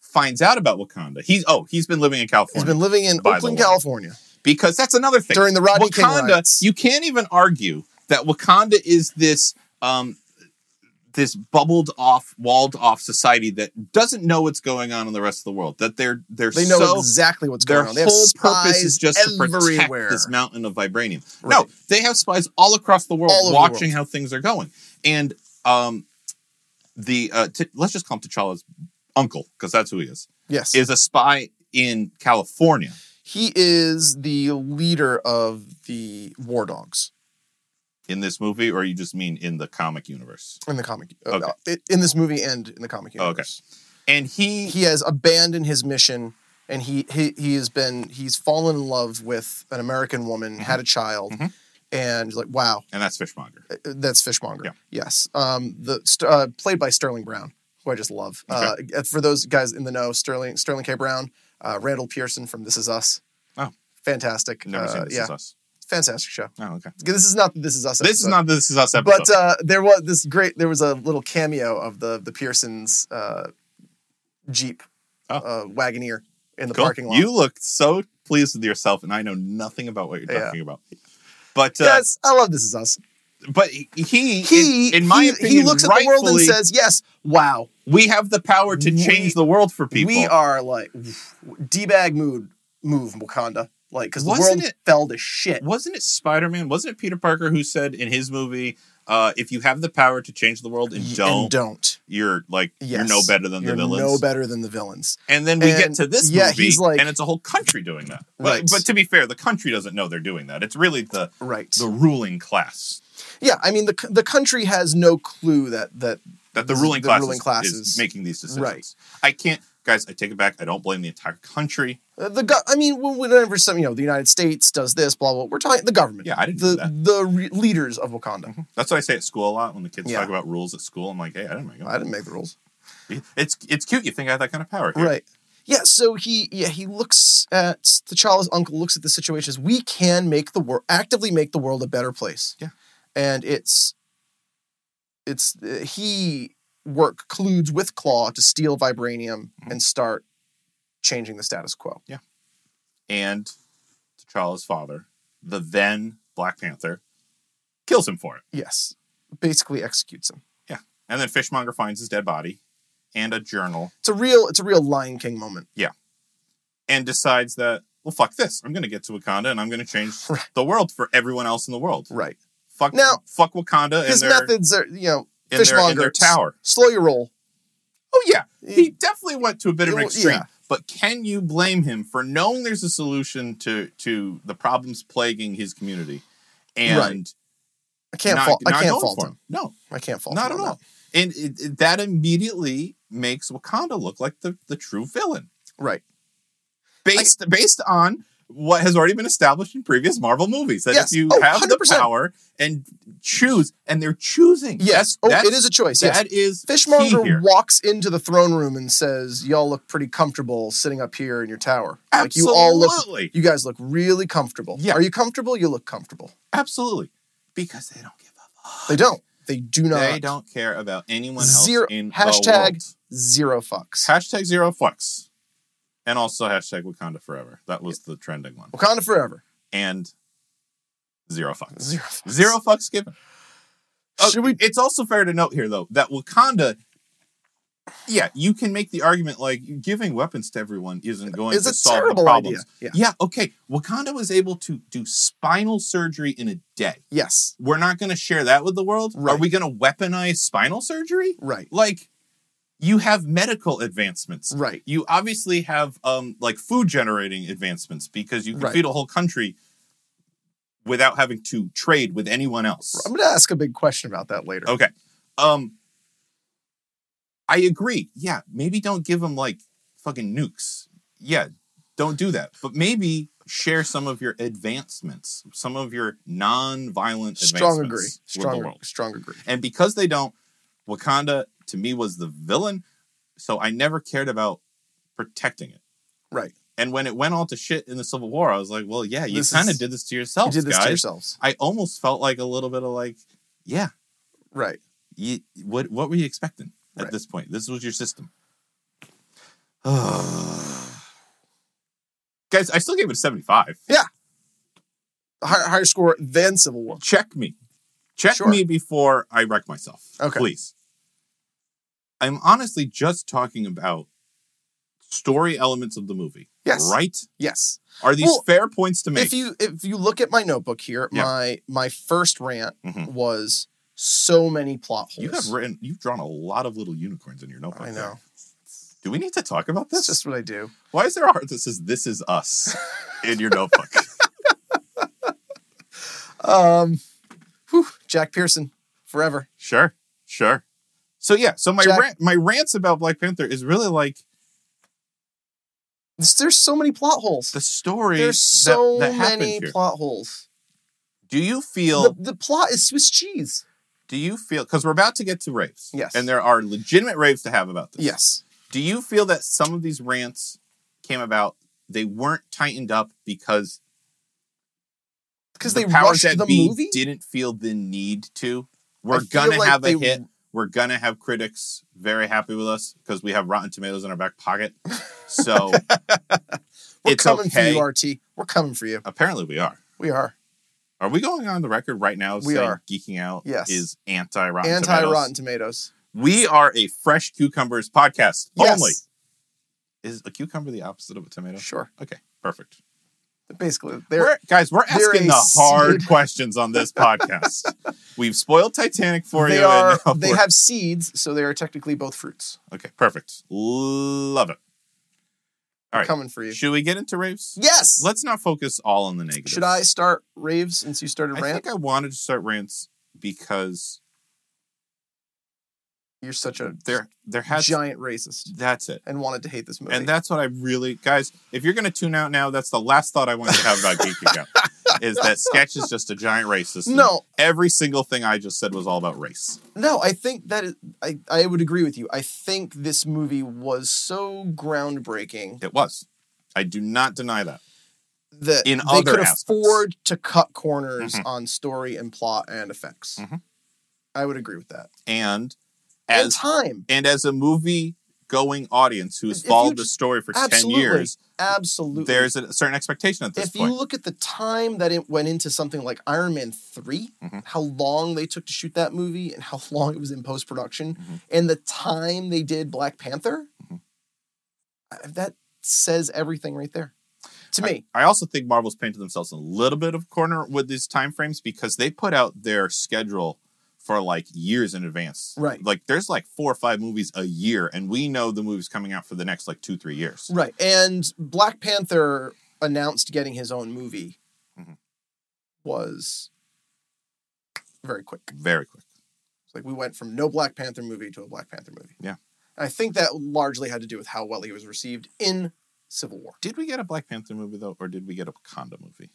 A: finds out about Wakanda. He's oh, he's been living in
B: He's
A: California
B: been living in
A: By the
B: Oakland,
A: way.
B: California
A: because that's another thing.
B: during the Rodney King
A: Wakanda,
B: riots.
A: you can't even argue that Wakanda is this um, this bubbled off, walled off society that doesn't know what's going on in the rest of the world. That they're they're
B: they know
A: so
B: exactly what's
A: their
B: going on. They have
A: whole purpose is
B: spies
A: just to
B: everywhere.
A: protect this mountain of vibranium. No,
B: Right.
A: they have spies all across the world
B: All over the
A: watching how things are going. And um, the uh, t- let's just call him T'Challa's uncle because that's who he is.
B: Yes.
A: Is a spy in California.
B: He is the leader of the War Dogs
A: In this movie, or you just mean in the comic universe?
B: in the comic, uh,
A: Okay.
B: uh, in this movie and in the comic
A: Okay.
B: universe.
A: And he
B: He has abandoned his mission, and he he he has been he's fallen in love with an American woman, had a child,
A: Mhm.
B: and like wow,
A: and that's Fishmonger.
B: uh, that's Fishmonger.
A: Yeah.
B: Yes, um, the st- uh, played by Sterling Brown, who I just love. Uh, for those guys in the know, Sterling Sterling K. Brown, uh, Randall Pearson from This Is Us.
A: Oh.
B: fantastic!
A: Never
B: uh,
A: seen This
B: yeah,
A: Is Us.
B: fantastic show.
A: Oh, okay.
B: This is not the This Is Us.
A: This is
B: episode.
A: not the This Is Us episode.
B: But uh, there was this great. There was a little cameo of the the Pearsons uh, Jeep
A: Oh.
B: uh, Wagoneer in the
A: Cool.
B: parking lot.
A: You uh, look so pleased with yourself, and I know nothing about what you're
B: Yeah.
A: talking about. But uh,
B: yes, I love This Is Us.
A: but he
B: He,
A: in, in my
B: he,
A: opinion,
B: he looks at the world and
A: rightfully,
B: says, "Yes, wow,
A: we have the power to
B: We-
A: change the world for people.
B: we are like d bag mood move Wakanda, like because the
A: Wasn't
B: world
A: it-
B: fell to shit."
A: Wasn't it Spider Man? Wasn't it Peter Parker who said in his movie, uh, "If you have the power to change the world and
B: Y-
A: don't,
B: and don't.
A: you're like you're
B: Yes.
A: no better than
B: You're
A: the villains."
B: no better than the villains.
A: and then we get
B: and-
A: to this
B: yeah,
A: movie,
B: he's like-
A: and it's a whole country doing that. But,
B: Right.
A: but to be fair, the country doesn't know they're doing that. It's really the
B: Right.
A: the ruling class
B: yeah, I mean the c- the country has no clue that that
A: that the
B: This-
A: ruling
B: the
A: class,
B: ruling
A: is,
B: class
A: is
B: is-
A: making these decisions.
B: Right.
A: I can't, guys. I take it back. I don't blame the entire country.
B: Uh, the go- I mean, when- whenever some you know the United States does this, blah blah. We're talking the government.
A: Yeah, I didn't
B: the
A: do that. Mm-hmm.
B: the re- leaders of Wakanda.
A: That's what I say at school a lot when the kids
B: Yeah.
A: talk about rules at school. I'm like, hey, I didn't make them.
B: I didn't make the rules.
A: It's it's cute. You think I have that kind of power, here.
B: Right. Yeah. So he yeah he looks at T'Challa's uncle looks at the situation as we can make the world actively make the world a better place.
A: Yeah.
B: And it's it's uh, he work colludes with Claw to steal vibranium
A: Mm-hmm.
B: and start changing the status quo.
A: And T'Challa's father, the then Black Panther, kills him for it.
B: Yes. Basically executes him.
A: And then Fishmonger finds his dead body and a journal
B: It's a real it's a real Lion King moment.
A: and decides that well, fuck this. I'm going to get to Wakanda and I'm going to change
B: Right.
A: the world for everyone else in the world.
B: Right.
A: Fuck
B: Now-
A: fuck Wakanda and
B: His
A: their,
B: methods are you know
A: and, their, and their
B: Fishmonger.
A: tower.
B: slow your roll.
A: Oh yeah, he definitely went to a bit of an
B: Well,
A: extreme.
B: yeah.
A: But can you blame him for knowing there's a solution to to the problems plaguing his community, and
B: Right. I can't
A: not,
B: fault I
A: not
B: can't
A: going
B: fault
A: for
B: him.
A: No,
B: I can't fault
A: not
B: him
A: at
B: on
A: all. And it, it- that immediately makes Wakanda look like the the true villain,
B: that. Right.
A: based based on what has already been established in previous Marvel movies. That
B: Yes.
A: if you
B: Oh,
A: have the
B: 100%.
A: power and choose, and they're choosing.
B: Yes. Oh,
A: that's,
B: it is a choice. Yes.
A: That is key here.
B: Fishmonger walks into the throne room and says, "Y'all look pretty comfortable sitting up here in your tower. Like you all look,
A: Absolutely.
B: you guys look really comfortable.
A: Yeah.
B: Are you comfortable? You look comfortable.
A: Absolutely. Because they don't give a
B: They don't. They do not.
A: They don't care about anyone else
B: Zero-
A: in the
B: hashtag-
A: world.
B: Zero fucks.
A: Hashtag zero fucks. And also hashtag Wakanda forever. That was the trending one.
B: Wakanda forever.
A: And zero fucks.
B: Zero. Fucks.
A: Zero fucks given. Oh,
B: Should we?
A: It's also fair to note here, though, that Wakanda yeah, you can make the argument like giving weapons to everyone isn't going
B: It's
A: to
B: a
A: solve the
B: terrible idea.
A: problems.
B: Yeah.
A: Yeah, okay. Wakanda was able to do spinal surgery in a day.
B: Yes.
A: We're not going to share that with the world. Are
B: Right.
A: we going to weaponize spinal surgery?
B: Right.
A: Like, you have medical advancements.
B: Right.
A: You obviously have um like food generating advancements because you can
B: Right.
A: feed a whole country without having to trade with anyone else.
B: I'm going to ask a big question about that later.
A: Okay. Um I agree. Yeah, maybe don't give them like fucking nukes. Yeah, don't do that. But maybe share some of your advancements, some of your non-violent
B: Strong agree.
A: advancements with the
B: Strong,
A: world.
B: strong agree.
A: And because they don't, Wakanda to me was the villain, so I never cared about protecting it.
B: Right.
A: And when it went all to shit in the Civil War, I was like, well, yeah, you
B: This
A: kind of
B: is-
A: did this to
B: You
A: yourself,
B: did this
A: guys.
B: to yourselves.
A: I almost felt like a little bit of like, yeah,
B: Right.
A: you, what what were you expecting at
B: Right.
A: this point? This was your system. Guys, I still gave it a 75.
B: Higher, higher score than Civil War.
A: Check me. Check
B: Sure.
A: me before I wreck myself.
B: Okay.
A: Please. I'm honestly just talking about story elements of the movie.
B: Yes.
A: Right?
B: Yes.
A: Are these
B: Well,
A: fair points to make?
B: If you if you look at my notebook here,
A: Yeah.
B: my my first rant
A: Mhm.
B: was so many plot holes.
A: You have written, you've drawn a lot of little unicorns in your notebook.
B: I
A: there.
B: know.
A: Do we need to talk about this?
B: That's just what I do.
A: Why is there a heart that says "This is us" in your notebook?
B: Um, whew, Jack Pearson forever.
A: sure, sure. So yeah, so my
B: Jack-
A: rant, my rants about Black Panther is really like
B: There's, there's so many plot holes.
A: the story.
B: There's so
A: that, that happened
B: many
A: here.
B: plot holes.
A: Do you feel?
B: The, the plot is Swiss cheese.
A: do you feel? Because we're about to get to raves.
B: Yes.
A: and there are legitimate raves to have about this.
B: Yes.
A: Do you feel that some of these rants came about? They weren't tightened up because
B: Because
A: the
B: they
A: powers
B: rushed
A: that
B: the
A: be
B: movie.
A: didn't feel the need to.
B: I
A: We're
B: feel
A: gonna
B: like
A: have a
B: they-
A: hit. we're gonna have critics very happy with us because we have Rotten Tomatoes in our back pocket. So
B: We're
A: it's
B: coming
A: okay.
B: for you, RT. We're coming for you.
A: Apparently, we are.
B: We are.
A: Are we going on the record right now?
B: We
A: saying
B: are.
A: Geeking out
B: Yes.
A: is anti Rotten.
B: Anti Rotten Tomatoes.
A: We are a fresh cucumbers podcast
B: Yes.
A: only. Is a cucumber the opposite of a tomato?
B: Sure.
A: Okay, perfect.
B: Basically,
A: We're-
B: they're
A: guys, we're
B: they're
A: asking
B: a
A: the
B: s-
A: hard questions on this podcast. We've spoiled Titanic for
B: they
A: you. and
B: are
A: now
B: they
A: we're-
B: have seeds, so they are technically both fruits.
A: okay, perfect. Love it. All right.
B: Coming for you.
A: Should we get into raves?
B: Yes.
A: Let's not focus all on the negative.
B: Should I start raves since you started
A: I
B: rant?
A: think I wanted to start rants because
B: You're such a
A: there there has
B: giant racist
A: that's it.
B: and wanted to hate this movie.
A: And that's what I really guys, if you're gonna tune out now, that's the last thought I wanted to have about geeking out. Is that sketch is just a giant racist. and
B: no,
A: Every single thing I just said was all about race.
B: no, I think that is, I I would agree with you. I think this movie was so groundbreaking
A: It was. I do not deny that.
B: that
A: In
B: they
A: other
B: could
A: aspects.
B: afford to cut corners
A: Mhm.
B: on story and plot and effects.
A: Mhm.
B: I would agree with that.
A: And
B: and
A: as
B: time,
A: and as a movie going audience who has
B: If you
A: followed the
B: just-
A: story for
B: Absolutely.
A: ten years,
B: absolutely.
A: there's a certain expectation at this
B: if
A: point.
B: you look at the time that it went into something like Iron Man 3,
A: Mhm.
B: how long they took to shoot that movie and how long it was in post production,
A: Mhm.
B: and the time they did Black Panther,
A: Mhm.
B: I- that says everything right there to me.
A: I also think Marvel's painted themselves a little bit of a corner with these timeframes because they put out their schedule for like years in advance.
B: Right.
A: Like there's like four or five movies a year, and we know the movie's coming out for the next like two, three years.
B: Right. And Black Panther announced getting his own movie
A: Mhm.
B: was very quick.
A: Very quick.
B: It's like we went from no Black Panther movie to a Black Panther movie.
A: Yeah.
B: And I think that largely had to do with how well he was received in Civil War.
A: Did we get a Black Panther movie though, or did we get a Wakanda movie?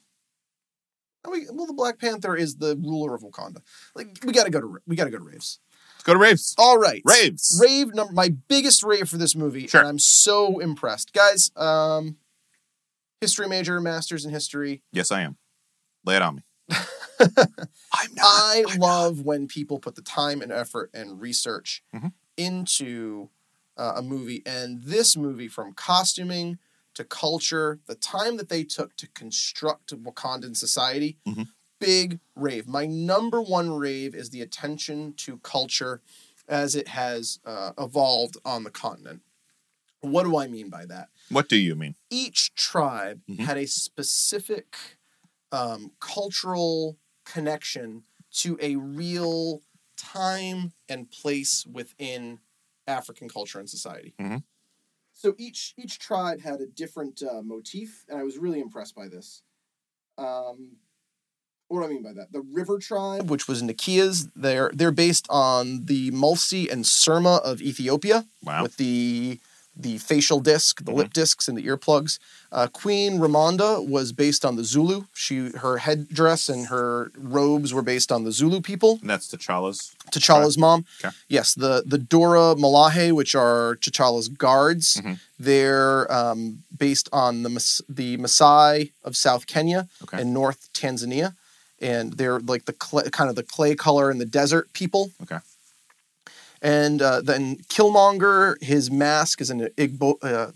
B: And we, well, the Black Panther is the ruler of Wakanda. Like we gotta go to we gotta go to raves.
A: Let's go to Raves.
B: All right,
A: Raves.
B: Rave number my biggest rave for this movie,
A: Sure.
B: and I'm so impressed, guys. Um, history major, masters in history.
A: yes, I am. Lay it on me. I'm not.
B: I
A: I'm
B: love when people put the time and effort and research
A: Mhm.
B: into uh, a movie, and this movie, from costuming to culture, the time that they took to construct Wakandan society,
A: Mhm.
B: big rave. My number one rave is the attention to culture as it has uh, evolved on the continent. What do I mean by that?
A: What do you mean?
B: Each tribe
A: Mhm.
B: had a specific um, cultural connection to a real time and place within African culture and society.
A: Mhm.
B: So each each tribe had a different uh, motif, and I was really impressed by this. Um, what do I mean by that? The River Tribe, which was Nikias, they're they're based on the Mulsi and Surma of Ethiopia
A: Wow.
B: with the the facial disc, the lip discs, and the earplugs. Uh, Queen Ramonda was based on the Zulu. She her headdress and her robes were based on the Zulu people.
A: and that's T'Challa's.
B: T'Challa's mom.
A: Okay.
B: Yes, the the Dora Malahe, which are T'Challa's guards,
A: Mhm.
B: they're um, based on the Mas- the Maasai of South Kenya
A: Okay.
B: and North Tanzania, and they're like the cl- kind of the clay color and the desert people.
A: Okay.
B: And uh, then Killmonger, his mask is an Igbo uh,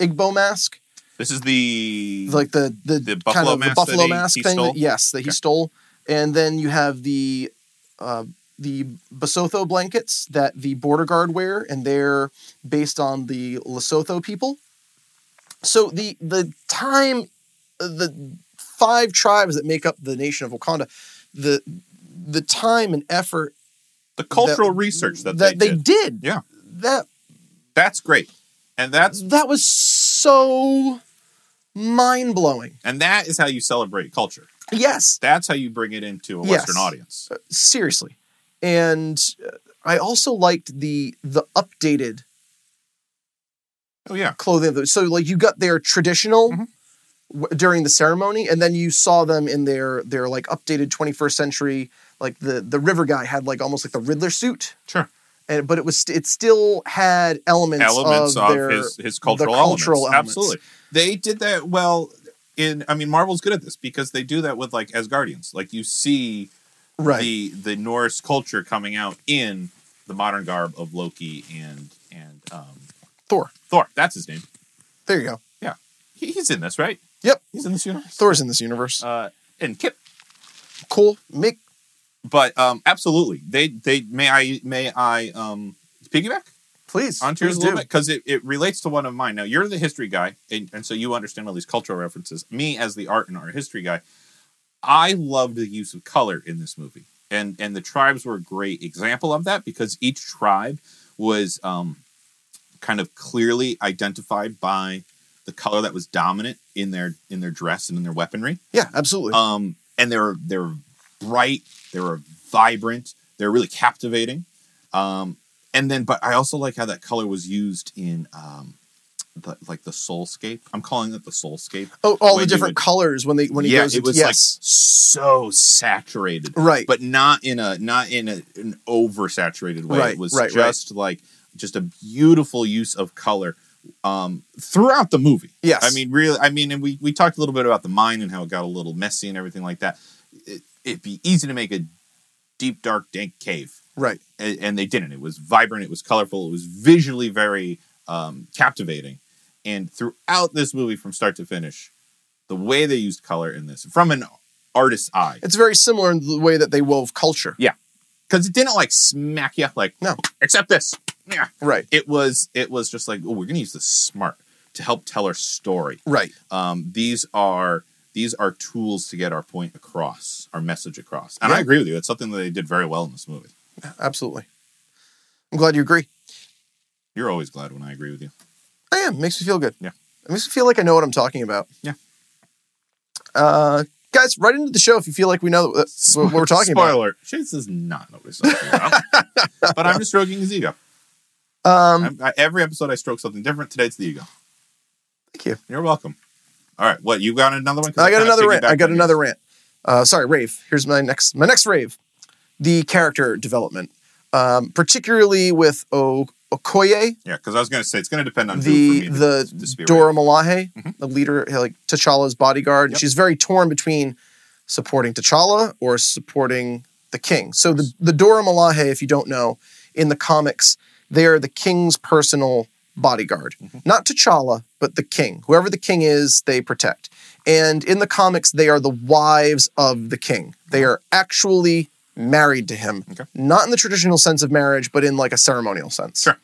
B: Igbo mask,
A: This is the
B: like the the,
A: The
B: kind
A: buffalo
B: of the
A: mask
B: buffalo
A: that he-
B: mask
A: he
B: thing.
A: stole?
B: That, yes, that he
A: Okay.
B: stole. And then you have the uh, the Basotho blankets that the border guard wear, and they're based on the Lesotho people. So the the time the five tribes that make up the nation of Wakanda, the the time and effort
A: the cultural research that, they, did.
B: did.
A: Yeah.
B: That
A: That's great, and that's
B: that was so mind blowing.
A: and that is how you celebrate culture.
B: Yes,
A: That's how you bring it into a
B: Yes.
A: Western audience.
B: seriously. And uh, I also liked the the updated
A: Oh yeah,
B: clothing. So like you got their traditional
A: Mhm.
B: w- during the ceremony, and then you saw them in their their like updated 21st century. Like the the river guy had like almost like the Riddler suit,
A: sure.
B: and but it was st- it still had elements,
A: Elements
B: of,
A: of,
B: their
A: his his cultural,
B: cultural
A: elements. Absolutely,
B: elements.
A: they did that well. In I mean, Marvel's good at this because they do that with like Asgardians. Like you see
B: right.
A: the the Norse culture coming out in the modern garb of Loki and and um,
B: Thor.
A: Thor. That's his name.
B: There you go.
A: He, he's in this, right?
B: Yep.
A: He's in this universe.
B: Thor's in this universe.
A: Uh, and Kip
B: cool. Make
A: but um absolutely they they may i may i um piggyback
B: please
A: onto yours a
B: please
A: little
B: do.
A: bit because it, it relates to one of mine now you're the history guy and, and so you understand all these cultural references me as the art and art history guy i loved the use of color in this movie and and the tribes were a great example of that because each tribe was um kind of clearly identified by the color that was dominant in their in their dress and in their weaponry
B: Yeah, absolutely.
A: um, and they were they were bright, they were vibrant, they were really captivating. Um, and then, but I also like how that color was used in um, the, like the soulscape. I'm calling it the soulscape.
B: oh, all
A: when
B: the
A: you
B: different
A: would-
B: colors when they when he
A: yeah,
B: goes.
A: it was
B: yes,
A: like so saturated,
B: right.
A: but not in a not in a, an oversaturated way.
B: Right,
A: it was
B: right, right.
A: just like just a beautiful use of color um, throughout the movie.
B: yes,
A: I mean, really, I mean, and we, we talked a little bit about the mine and how it got a little messy and everything like that. It, it'd be easy to make a deep, dark, dank cave,
B: right.
A: and, and they didn't. It was vibrant, it was colorful, it was visually very um, captivating. And throughout this movie, from start to finish, the way they used color in this, from an artist's eye,
B: It's very similar in the way that they wove culture.
A: because it didn't like smack you, like,
B: No.
A: accept this. Yeah.
B: Right,
A: It was, it was just like, oh, we're going to use this smart to help tell our story.
B: right.
A: um, these are these are tools to get our point across, our message across. And I
B: Yeah.
A: agree with you. It's something that they did very well in this movie.
B: Absolutely. I'm glad you agree.
A: You're always glad when I agree with you.
B: I am. Makes me feel good.
A: Yeah.
B: It makes me feel like I know what I'm talking about.
A: Yeah.
B: Uh, guys, right into the show if you feel like we know what what we're talking
A: Spoiler:
B: about.
A: alert, Chase does not know what he's talking about, but I'm just stroking his ego.
B: Um,
A: I'm- I, every episode, I stroke something different. Today's the ego.
B: thank you.
A: You're welcome. All right, what you got another one? 'Cause
B: I got
A: kinda
B: another rant.
A: piggybacked
B: I got
A: on
B: another
A: yours.
B: rant. Uh, sorry, rave. Here's my next. My next rave. The character development, um, particularly with o- Okoye,
A: Yeah, because I was going to say it's going to depend on who
B: the
A: for me to- to
B: the
A: speak
B: Dora Malahe,
A: Mhm.
B: the leader, like T'Challa's bodyguard.
A: Yep.
B: She's very torn between supporting T'Challa or supporting the king. So the the Dora Malahe, if you don't know, in the comics, they are the king's personal bodyguard,
A: Mm-hmm.
B: not T'Challa, but the king. Whoever the king is, they protect. And in the comics, they are the wives of the king. They are actually married to him.
A: Uh-huh. Okay.
B: Not in the traditional sense of marriage, but in like a ceremonial sense.
A: Sure.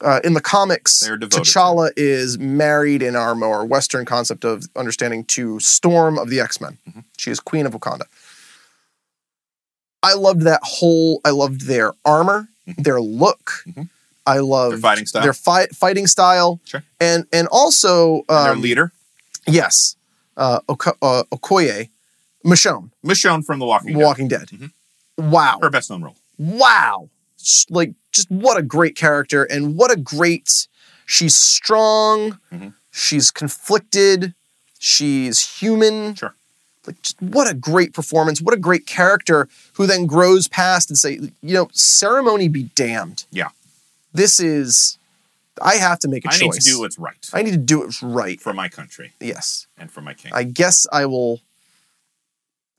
B: Uh, in the comics,
A: They're devoted.
B: T'Challa is married in our more Western concept of understanding to Storm of the X Men.
A: Mm-hmm.
B: She is Queen of Wakanda. I loved that whole. I loved their armor, their look.
A: Mhm.
B: I
A: Mm-hmm.
B: loved
A: Their fighting style.
B: their fi- fighting style,
A: Sure.
B: and and also
A: And their
B: um,
A: leader,
B: yes, uh, Oko- uh, Okoye, Michonne,
A: Michonne from The Walking Dead,
B: Walking Dead.
A: Mhm.
B: Wow,
A: her best known role.
B: wow Sh- like just what a great character and what a great she's strong
A: Mhm.
B: she's conflicted she's human
A: Sure.
B: like just what a great performance what a great character who then grows past and say you know ceremony be damned
A: Yeah.
B: this is i have to make a
A: I
B: choice
A: need to do what's right
B: i need to do it right
A: for my country
B: yes
A: and for my king.
B: i guess i will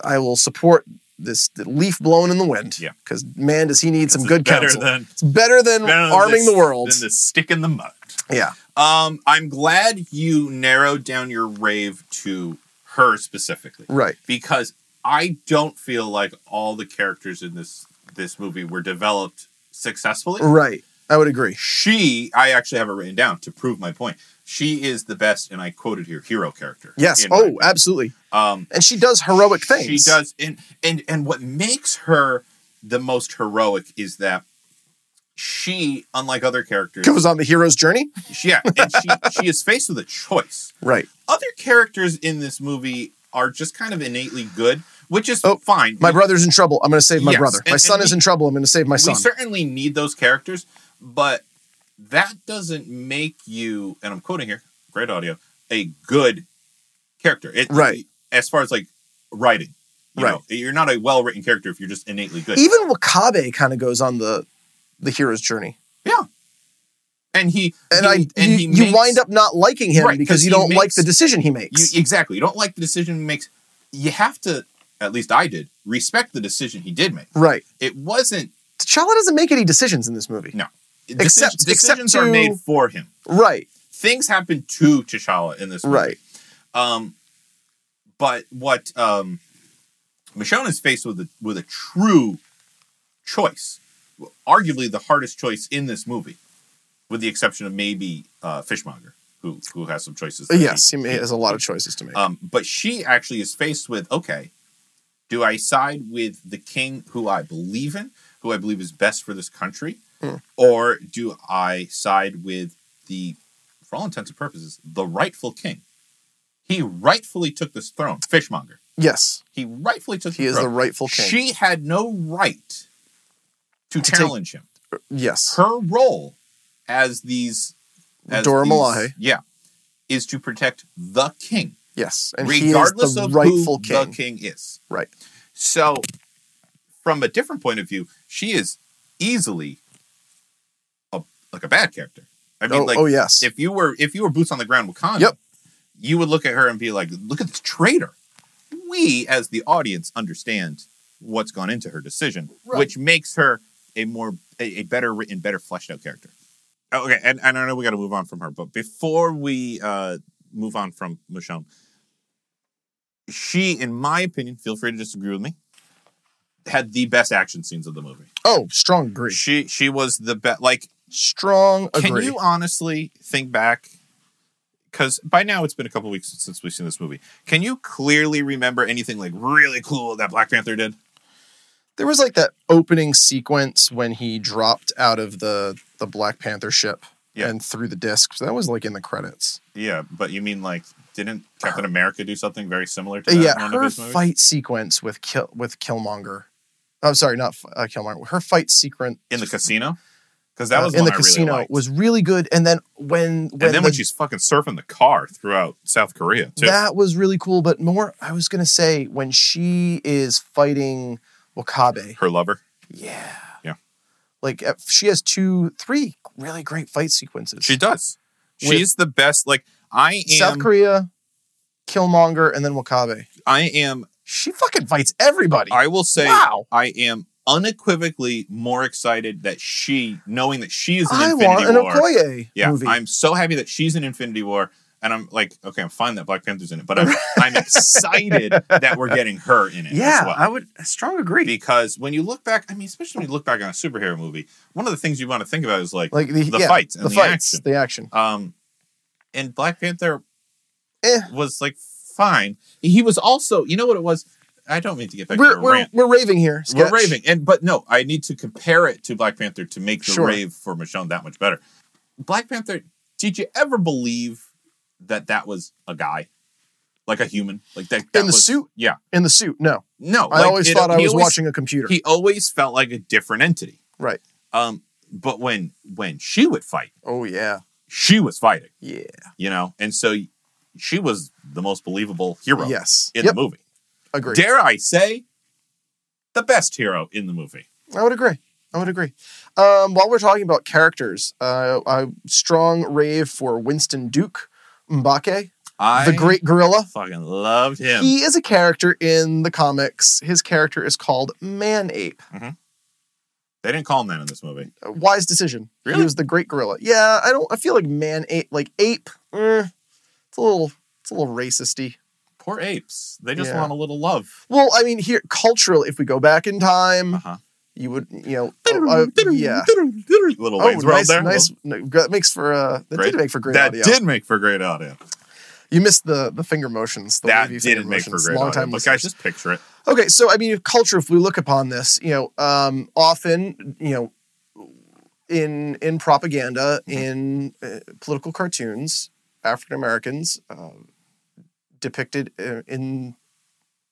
B: i will support this leaf blown in the wind
A: Yeah.
B: because man does he need some
A: This is
B: good
A: better
B: counsel
A: than,
B: it's better than
A: better than
B: arming
A: this-
B: the world.
A: than the stick in the mud.
B: yeah.
A: Um, I'm glad you narrowed down your rave to her specifically
B: Right.
A: because I don't feel like all the characters in this this movie were developed successfully.
B: Right. I would agree.
A: She, I actually have it written down to prove my point. She is the best, and I quoted here, hero character.
B: Yes.
A: in my
B: Oh,
A: opinion.
B: absolutely.
A: um,
B: And she does heroic things.
A: She does, and and and what makes her the most heroic is that she, unlike other characters,
B: Goes on the hero's journey.
A: yeah, and she she is faced with a choice.
B: Right.
A: Other characters in this movie are just kind of innately good, which is
B: Oh,
A: fine.
B: My
A: We-
B: brother's in trouble. I'm going to save my
A: Yes,
B: brother. My
A: and-
B: son
A: and
B: is
A: we-
B: in trouble. I'm going to save my
A: we
B: son.
A: certainly need those characters, but that doesn't make you, and I'm quoting here, great audio, a good character. It,
B: Right.
A: As far as like writing, you
B: Right.
A: know, you're not a well written character if you're just innately good.
B: Even Wakabe kind of goes on the the hero's journey.
A: and he
B: And
A: he-
B: I you,
A: he
B: you
A: makes-
B: wind up not liking him
A: Right,
B: because
A: 'cause
B: you
A: he
B: don't like
A: makes-
B: the decision he
A: you,
B: makes.
A: exactly. You don't like the decision he makes. You have to, at least I did, respect the decision he did make.
B: right.
A: It wasn't
B: T'Challa doesn't make any decisions in this movie.
A: No. deci-
B: Except- except
A: decisions are
B: to-
A: made for him.
B: Right.
A: Things happen to T'Challa in this movie.
B: Right.
A: Um, but what um, Michonne is faced with a, with a true choice, arguably the hardest choice in this movie, with the exception of maybe uh, Fishmonger, who who has some choices. that he-
B: Yes, he ma- has a lot of choices to make.
A: Um, but she actually is faced with okay, do I side with the king who I believe in, who I believe is best for this country,
B: Hmm.
A: or do I side with the, for all intents and purposes, the rightful king? He rightfully took this throne, Fishmonger.
B: yes,
A: He rightfully took
B: he
A: the
B: is the
A: throne.
B: rightful king.
A: She had no right to,
B: To take-
A: challenge him
B: yes,
A: her role as these as
B: Dora
A: these-
B: Milaje.
A: yeah is to protect the king
B: yes, and
A: regardless
B: he is the
A: of
B: rightful
A: who
B: king.
A: the king is
B: Right.
A: so from a different point of view she is easily a like a bad character i mean
B: oh,
A: like
B: oh, yes.
A: if you were if you were boots on the ground wakanda
B: Yep.
A: you would look at her and be like look at this traitor we as the audience understand what's gone into her decision
B: Right.
A: which makes her a more a, a better written better fleshed out character Oh, okay and, and i know we got to move on from her but before we uh move on from michonne she in my opinion feel free to disagree with me had the best action scenes of the movie
B: oh, strong agree.
A: she she was the best like
B: Strong
A: can
B: agree.
A: you honestly think back? Because by now it's been a couple weeks since we've seen this movie. Can you clearly remember anything like really cool that Black Panther did?
B: there was like that opening sequence when he dropped out of the the Black Panther ship
A: Yeah.
B: and through the disc. So that was like in the credits.
A: Yeah, but you mean like didn't Captain America do something very similar to that in
B: yeah,
A: one
B: her
A: of his movies?
B: fight sequence with Kill with Killmonger. I'm sorry, not uh, Killmonger. Her fight sequence
A: in the casino? Because that was
B: in
A: one
B: the
A: I
B: casino
A: really liked.
B: was really good. And then when
A: and
B: when,
A: then when
B: the-
A: she's fucking surfing the car throughout South Korea too.
B: That was really cool. But more, I was gonna say when she is fighting Wakabe.
A: her lover.
B: Yeah.
A: Yeah.
B: Like uh, she has two, three really great fight sequences.
A: She does.
B: With-
A: She's the best. Like I am
B: South Korea, Killmonger, and then Wakabe.
A: I am
B: She fucking fights everybody.
A: I will say
B: wow.
A: I am unequivocally more excited that she, knowing that she is an
B: I
A: Infinity
B: want an
A: War.
B: Okoye
A: yeah,
B: movie.
A: I'm so happy that she's in Infinity War, and I'm like, okay, I'm fine that Black Panther's in it, but I'm, I'm excited that we're getting her in it
C: yeah,
A: as well.
C: I would I strong agree.
A: because when you look back, I mean, especially when you look back on a superhero movie, one of the things you want to think about is like,
B: Like the,
A: the
B: yeah,
A: fights and
B: the
A: the,
B: fights,
A: action.
B: the action.
A: Um, and Black Panther
B: Eh.
A: was like fine. He was also, you know what it was? I don't mean to get back to
B: We're,
A: a
B: we're,
A: rant.
B: we're raving here. Sketch.
A: We're raving, and but no, I need to compare it to Black Panther to make the
B: Sure.
A: rave for Michonne that much better. Black Panther, did you ever believe that that was a guy, like a human, like that, that
B: in the
A: was-
B: suit.
A: Yeah.
B: In the suit. No,
A: No,
B: I
A: like,
B: always
A: it-
B: thought I
A: he
B: was
A: always-
B: watching a computer.
A: He always felt like a different entity,
B: Right.
A: Um, but when when she would fight,
B: oh yeah,
A: she was fighting,
B: yeah,
A: you know, and so she was the most believable hero
B: yes.
A: in
B: yep,
A: the movie.
B: agree.
A: Dare I say, the best hero in the movie.
B: I would agree. I would agree. Um, while we're talking about characters, uh, I strong rave for Winston Duke Mbake,
A: I
B: the great gorilla.
A: fucking loved him.
B: He is a character in the comics. His character is called Man Ape.
A: They didn't call him that in this movie.
B: A wise decision.
A: Really?
B: He was the great gorilla. Yeah, I don't. I feel like Man Ape, like ape. eh, it's a little. It's a little racisty.
A: Poor apes. They just
B: Yeah.
A: want a little love.
B: Well, I mean, here culturally, if we go back in time,
A: Uh-huh.
B: you would, you know, oh, uh, yeah.
A: Little Wayne's
B: oh,
A: World
B: nice,
A: there.
B: nice. no, that makes for uh, that
A: Great.
B: did make for great
A: that
B: audio.
A: did make for great audio.
B: You missed the the finger motions. The
A: that
B: wavy finger
A: didn't make for
B: motions.
A: great
B: Long
A: audio.
B: time
A: but guys,
B: listeners.
A: just picture it.
B: Okay, so I mean, culture. If we look upon this, you know, um, often, you know, in in propaganda,
A: Mm-hmm.
B: in uh, political cartoons, African Americans um depicted uh, in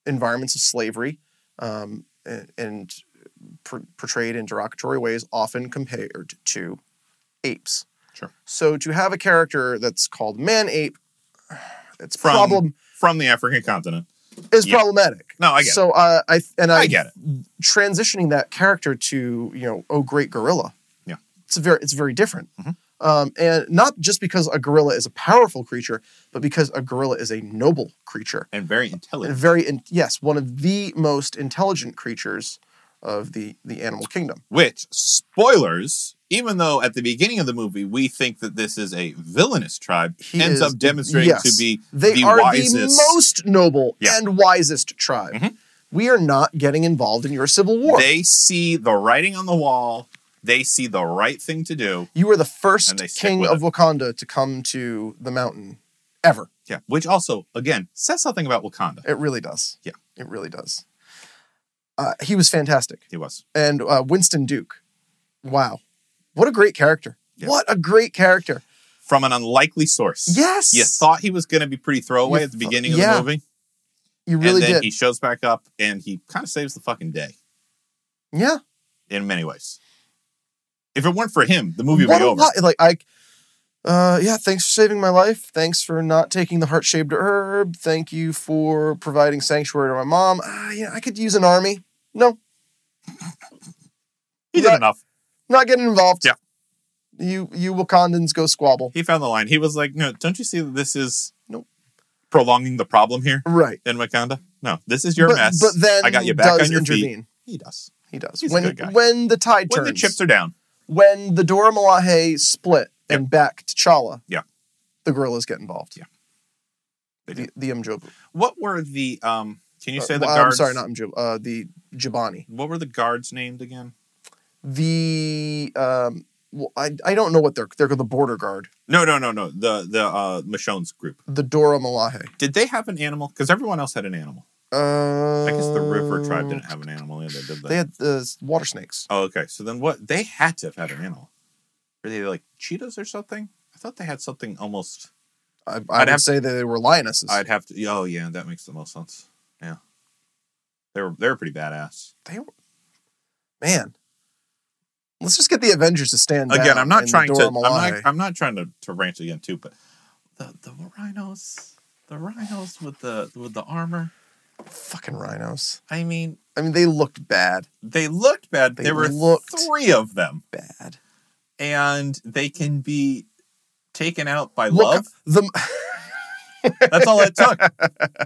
B: environments of slavery um, and, and pr- portrayed in derogatory ways, often compared to apes.
A: Sure.
B: So to have a character that's called man ape, it's
A: From-
B: problem
A: From the African continent.
B: is
A: Yeah.
B: problematic.
A: No, I get
B: so uh, I and I,
A: I get it.
B: transitioning that character to you know oh great gorilla.
A: Yeah.
B: it's very it's very different,
A: Mhm.
B: um, and not just because a gorilla is a powerful creature, but because a gorilla is a noble creature
A: And very
B: and a
A: intelligent.
B: very in, yes one of the most intelligent creatures of the the animal kingdom.
A: Which, spoilers, even though at the beginning of the movie we think that this is a villainous tribe,
B: He
A: ends
B: is-
A: up demonstrating
B: yes.
A: to be
B: They
A: the
B: are
A: wisest.
B: the most noble
A: Yeah.
B: and wisest tribe.
A: Mhm.
B: We are not getting involved in your civil war.
A: They see the writing on the wall. They see the right thing to do.
B: You were the
A: And
B: first
A: they stick
B: king
A: with
B: of Wakanda to come to the mountain ever.
A: Yeah. Which also, again, says something about Wakanda.
B: It really does.
A: Yeah.
B: It really does. Uh, he was fantastic.
A: He was.
B: And uh, Winston Duke, wow. What a great character.
A: Yeah.
B: What a great character.
A: From an unlikely source.
B: Yes.
A: You thought he was going to be pretty throwaway
B: You
A: at the
B: thought-
A: beginning of
B: yeah,
A: the movie.
B: You really
A: and then
B: did.
A: he shows back up and he kind of saves the fucking day
B: yeah.
A: in many ways. If it weren't for him, the movie would
B: What
A: be
B: a
A: over.
B: lot- Like, I, uh, yeah, thanks for saving my life. Thanks for not taking the heart shaped herb. Thank you for providing sanctuary to my mom. Ah, yeah, I could use an army. No,
A: He did
B: Right.
A: enough.
B: not getting involved.
A: Yeah.
B: You, you Wakandans go squabble.
A: He found the line. He was like, no, don't you see that this is
B: Nope.
A: prolonging the problem here
B: Right.
A: in Wakanda? No, this is your
B: but,
A: mess.
B: But then
A: I got you back
B: does
A: on your feet.
B: intervene.
A: He does.
B: He does.
A: He's a
B: when
A: good guy.
B: when the tide
A: When
B: turns,
A: the chips are down.
B: when the Dora Milaje split and back to Chala,
A: Yeah.
B: the gorillas get involved.
A: Yeah. They
B: the, the Mjobu.
A: What were the um can you say the
B: Uh, I'm
A: guards?
B: sorry, not Mjobu. Uh, the Jabani.
A: what were the guards named again?
B: The um, well, I I don't know what they're they're the border guard.
A: No, no, no, no. The the uh Michonne's group.
B: The Dora Milaje.
A: Did they have an animal? Because everyone else had an animal.
B: Uh,
A: I guess the river tribe didn't have an animal either, did they?
B: They had the water snakes.
A: oh, okay. So then what they had to have had an animal. Were they like cheetahs or something? I thought they had something almost
B: I, I
A: I'd
B: would
A: have-
B: say that they were lionesses.
A: I'd have to oh yeah, that makes the most sense. Yeah. They were they were pretty badass.
B: they were man let's just get the avengers to stand
A: Again,
B: down
A: I'm not
B: and the
A: trying to
B: Dora
A: I'm not,
B: Milaje.
A: I'm not trying to, to ranch again too, but the the rhinos the rhinos with the with the armor.
B: fucking rhinos
A: I mean,
B: i mean they looked bad
A: they looked bad.
B: They
A: there were
B: looked-
A: three of them,
B: bad
A: and they can be taken out by
B: Look,
A: love.
B: the
A: That's all it took.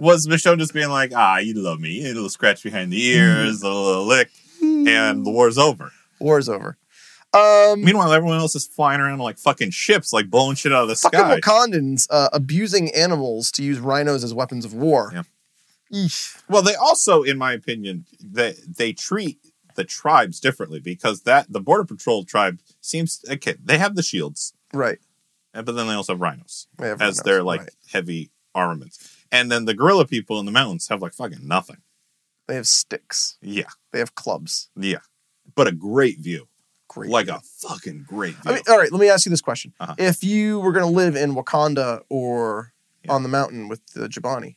A: was Michonne just being like, "Ah, you love me.
B: Mm-hmm.
A: A little scratch behind the ears, a little lick, and the war's over."
B: war is over Um,
A: Meanwhile, everyone else is flying around like fucking ships, like blowing shit out of the
B: fucking
A: sky.
B: Wakandans uh, abusing animals to use rhinos as weapons of war.
A: Yeah.
B: Eesh.
A: Well, they also, in my opinion, they they treat the tribes differently because that the border patrol tribe seems okay. They have the shields,
B: Right.
A: and- but then they also have rhinos
B: Everyone
A: as
B: knows.
A: their like
B: Right.
A: heavy armaments, and then the gorilla people in the mountains have like fucking nothing.
B: They have sticks.
A: Yeah,
B: They have clubs.
A: yeah, but a great view, uh,
B: Great.
A: like a fucking great view.
B: I mean, all right, let me ask you this question.
A: Uh-huh.
B: If you were going to live in Wakanda or
A: Yeah.
B: on the mountain with the Jabani,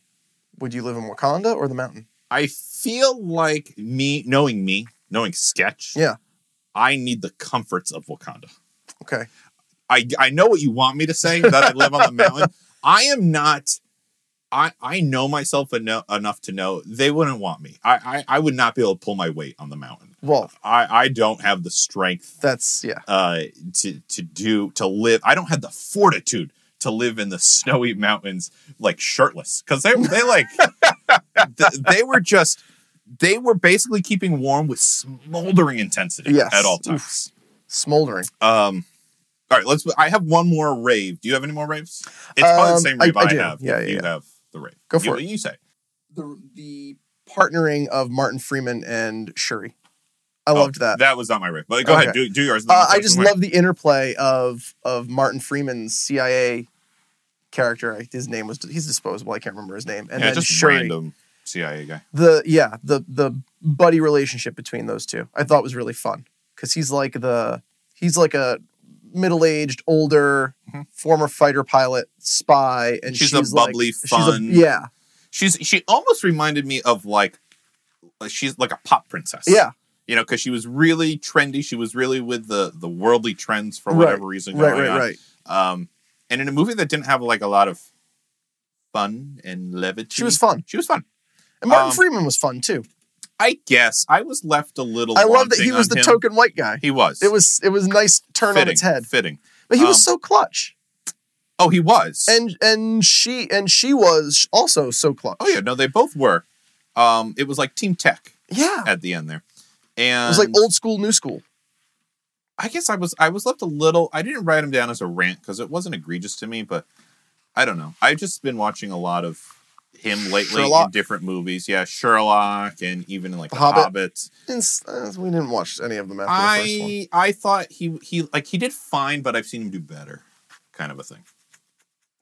B: would you live in Wakanda or the mountain?
A: I feel like me knowing me, knowing sketch.
B: Yeah.
A: I need the comforts of Wakanda.
B: Okay.
A: I I know what you want me to say that I live on the mountain. I am not. I I know myself eno- enough to know they wouldn't want me. I, I I would not be able to pull my weight on the mountain.
B: Well,
A: I I don't have the strength
B: that's, yeah.
A: uh to to do to live. I don't have the fortitude to live in the snowy mountains like shirtless because they they like th- they were just they were basically keeping warm with smoldering intensity
B: Yes.
A: at all times.
B: Smoldering.
A: Um, all right, let's. I have one more rave. Do you have any more raves? It's probably the
B: Um,
A: same
B: I-
A: rave I,
B: I do.
A: have.
B: Yeah, yeah,
A: You
B: yeah.
A: have the rave.
B: Go for
A: you,
B: it.
A: You say.
B: The, the partnering of Martin Freeman and Shuri. I
A: Oh,
B: loved that.
A: That was not my rave, but go
B: Okay.
A: ahead. Do, do yours. then
B: Uh,
A: I'll
B: I
A: take
B: just
A: mine.
B: love the interplay of of Martin Freeman's CIA character. I- His name was he's disposable. I can't remember his name. And
A: yeah,
B: then
A: just
B: Shuri.
A: random CIA guy.
B: The yeah the the buddy relationship between those two. I thought was really fun because he's like the he's like a middle aged older
A: Mhm.
B: former fighter pilot spy and
A: She's
B: she's,
A: a
B: like-
A: bubbly,
B: she's a-
A: fun-
B: yeah
A: She's she almost reminded me of like she's like a pop princess.
B: yeah
A: you know, because she was really trendy. She was really with the the worldly trends for
B: Right,
A: whatever reason.
B: right
A: going
B: right
A: on.
B: right
A: Um, and in a movie that didn't have like a lot of fun and levity,
B: she was fun
A: She was fun.
B: and Martin
A: Um,
B: Freeman was fun too.
A: I guess I was left a little.
B: I love that he
A: wanting on
B: was the
A: him.
B: token white guy.
A: He was.
B: It was it was nice turn
A: fitting,
B: on its head.
A: Fitting.
B: But he
A: Um,
B: was so clutch,
A: Oh, he was.
B: and and she and she was also so clutch.
A: oh yeah, no, they both were. Um, it was like Team Tech
B: yeah.
A: at the end there, and
B: It was like old school, new school.
A: I guess I was I was left a little. I didn't write him down as a rant because it wasn't egregious to me, but I don't know. I've just been watching a lot of him lately in
B: Sherlock.
A: different movies. Yeah, Sherlock, and even in like The,
B: The Hobbit.
A: Hobbit.
B: It's- uh, we didn't watch any of them after the first one.
A: I I thought he he like he did fine, but I've seen him do better, kind of a thing.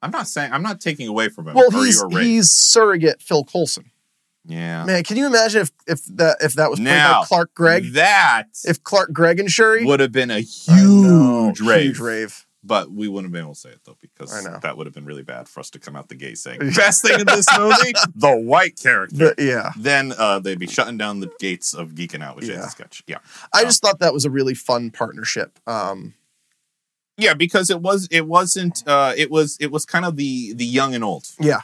A: I'm not saying I'm not taking away from him.
B: Well,
A: or
B: he's
A: your rant.
B: he's surrogate Phil Coulson.
A: yeah.
B: Man, can you imagine if if that if that was played
A: Now,
B: by Clark Gregg?
A: That
B: If Clark Gregg and Shuri,
A: would have been a
B: I know,
A: huge rave.
B: huge rave.
A: But we wouldn't have been able to say it though, because
B: I know.
A: that would have been really bad for us to come out the gate saying best thing in this movie, the white character.
B: But yeah,
A: then uh, they'd be shutting down the gates of geeking out, which is
B: Yeah.
A: a sketch. Yeah,
B: I
A: Um,
B: just thought that was a really fun partnership. Um,
A: yeah, because it was it wasn't uh, it was it was kind of the the young and old.
B: Yeah.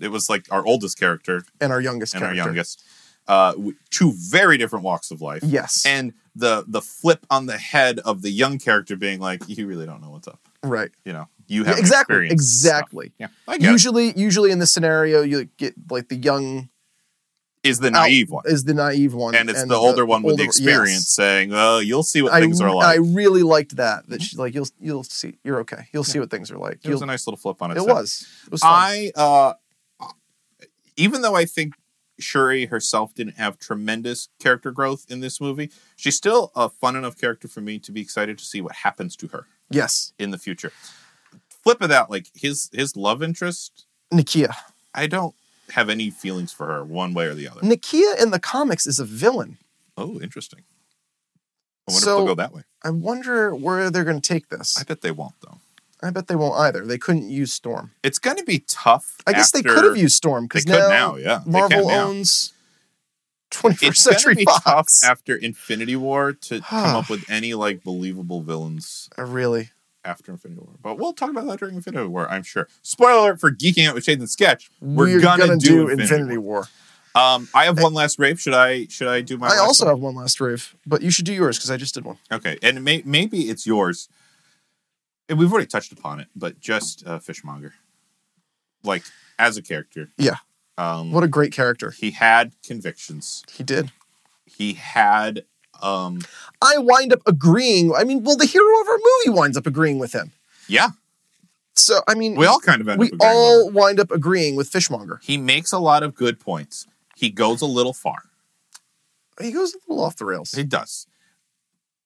A: it was like our oldest character
B: and our youngest
A: and
B: character,
A: our youngest, uh, w- two very different walks of life,
B: yes,
A: and the the flip on the head of the young character being like, you really don't know what's up.
B: right,
A: You know, you
B: Yeah,
A: have
B: exactly, exactly.
A: Yeah, I get it.
B: Usually, usually in this scenario, you get like the young
A: is the naive one.
B: is the naive one,
A: and it's the, older one with the
B: older-
A: experience
B: yes.
A: saying, "Oh, you'll see what things
B: I,
A: are
B: I
A: like."
B: really liked that. That she's like, you'll you'll see, you're okay. You'll see what things are like.
A: Mm-hmm. it was
B: You'll,
A: a nice little flip on its
B: it
A: head.
B: was. It was fun.
A: I, uh, even though I think Shuri herself didn't have tremendous character growth in this movie, she's still a fun enough character for me to be excited to see what happens to her
B: yes,
A: in the future. Flip of that, like his his love interest,
B: Nakia.
A: I don't have any feelings for her one way or the other.
B: Nakia in the comics is a villain.
A: Oh, interesting. I wonder
B: So-
A: if they'll go that way.
B: I wonder where they're going to take this.
A: I bet they won't though.
B: I, bet they won't either. They couldn't use Storm.
A: It's going to be tough.
B: I guess they
A: after-
B: could have used Storm
A: They
B: because
A: could
B: now,
A: now, yeah. They can
B: Marvel
A: now.
B: owns 21st
A: It's gonna
B: Century
A: be tough
B: Fox.
A: after Infinity War to come up with any like believable villains
B: Uh, really,
A: after Infinity War. But we'll talk about that during Infinity War, I'm sure. Spoiler alert for geeking out with Shades and Sketch. We're, gonna, do, Infinity.
B: War.
A: War. Um, I have one last rave. Should I should I do my?
B: I
A: last
B: also
A: one?
B: have one last rave, but you should do yours because I just did one.
A: okay, and may, maybe it's yours. And we've already touched upon it, but just uh, Fishmonger, like as a character,
B: Yeah.
A: Um,
B: What a great character
A: he had convictions.
B: he did.
A: he had Um,
B: I wind up agreeing. I mean, well, the hero of our movie winds up agreeing with him.
A: yeah,
B: So I mean,
A: we all kind of end
B: we
A: up agreeing with him.
B: all wind up agreeing with Fishmonger.
A: He makes a lot of good points. He goes a little far.
B: He goes a little off the rails.
A: He does.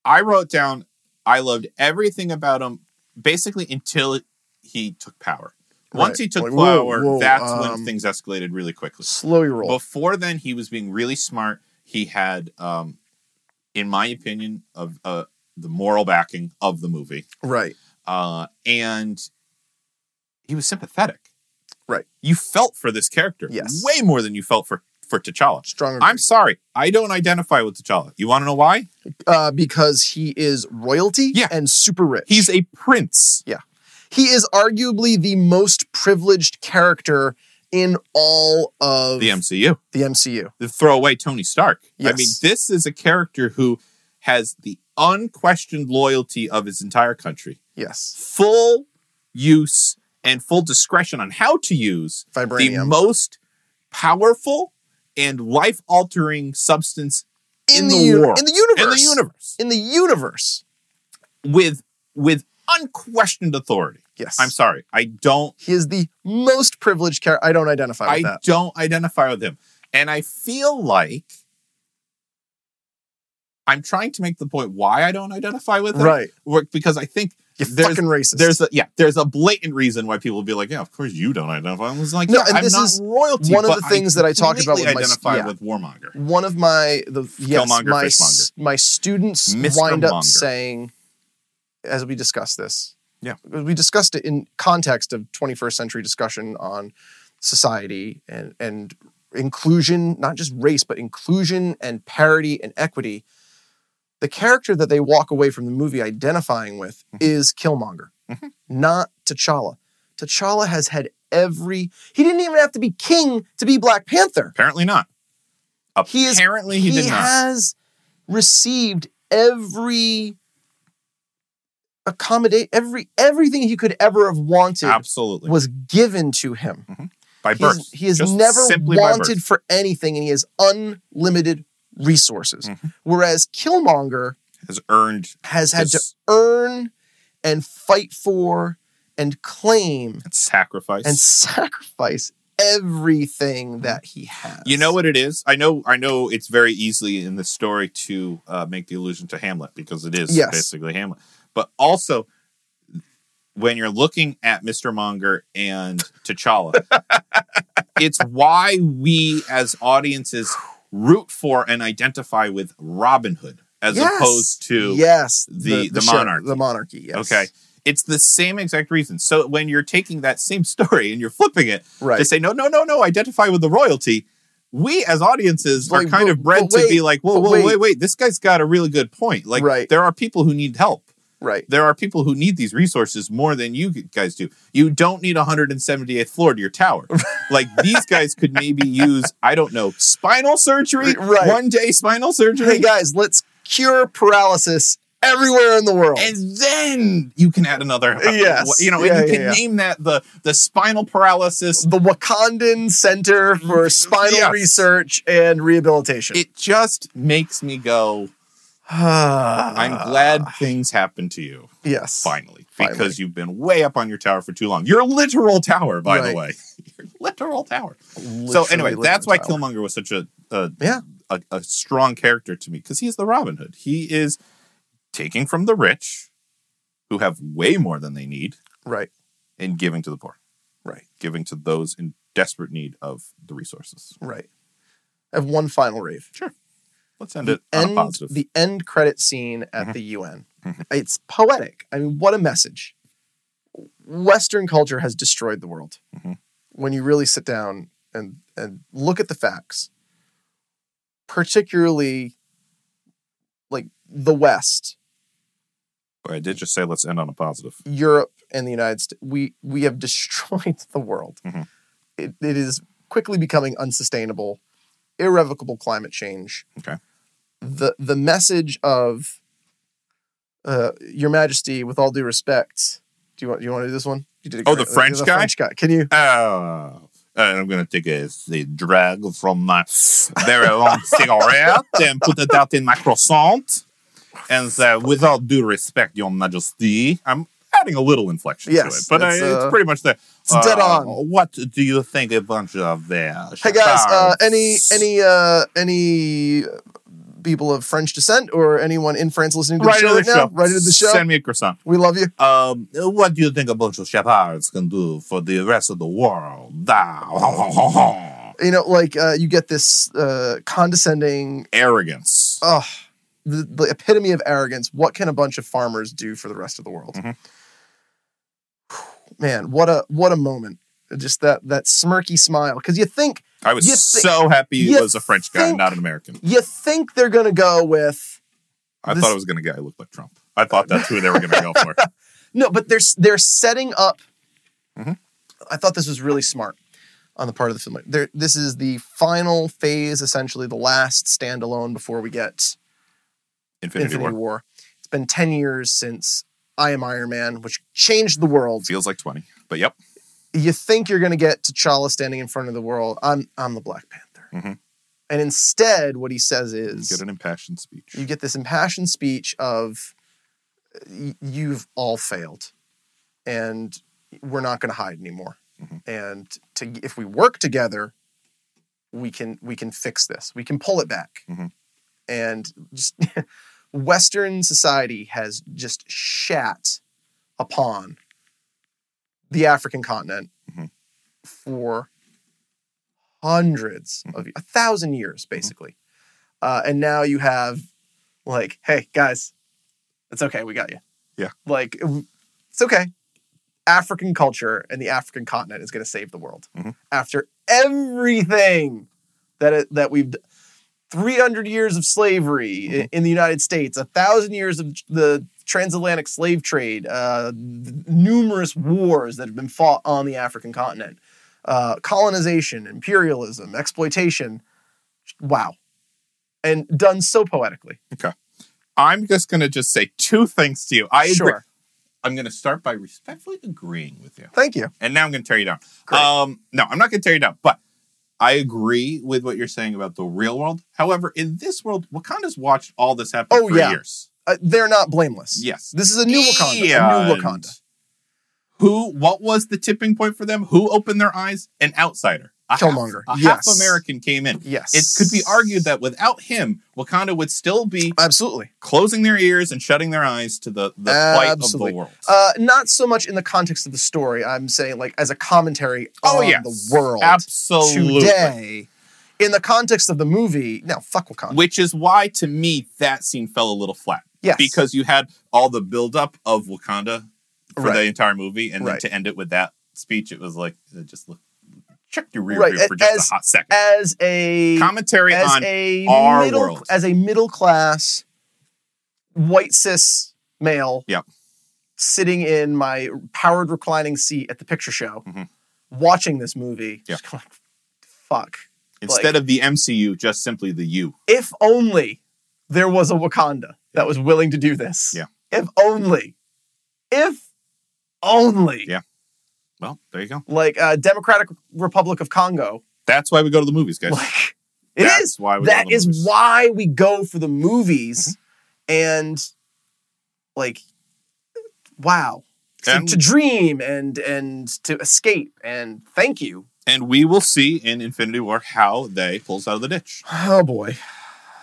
A: I wrote down I loved everything about him basically until he took power. Once
B: Right.
A: he took
B: Like, whoa,
A: power,
B: whoa,
A: that's when
B: um,
A: things escalated really quickly.
B: Slow your roll.
A: Before then, he was being really smart. He had, um, in my opinion, of uh, the moral backing of the movie,
B: right.
A: uh, and he was sympathetic.
B: Right.
A: You felt for this character,
B: Yes.
A: way more than you felt for for T'Challa.
B: Strong.
A: I'm sorry, I don't identify with T'Challa. You want to know why?
B: uh, because he is royalty
A: Yeah.
B: and super rich.
A: He's a prince.
B: he is arguably the most privileged character in all of
A: The MCU.
B: the MCU.
A: The throwaway Tony Stark. I
B: Yes.
A: mean, this is a character who has the unquestioned loyalty of his entire country,
B: Yes,
A: full use and full discretion on how to use the
B: vibranium
A: most powerful and life altering substance in the
B: uni-
A: world.
B: in the universe,
A: in the universe
B: in the universe.
A: with with unquestioned authority.
B: Yes,
A: I'm sorry. I don't
B: He is the most privileged character. I don't identify
A: I
B: with that.
A: don't identify with him. And I feel like I'm trying to make the point why I don't identify with him.
B: Right,
A: Wh- Because I think
B: you
A: There's-
B: fucking racist.
A: there's a yeah, there's a blatant reason why people be like, Yeah, of course you don't identify. I was like,
B: No,
A: yeah,
B: and
A: I'm
B: this
A: not
B: is
A: royalty.
B: one of
A: but
B: the things that I talked about
A: completely
B: with my-
A: identify
B: yeah.
A: with Warmonger.
B: one of my the yes,
A: Killmonger,
B: my,
A: Fishmonger.
B: s- my students
A: Mr.
B: wind up
A: Monger.
B: saying as we discuss this
A: Yeah.
B: we discussed it in context of 21st century discussion on society and and inclusion not just race but inclusion and parity and equity the character that they walk away from the movie identifying with
A: Mhm.
B: is killmonger
A: Mhm.
B: not t'challa t'challa has had every he didn't even have to be king to be black panther
A: Apparently not.
B: He is-
A: Apparently he, did not.
B: has received every accommodate every everything he could ever have wanted
A: Absolutely.
B: was given to him.
A: by
B: He is-
A: birth.
B: he has
A: Just
B: never
A: simply by
B: wanted
A: birth.
B: for anything, and he has unlimited resources.
A: Mhm.
B: Whereas Killmonger
A: Has earned
B: has had to
A: Yes.
B: earn and fight for and claim
A: sacrifice.
B: and sacrifice everything that he has.
A: You know what it is? I know. I know. It's very easily in the story to uh, make the allusion to Hamlet because it is
B: Yes.
A: basically Hamlet. But also, when you're looking at Mr. Monger and T'Challa, it's why we as audiences root for and identify with Robin Hood as
B: Yes.
A: opposed to
B: yes
A: the- the
B: sheriff-
A: monarchy.
B: the monarchy yes
A: okay. It's the same exact reason. So when you're taking that same story and you're flipping it
B: right
A: to say no, no, no, no, identify with the royalty. We as audiences are
B: Like,
A: kind
B: but-
A: of bred
B: but
A: to be
B: wait,
A: like, whoa,
B: but
A: whoa, wait. wait,
B: wait.
A: this guy's got a really good point. Like,
B: Right.
A: there are people who need help.
B: right
A: There are people who need these resources more than you guys do. You don't need 178th floor to your tower. like these guys could maybe use, I don't know, spinal surgery.
B: Right.
A: One day spinal
B: hey
A: surgery.
B: guys, let's cure paralysis everywhere in the world.
A: and then you can add another. uh,
B: Yes.
A: You know,
B: Yeah,
A: and you
B: yeah,
A: can
B: yeah.
A: name that the the spinal paralysis
B: the Wakandan Center for Spinal
A: Yes.
B: Research and Rehabilitation.
A: it just makes me go
B: Ah.
A: i'm glad things happen to you
B: Yes.
A: finally because
B: Finally.
A: you've been way up on your tower for too long your literal tower by the
B: Right.
A: way your literal tower
B: Literally
A: so anyway
B: living
A: that's why
B: tower.
A: killmonger was such a a,
B: Yeah.
A: a a strong character to me because he is the robin hood he is taking from the rich who have way more than they need
B: Right.
A: and giving to the poor
B: Right.
A: giving to those in desperate need of the resources
B: Right. I have one final rave.
A: let's end it on a
B: End,
A: positive
B: the end credit scene at the UN.
A: Mhm.
B: It's poetic. I mean, what a message. Western culture has destroyed the world.
A: Mhm.
B: When you really sit down and, and look at the facts, particularly like the West,
A: i did just say let's end on a positive
B: Europe, and the United States, we, we have destroyed the world.
A: Mhm.
B: It, it is quickly becoming unsustainable, irrevocable climate change.
A: Okay.
B: The, the message of uh, Your Majesty, with all due respect, do you want, do you want to do this one? You did it
A: Oh, the
B: correctly.
A: French guy?
B: French guy. Can you?
A: Oh, and I'm going to take a, a drag from my very long cigarette and put it out in my croissant. And say, without due respect, Your Majesty, I'm adding a little inflection to
D: Yes,
A: it, but I,
D: that's,
A: it's
D: uh,
A: pretty much the. uh,
D: it's dead on.
A: What do you think a bunch of there?
B: Hey guys, uh, any any uh, any people of French descent or anyone in France listening to the
A: right
B: show
A: into the
B: right now?
A: show?
B: Right into the show.
A: Send me a croissant.
B: we love you.
A: Um, what do you think a bunch of shepherds can do for the rest of the world? Ah,
B: You know, like uh, you get this uh, condescending,
A: Arrogance.
B: oh, the, the epitome of arrogance. What can a bunch of farmers do for the rest of the world?
A: Mhm.
B: Man, what a what a moment! Just that that smirky smile, because you think
A: I was
B: you thi-
A: so happy
B: you
A: it was a French guy,
B: think-
A: not an American.
B: you think they're gonna go with
A: I
B: This-
A: thought it was going to get. I looked like Trump. I thought that's who they were going to go for.
B: No, but they're they're setting up.
A: Mhm.
B: I thought this was really smart on the part of the film. There, this is the final phase, essentially the last standalone before we get
A: Infinity,
B: Infinity, War.
A: War
B: It's been ten years since I Am Iron Man, which changed the world.
A: feels like twenty, but yep.
B: You think you're going to get T'Challa standing in front of the world? I'm I'm the Black Panther,
A: Mhm.
B: and instead, what he says
A: You
B: is Mm.
A: get an impassioned speech.
B: you get this impassioned speech of "Y- you've all failed and we're not going to hide anymore
A: Mhm.
B: and to, if we work together we can we can fix this we can pull it back
A: Mhm.
B: and just western society has just shat upon the african continent
A: Mhm.
B: for hundreds of a thousand years basically uh, and now you have like, hey guys, it's okay, we got you.
A: Yeah.
B: like w- it's okay. African culture and the African continent is going to save the world
A: Mhm.
B: after everything that it, that we've. d- 300 years of slavery i-
A: Mhm.
B: in the United States, a thousand years of tr- the transatlantic slave trade, uh, th- numerous wars that have been fought on the African continent, uh, colonization, imperialism, exploitation. Wow. And done so poetically.
A: I'm just going to just say two things to you. I
B: sure.
A: agree. I'm going to start by respectfully agreeing with you,
B: Thank you.
A: and now I'm going to tear you down.
B: Great.
A: Um, no, I'm not going to tear you down, but I agree with what you're saying about the real world. However, in this world, Wakanda's watched all this happen
B: Oh,
A: for
B: yeah.
A: years.
B: Uh, they're not blameless.
A: Yes.
B: This is a new Wakanda. A new
A: And
B: Wakanda.
A: Who? What was the tipping point for them? Who opened their eyes? An outsider, a
B: Killmonger.
A: half, a
B: Yes.
A: half American came in.
B: Yes.
A: It could be argued that without him, Wakanda would still be
B: Absolutely.
A: closing their ears and shutting their eyes to the the plight of
B: Absolutely.
A: the world.
B: Uh, not so much in the context of the story. I'm saying, like, as a commentary on
A: Oh, yes.
B: the world
A: absolutely.
B: today. In the context of the movie, no, fuck Wakanda.
A: Which is why, to me, that scene fell a little flat.
B: yes.
A: because you had all the buildup of Wakanda for
B: Right.
A: the entire movie, and then
B: Right.
A: to end it with that speech, it was like uh, just look, check your rear
B: Right,
A: view for just
B: as-
A: a hot second.
B: as a
A: Commentary
B: as
A: on
B: a
A: our
B: middle
A: world.
B: as a middle class white cis male
A: Yep.
B: sitting in my powered reclining seat at the picture show
A: Mhm.
B: watching this movie
A: Yeah.
B: just going like, fuck
A: instead of the MCU, just simply the U.
B: if only there was a wakanda that was willing to do this
A: Yeah.
B: if only if only
A: Yeah. Well, there you go.
B: like uh, democratic republic of congo
A: That's why we go to the movies, guys.
B: like it is.
A: That's why we go to
B: that
A: the
B: is
A: movies.
B: why we go for the movies
A: Mm-hmm.
B: and like wow To-
A: And-
B: to dream and and to escape and thank you
A: And we will see in Infinity War how they pulls out of the ditch.
B: oh boy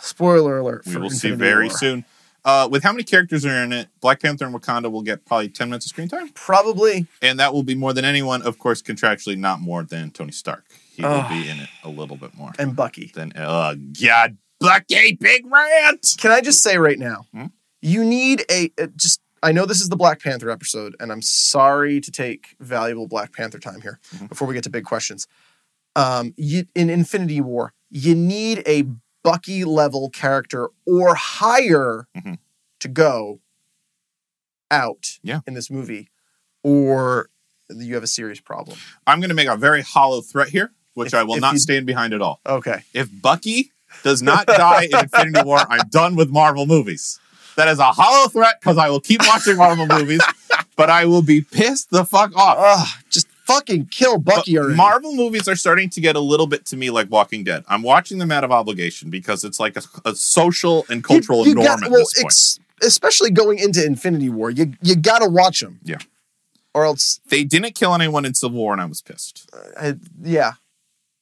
B: spoiler alert
A: We
B: for
A: will see
B: Infinity
A: very
B: War.
A: soon. Uh, with how many characters are in it, Black Panther and Wakanda will get probably 10 minutes of screen time.
B: probably
A: And that will be more than anyone, of course, contractually, not more than Tony Stark. He will
B: Ugh.
A: be in it a little bit more.
B: and bucky
A: Then, oh, God, Bucky, big rant.
B: can i just say right now
A: Hmm?
B: you need a, a just i know this is the black panther episode and i'm sorry to take valuable black panther time here
A: Mhm.
B: before we get to big questions um, you, in Infinity War, you need a Bucky level character or higher
A: Mhm.
B: to go out
A: Yeah.
B: in this movie, or you have a serious problem.
A: I'm going to make a very hollow threat here, which
B: If-
A: I will
B: if
A: not
B: you-
A: stand behind at all.
B: Okay,
A: If Bucky does not die in Infinity War, I'm done with Marvel movies. That is a hollow threat because I will keep watching Marvel movies, but I will be pissed the fuck off.
B: Ugh, just
E: fucking kill Bucky
A: But
E: already.
A: Marvel movies are starting to get a little bit to me like Walking Dead. I'm watching them out of obligation because it's like a, a social and cultural norm
E: got-
A: at
E: well,
A: this point.
E: ex- especially going into Infinity War, you you gotta watch them.
A: Yeah.
E: Or else,
A: they didn't kill anyone in Civil War, and I was pissed.
E: uh, yeah.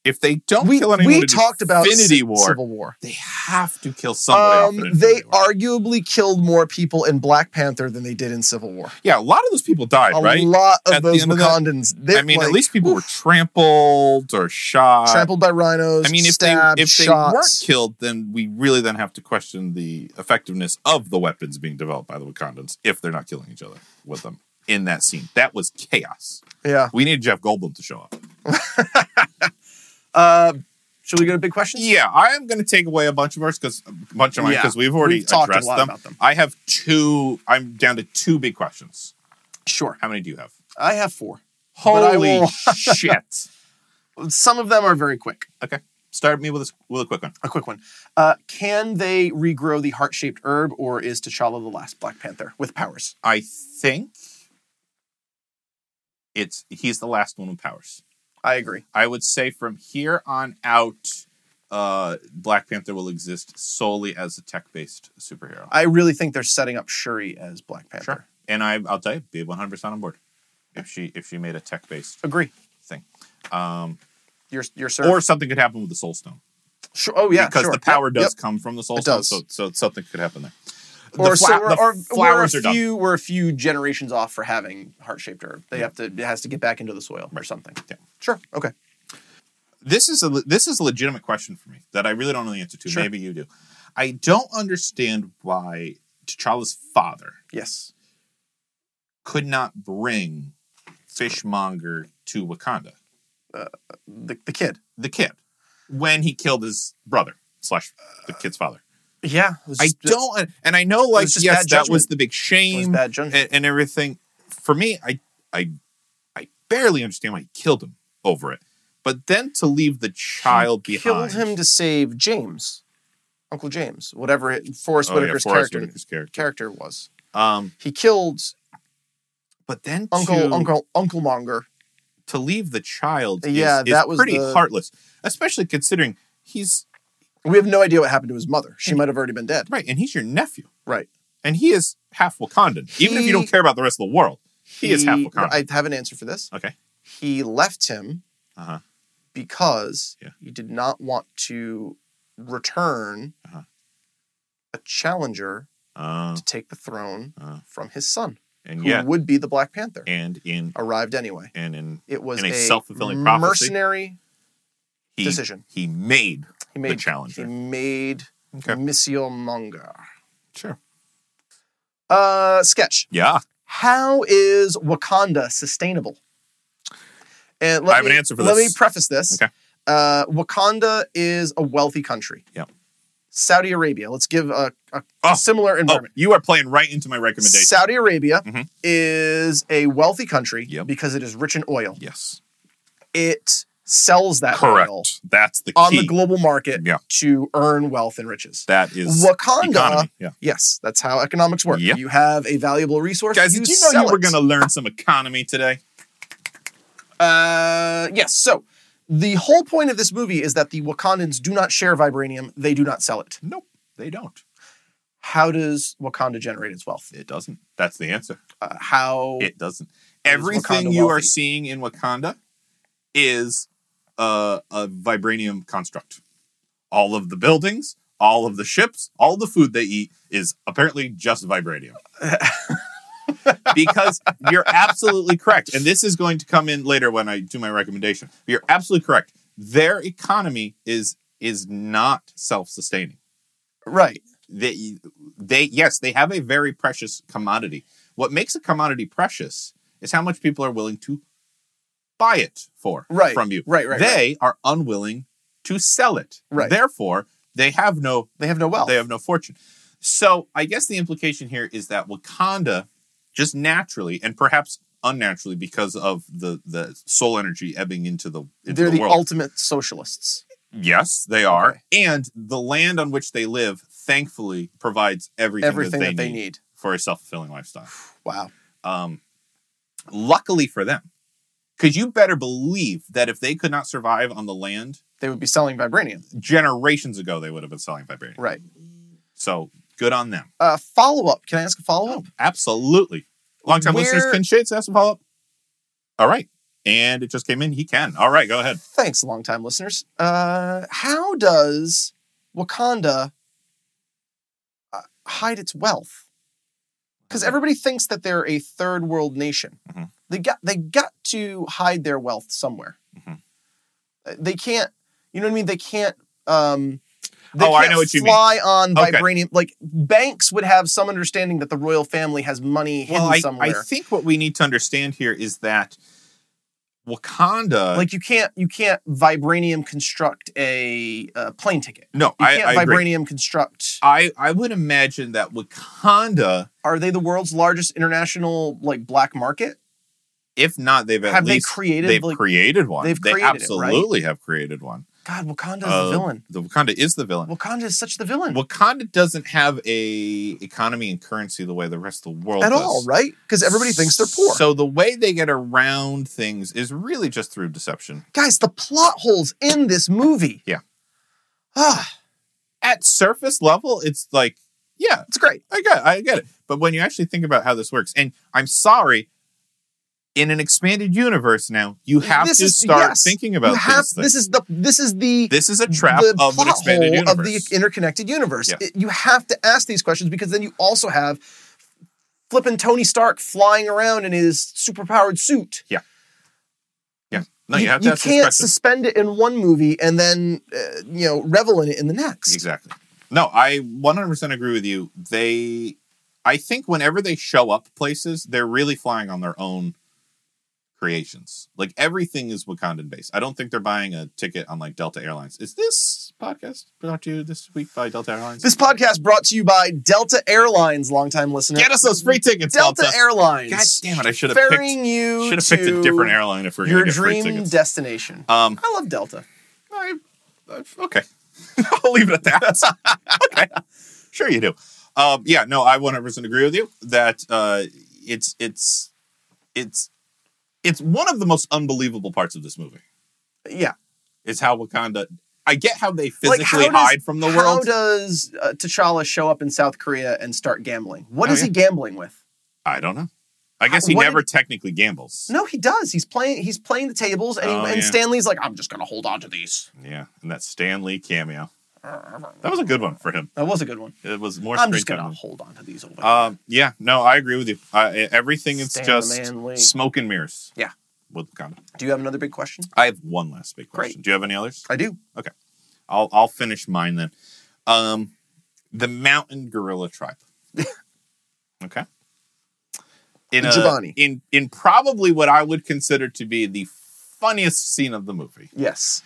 A: If they don't
E: we
A: kill anyone,
E: we
A: in
E: talked about
A: Infinity
E: Ci-
A: War.
E: Civil War.
A: they have to kill somebody. off
E: Um,
A: in Infinity
E: they
A: War.
E: arguably killed more people in Black Panther than they did in Civil War.
A: Yeah, a lot of those people died,
E: A
A: right?
E: lot of
A: At the
E: those
A: end of that-
E: Wakandans. they're
A: I mean,
E: like
A: at least people were trampled or shot.
E: trampled by rhinos.
A: I mean, if
E: stabbed,
A: they if
E: shot.
A: they weren't killed, then we really then have to question the effectiveness of the weapons being developed by the Wakandans if they're not killing each other with them in that scene. That was chaos.
E: yeah.
A: We need Jeff Goldblum to show up.
B: Uh, should we go to big questions?
A: Yeah, I am going to take away a bunch of ours because a bunch of mine
B: Yeah,
A: because we've already
B: we've talked a
A: addressed
B: lot
A: them.
B: about them.
A: I have two. I'm down to two big questions.
B: Sure.
A: How many do you have?
B: I have four. But I
A: Holy
B: will-
A: shit!
B: Some of them are very quick.
A: Start me with a, with a quick one.
B: A quick one. Uh, can they regrow the heart shaped herb, or is T'Challa the last Black Panther with powers?
A: I think it's he's the last one with powers.
B: I agree.
A: I would say from here on out, uh, Black Panther will exist solely as a tech based superhero.
B: I really think they're setting up Shuri as Black Panther.
A: Sure. And I, I'll tell you, be one hundred percent on board if she if she made a tech based
B: Agree.
A: thing. Um,
B: You're, you're
A: or something could happen with the Soul Stone
B: sure. Oh, yeah.
A: because
B: sure.
A: the power
B: Yep,
A: does
B: yep.
A: come from the Soul
E: It
A: Stone.
E: does.
A: So, so something could happen there. The fla-
B: Or, so we're,
A: the
B: or
A: flowers
B: we're
A: are
B: a
A: done.
B: few, We're a few generations off for having heart shaped herb. They have to, it has to get back into the soil or something.
A: Yeah.
B: Sure. Okay.
A: this is a this is a legitimate question for me that I really don't know the answer to.
B: Sure.
A: Maybe you do. I don't understand why T'Challa's father
B: Yes.
A: could not bring Fishmonger to Wakanda,
B: The, the kid.
A: the kid, when he killed his brother slash the kid's father.
B: Yeah. it was
A: I
B: just-
A: don't, and I know like
B: was just
A: yes,
B: bad
A: that was
B: judgment.
A: the big
B: it was
A: shame
B: bad judgment.
A: and, and everything. For me, I I I barely understand why he killed him over it. But then to leave the child behind,
B: Killed him to save James, Uncle James, whatever it, Forrest
A: Oh, yeah,
B: Whitaker's
A: Forrest
B: character
A: Whitaker's character.
B: character was.
A: Um,
B: He killed
A: but then
E: Uncle
A: to,
E: Uncle Uncle Monger.
A: to leave the child is,
E: Yeah,
A: is
E: that was
A: pretty
E: the-
A: heartless, especially considering he's
E: We have no idea what happened to his mother. She
A: Mm.
E: might have already been dead.
A: right and he's your nephew,
E: Right.
A: And he is half Wakandan, even if you don't
B: He-
A: care about the rest of the world. He is half Wakandan.
E: I have an answer for this.
A: Okay.
E: He left him
A: Uh-huh.
E: because
A: Yeah.
E: he did not want to return
A: Uh-huh.
E: a challenger
A: Uh,
E: to take the throne
A: Uh.
E: from his son,
A: and
E: who
A: yeah,
E: would be the Black Panther.
A: and in
E: Arrived anyway.
A: and in
E: It was
A: In a
E: a,
A: self-fulfilling prophecy.
E: mercenary
A: he
E: decision.
A: he made
E: He made
A: the challenger.
E: He made
A: Okay.
E: Monsieur Monger.
A: sure.
B: Uh, sketch.
A: Yeah,
B: How is Wakanda sustainable?
E: And let
A: I have
E: me,
A: an answer for
E: let
A: this.
E: me preface this.
A: Okay.
E: Uh, Wakanda is a wealthy country.
A: Yep.
E: Saudi Arabia. Let's give a, a
A: Oh.
E: similar
A: oh,
E: environment.
A: you are playing right into my recommendation.
E: Saudi Arabia
A: Mhm.
E: is a wealthy country
A: Yep.
E: because it is rich in oil.
A: yes,
E: It sells that
A: correct.
E: oil
A: That's the key.
E: on the global market
A: Yeah.
E: to earn wealth and riches.
A: that is
E: Wakanda,
A: economy. Yeah,
E: yes, that's how economics work.
A: Yep.
E: You have a valuable resource.
A: guys, did you know
E: sell
A: you were
E: it.
A: going to learn some economy today?
E: Uh, yes. So the whole point of this movie is that the Wakandans do not share vibranium; they do not sell it.
A: Nope, they don't.
E: How does Wakanda generate its wealth?
A: It doesn't. That's the answer.
E: Uh, how?
A: It doesn't.
E: is
A: Everything
E: Wakanda
A: you are
E: wealthy?
A: seeing in Wakanda is uh, a vibranium construct. All of the buildings, all of the ships, all the food they eat is apparently just vibranium. because you're absolutely correct. And this is going to come in later when I do my recommendation. You're absolutely correct. Their economy is is not self-sustaining
E: right.
A: they they yes they have a very precious commodity what makes a commodity precious is how much people are willing to buy it for
E: Right.
A: from you
E: Right. Right.
A: they
E: right.
A: are unwilling to sell it
E: Right.
A: therefore they have no
E: They have no wealth.
A: they have no fortune so i guess the implication here is that wakanda just naturally and perhaps unnaturally because of the the soul energy ebbing into the into
E: They're the,
A: world
E: ultimate socialists.
A: Yes, they are.
E: Okay.
A: And the land on which they live, thankfully, provides everything,
E: Everything that they need.
A: for a self fulfilling lifestyle.
E: Wow.
A: Um, luckily for them, Because you better believe that if they could not survive on the land
B: They would be selling vibranium.
A: generations ago, they would have been selling vibranium.
B: Right.
A: So good on them.
B: Uh, follow up. Can I ask a follow up?
A: Absolutely. Long time
B: Where-
A: listeners can shades ask a follow up. All right. And it just came in. He can. All right. Go ahead.
B: Thanks, longtime listeners. Uh, how does Wakanda uh, hide its wealth? Because
A: Mm-hmm.
B: everybody thinks that they're a third world nation.
A: Mhm.
B: They got they got to hide their wealth somewhere.
A: Mhm.
B: Uh, They can't. You know what I mean? They can't. Um, they
A: Oh, I
B: can't
A: know what you mean.
B: Fly on
A: Okay.
B: vibranium. Like banks would have some understanding that the royal family has money hidden
A: Well, I, I
B: somewhere.
A: think what we need to understand here is that Wakanda.
B: like you can't you can't vibranium construct a, uh plane ticket.
A: no,
B: You
A: I,
B: can't
A: I agree.
B: vibranium construct.
A: I, I would imagine that Wakanda,
B: Are they the world's largest international like black market?
A: if not, they've at
B: Have they
A: least
B: created
A: they've
B: like
A: created one.
B: they've
A: they
B: created it, right?
A: absolutely have created one.
B: God? Wakanda's
A: Uh,
B: the villain.
A: The Wakanda is the villain.
B: Wakanda is such the villain
A: Wakanda doesn't have a economy and currency the way the rest of the world
B: at
A: does.
B: all, right? Because everybody thinks they're poor.
A: So the way they get around things is really just through deception.
B: Guys, the plot holes in this movie.
A: Yeah.
B: ah,
A: At surface level, it's like, yeah,
B: it's great.
A: I get, I get it. But when you actually think about how this works, and I'm sorry, in an expanded universe now, you have
B: This
A: to
B: is-
A: start
B: yes.
A: thinking about
B: you have
A: these things.
B: this is the this is the
A: This is a trap
B: the
A: of an
B: plot
A: expanded
B: hole
A: universe.
B: of the interconnected universe.
A: Yeah.
B: It- you have to ask these questions because then you also have flipping Tony Stark flying around in his superpowered suit.
A: no, you, have to ask these
B: can't
A: questions.
B: suspend it in one movie and then uh, you know revel in it in the next.
A: Exactly. No, I 100% agree with you. They, I think whenever they show up places, they're really flying on their own creations. Like everything is Wakandan based. I don't think they're buying a ticket on like Delta Airlines. Is this podcast brought to you this week by Delta Airlines?
B: This podcast brought to you by Delta Airlines, longtime listener.
A: Get us those free tickets,
B: Delta,
A: Delta.
B: Airlines.
A: God damn it! I should have picked.
B: ferrying you
A: Should have picked a
B: to
A: different airline if we we're
B: your
A: going to get free
B: dream
A: tickets.
B: destination.
A: um,
B: I love Delta.
A: I, I- okay. I'll leave it at that. okay. Sure you do. Um, yeah, no, I 100% agree with you that uh, it's it's it's it's one of the most unbelievable parts of this movie
B: Yeah.
A: is how Wakanda I get how they
B: Like,
A: physically
B: how does-
A: hide from the
B: How
A: world.
B: does uh, T'Challa show up in South Korea and start gambling? What
A: Oh,
B: is he gambling with?
A: I don't know. I guess
B: How-
A: he
B: what
A: never technically gambles.
B: No, he does. He's playing. He's playing the tables, and, he-
A: Oh,
B: and
A: yeah.
B: Stanley's like, "I'm just gonna hold on to these."
A: Yeah, and that Stan Lee cameo. That
B: That
A: was a good one for him.
B: was a good one.
A: It was more
B: I'm just
A: screen time
B: gonna
A: than-
B: hold on to these over. here.
A: Um, yeah, no, I agree with you. Uh, everything is
B: Stan
A: just
B: Manley.
A: smoke and mirrors.
B: Yeah.
A: with Wakanda.
B: Do you have another big question?
A: I have one last big
B: Great.
A: question. Do you have any others?
B: I do.
A: I'll I'll finish mine then. Um, the mountain gorilla tribe. okay. In a,
B: Giovanni.
A: in in probably what I would consider to be the funniest scene of the movie.
B: Yes.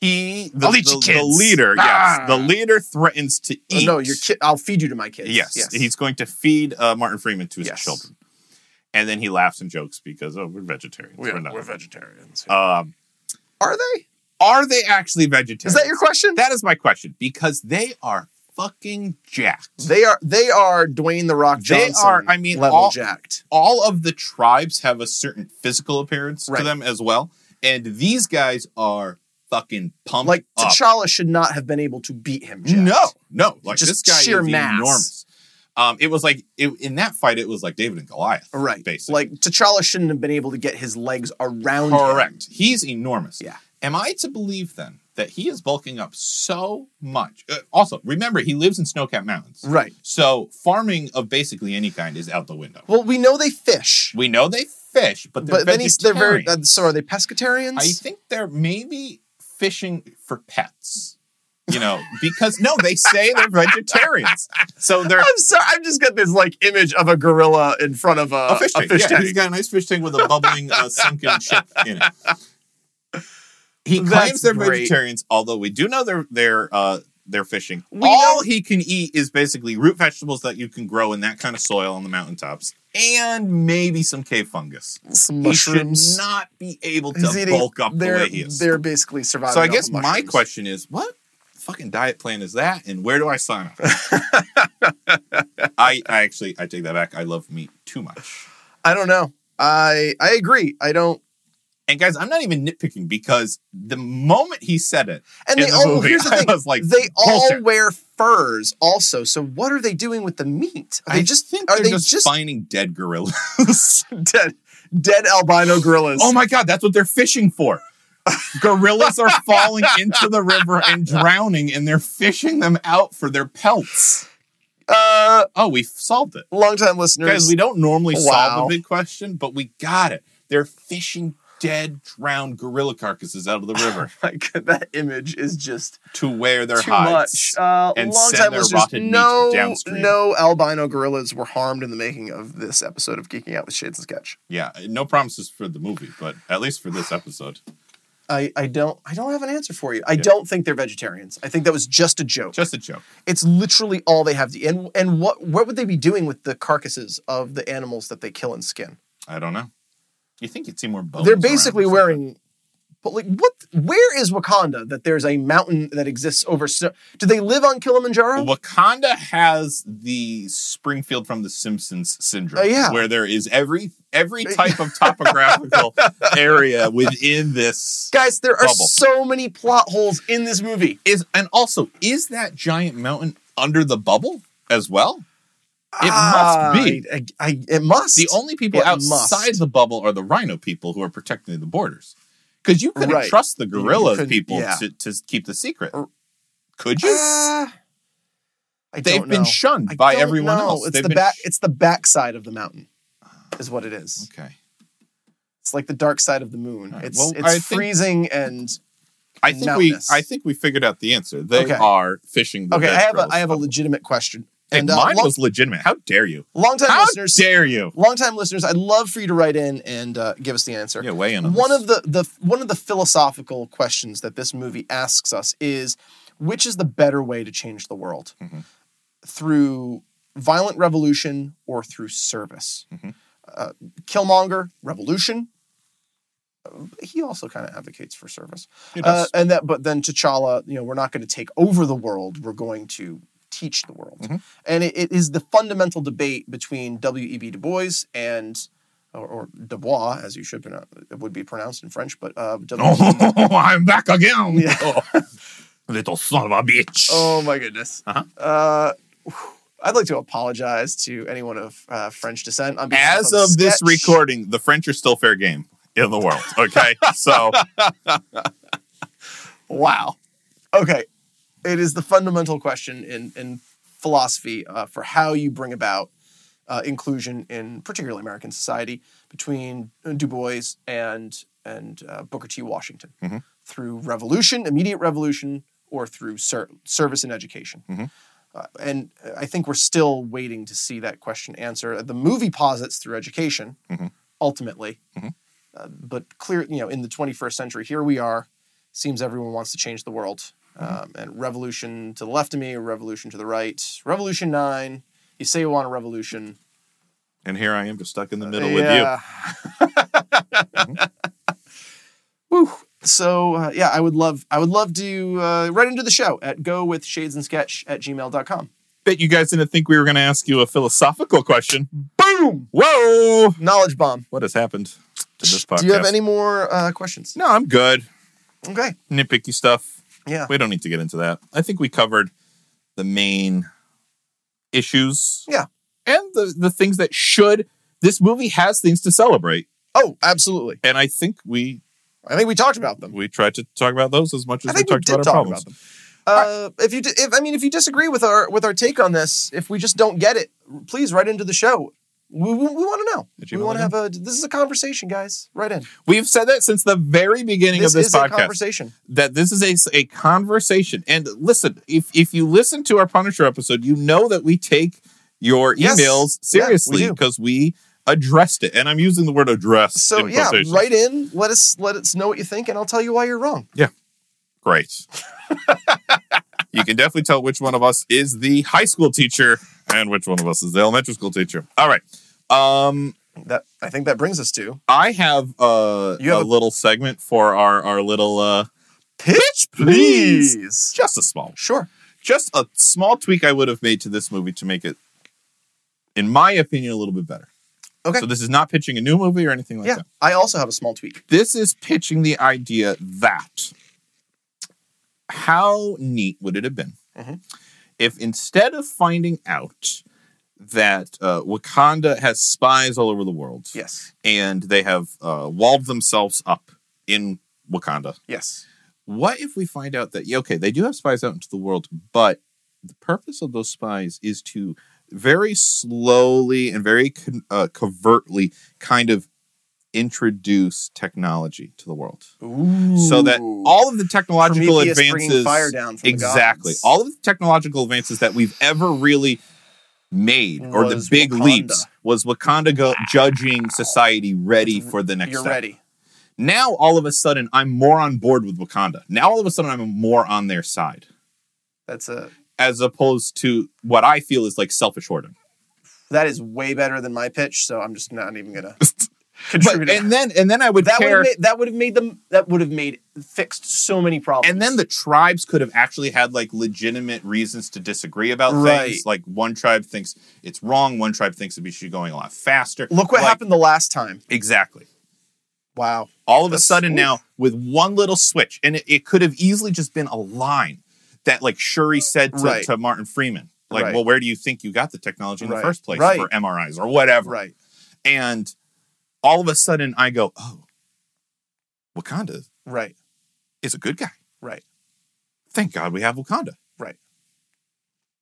A: He the,
B: I'll eat
A: the-
B: your kids.
A: the leader,
B: Ah.
A: yes, the leader threatens to
B: Oh,
A: eat.
B: no, your kid. I'll feed you to my kids.
A: Yes, he's going to feed uh, Martin Freeman to his
B: Yes.
A: children, and then he laughs and jokes because oh, we're vegetarians.
B: We are-
A: not.
B: we're vegetarians.
A: Um,
B: Are they?
A: are they actually vegetarians?
B: Is that your question?
A: That is my question because they are fucking jacked.
B: they are. They are Dwayne the Rock
A: They
B: Johnson.
A: are, I mean,
B: level
A: all-
B: jacked.
A: All of the tribes have a certain physical appearance
B: Right.
A: to them as well, and these guys are fucking pumped.
B: Like
A: up.
B: T'Challa should not have been able to beat him. Jacked.
A: no, no, like
B: Just
A: this guy
B: sheer
A: is
B: mass.
A: enormous. Um, it was like it, in that fight, it was like David and Goliath,
B: Right.
A: Basically,
B: Like T'Challa shouldn't have been able to get his legs around. him.
A: Correct. He's enormous.
B: Yeah.
A: Am I to believe then that he is bulking up so much? Uh, also, remember he lives in snow-capped mountains,
B: Right.
A: so farming of basically any kind is out the window.
B: Well, we know they fish,
A: We know they fish, but they're
B: but then he's they're very.
A: vegetarian.
B: Uh, so are they pescatarians?
A: I think they're maybe fishing for pets. You know, because no, they say they're vegetarians, so they're.
B: I'm sorry. I've just got this like image of a gorilla in front of Uh, a,
A: A fish tank. yeah, he's got a nice fish tank with a bubbling uh, sunken ship in it. He
B: That's
A: claims they're
B: great.
A: vegetarians, although we do know they're they're uh, they're fishing.
B: We
A: All
B: know-
A: he can eat is basically root vegetables that you can grow in that kind of soil on the mountaintops, and maybe some cave fungus.
B: Some
A: He
B: mushrooms.
A: should not be able to
B: He's eating-
A: bulk up the
B: they're,
A: way he is.
B: They're basically surviving.
A: So I
B: off
A: guess
B: of
A: my
B: mushrooms.
A: question is, what fucking diet plan is that, and where do I sign up? I, I actually I take that back. I love meat too much.
B: I don't know. I I agree. I don't.
A: And guys, I'm not even nitpicking because the moment he said it
B: And
A: in
B: they
A: the
B: all
A: movie,
B: here's the
A: I
B: thing.
A: was like,
B: they all
A: bullshit.
B: wear furs also. So what are they doing with the meat? Are they
A: I
B: just
A: just think
B: are
A: they're
B: they
A: just,
B: just-
A: finding dead gorillas.
B: dead dead albino gorillas?
A: oh my god, that's what they're fishing for. gorillas are falling into the river and drowning, and they're fishing them out for their pelts.
B: Uh,
A: Oh, we solved it.
B: longtime listeners.
A: Guys, we don't normally
B: Oh, Wow.
A: solve a big question, but we got it. They're fishing dead, drowned gorilla carcasses out of the river
B: like that image is just
A: to where they're
B: too
A: hides.
B: much. Uh,
A: and
B: long
A: send
B: time
A: their
B: listeners,
A: rotted meat
B: no,
A: downstream.
B: no albino gorillas were harmed in the making of this episode of Geeking Out with Shades and Sketch.
A: Yeah, no promises for the movie, but at least for this episode,
B: I, I don't I don't have an answer for you. I
A: Yeah.
B: don't think they're vegetarians. I think that was just a joke.
A: just a joke.
B: it's literally all they have to and and what what would they be doing with the carcasses of the animals that they kill and skin?
A: I don't know. You think you'd see more bones?
B: They're
A: around or
B: basically
A: something.
B: wearing but like what where is Wakanda that there's a mountain that exists over snow? Do they live on Kilimanjaro?
A: Wakanda has the Springfield from The Simpsons syndrome,
B: Oh, yeah.
A: where there is every every type of topographical area within this.
B: Guys, there are
A: Bubble.
B: so many plot holes in this movie.
A: Is and also is that giant mountain under the bubble as well? It must be.
B: I, I, I- it must.
A: The only people
B: It must.
A: outside the bubble are the Rhino people who are protecting the borders, because you couldn't
B: Right.
A: trust the gorilla
B: couldn't-
A: people
B: yeah.
A: to, to keep the secret.
B: Or-
A: Could you?
B: Ah, I
A: They've
B: don't
A: been
B: know.
A: shunned
B: I
A: by
B: don't
A: everyone
B: know.
A: else.
B: It's
A: They've
B: the
A: been
B: back.
A: sh- Ah.
B: It's the back side of the mountain, is what it is.
A: okay.
B: It's like the dark side of the moon.
A: All right.
B: It's
A: Well,
B: it's
A: I think-
B: freezing and
A: I think
B: mountainous.
A: we I think we figured out the answer. They
B: Okay.
A: are fishing. The
B: okay. I
A: dead
B: have a
A: girls.
B: I have a legitimate question.
A: Hey,
B: And uh,
A: mine
B: long,
A: was legitimate. How dare you?
B: long-time
A: How
B: listeners,
A: dare you?
B: long-time listeners, I'd love for you to write in and uh, give us the answer.
A: Yeah, weigh in on
B: one
A: this.
B: of the the one of the philosophical questions that this movie asks us is which is the better way to change the world
A: Mhm.
B: through violent revolution or through service
A: Mhm.
B: Uh, killmonger revolution Uh, he also kind of advocates for service
A: You know,
B: Uh, and that but then t'challa you know we're not going to take over the world we're going to teach the world
A: Mhm.
B: and it, it is the fundamental debate between w.e.b du bois and or, or Du Bois, as you should pronounce, it would be pronounced in French, but uh, W-
A: oh, I'm back again.
B: Yeah.
A: Oh, little son of a bitch.
B: oh my goodness.
A: Uh-huh.
B: Uh, I'd like to apologize to anyone of uh, French descent. On behalf
A: As of this
B: Sketch.
A: recording, the French are still fair game in the world. Okay, so
B: wow. Okay, it is the fundamental question in in philosophy uh, for how you bring about uh, inclusion in particularly American society between uh, Du Bois and and uh, Booker T. Washington
A: Mhm.
B: through revolution, immediate revolution, or through ser- service and education.
A: Mhm.
B: Uh, and I think we're still waiting to see that question answered. The movie posits through education,
A: Mhm.
B: ultimately,
A: Mhm.
B: Uh, but clear, you know, in the 21st century, here we are. Seems everyone wants to change the world.
A: Mm-hmm.
B: Um, and revolution to the left of me, revolution to the right, revolution nine. You say you want a revolution,
A: and here I am, just stuck in the
B: uh,
A: middle
B: yeah. Whew. So uh, yeah, I would love I would love to uh, write into the show at go with shades and sketch at gmail.com.
A: with you. Bet you guys didn't think we were going to ask you a philosophical question.
B: Boom!
A: Whoa!
B: Knowledge bomb.
A: What has happened to this podcast?
B: Do you have any more uh, questions?
A: No, I'm good.
B: Okay.
A: Nitpicky stuff.
B: Yeah.
A: we don't need to get into that. I think we covered the main issues.
B: Yeah.
A: And the, the things that should this movie has things to celebrate.
B: Oh, absolutely.
A: And I think we
B: I think we talked about them.
A: we tried to talk about those as much as
B: I
A: we
B: think we
A: talked
B: did
A: about our
B: talk
A: problems.
B: about them. Uh, if you, di- if I mean, if you disagree with our with our take on this, if we just don't get it, please write into the show. We, we, want to know.
A: At
B: We want
A: gmail.com?
B: to have a. This is a conversation, guys. Write in.
A: We've said that since the very beginning
B: This,
A: of this
B: is a
A: podcast
B: conversation.
A: that this is a, a conversation. And listen, if if you listen to our Punisher episode, you know that we take your
B: Yes.
A: emails
B: Yeah, we
A: seriously
B: do.
A: because we addressed it. And I'm using the word address.
B: So
A: in
B: yeah,
A: quotations.
B: write in. Let us let us know what you think, and I'll tell you why you're wrong.
A: great. you can definitely tell which one of us is the high school teacher and which one of us is the elementary school teacher. All right. Um,
B: That I think that brings us to
A: I have, uh,
B: You have
A: a
B: a-
A: little segment for our our little uh,
B: pitch,
A: please. just a small,
B: Sure.
A: just a small tweak I would have made to this movie to make it, in my opinion, a little bit better.
B: Okay.
A: So this is not pitching a new movie or anything like
B: yeah,
A: that.
B: I also have a small tweak.
A: This is pitching the idea that how neat would it have been
B: Mhm.
A: if instead of finding out that uh, Wakanda has spies all over the world
B: Yes.
A: and they have uh, walled themselves up in Wakanda,
B: Yes.
A: what if we find out that yeah, okay they do have spies out into the world but the purpose of those spies is to very slowly and very con- uh, covertly kind of introduce technology to the world
B: Ooh.
A: so that all of the technological
B: Prometheus bringing
A: advances
B: fire down from the
A: exactly
B: gods.
A: all of the technological advances that we've ever really made or the
B: Was
A: big
B: Wakanda.
A: leaps was wakanda go- judging society ready for the next
B: You're
A: step
B: ready.
A: now all of a sudden I'm more on board with Wakanda. Now all of a sudden I'm more on their side
B: That's a
A: as opposed to what I feel is like selfish hoarding.
B: that is way better than my pitch, so I'm just not even gonna
A: But,
B: contribute. it.
A: and then and then I would
B: that would
A: care
B: have made, that would have made them that would have made fixed so many problems.
A: and then the tribes could have actually had like legitimate reasons to disagree about
B: Right.
A: things. Like one tribe thinks it's wrong, one tribe thinks it should be going a lot faster.
B: look what
A: Like,
B: happened the last time.
A: Exactly.
B: Wow.
A: All of a
B: That's-
A: sudden
B: oof.
A: now with one little switch, and it, it could have easily just been a line that like Shuri said to,
B: Right.
A: to Martin Freeman. Like,
B: Right.
A: well, where do you think you got the technology in
B: Right.
A: the first place
B: Right.
A: for MRIs or whatever?
B: Right.
A: And all of a sudden I go, oh, Wakanda
B: Right.
A: is a good guy.
B: Right.
A: Thank God we have Wakanda.
B: Right.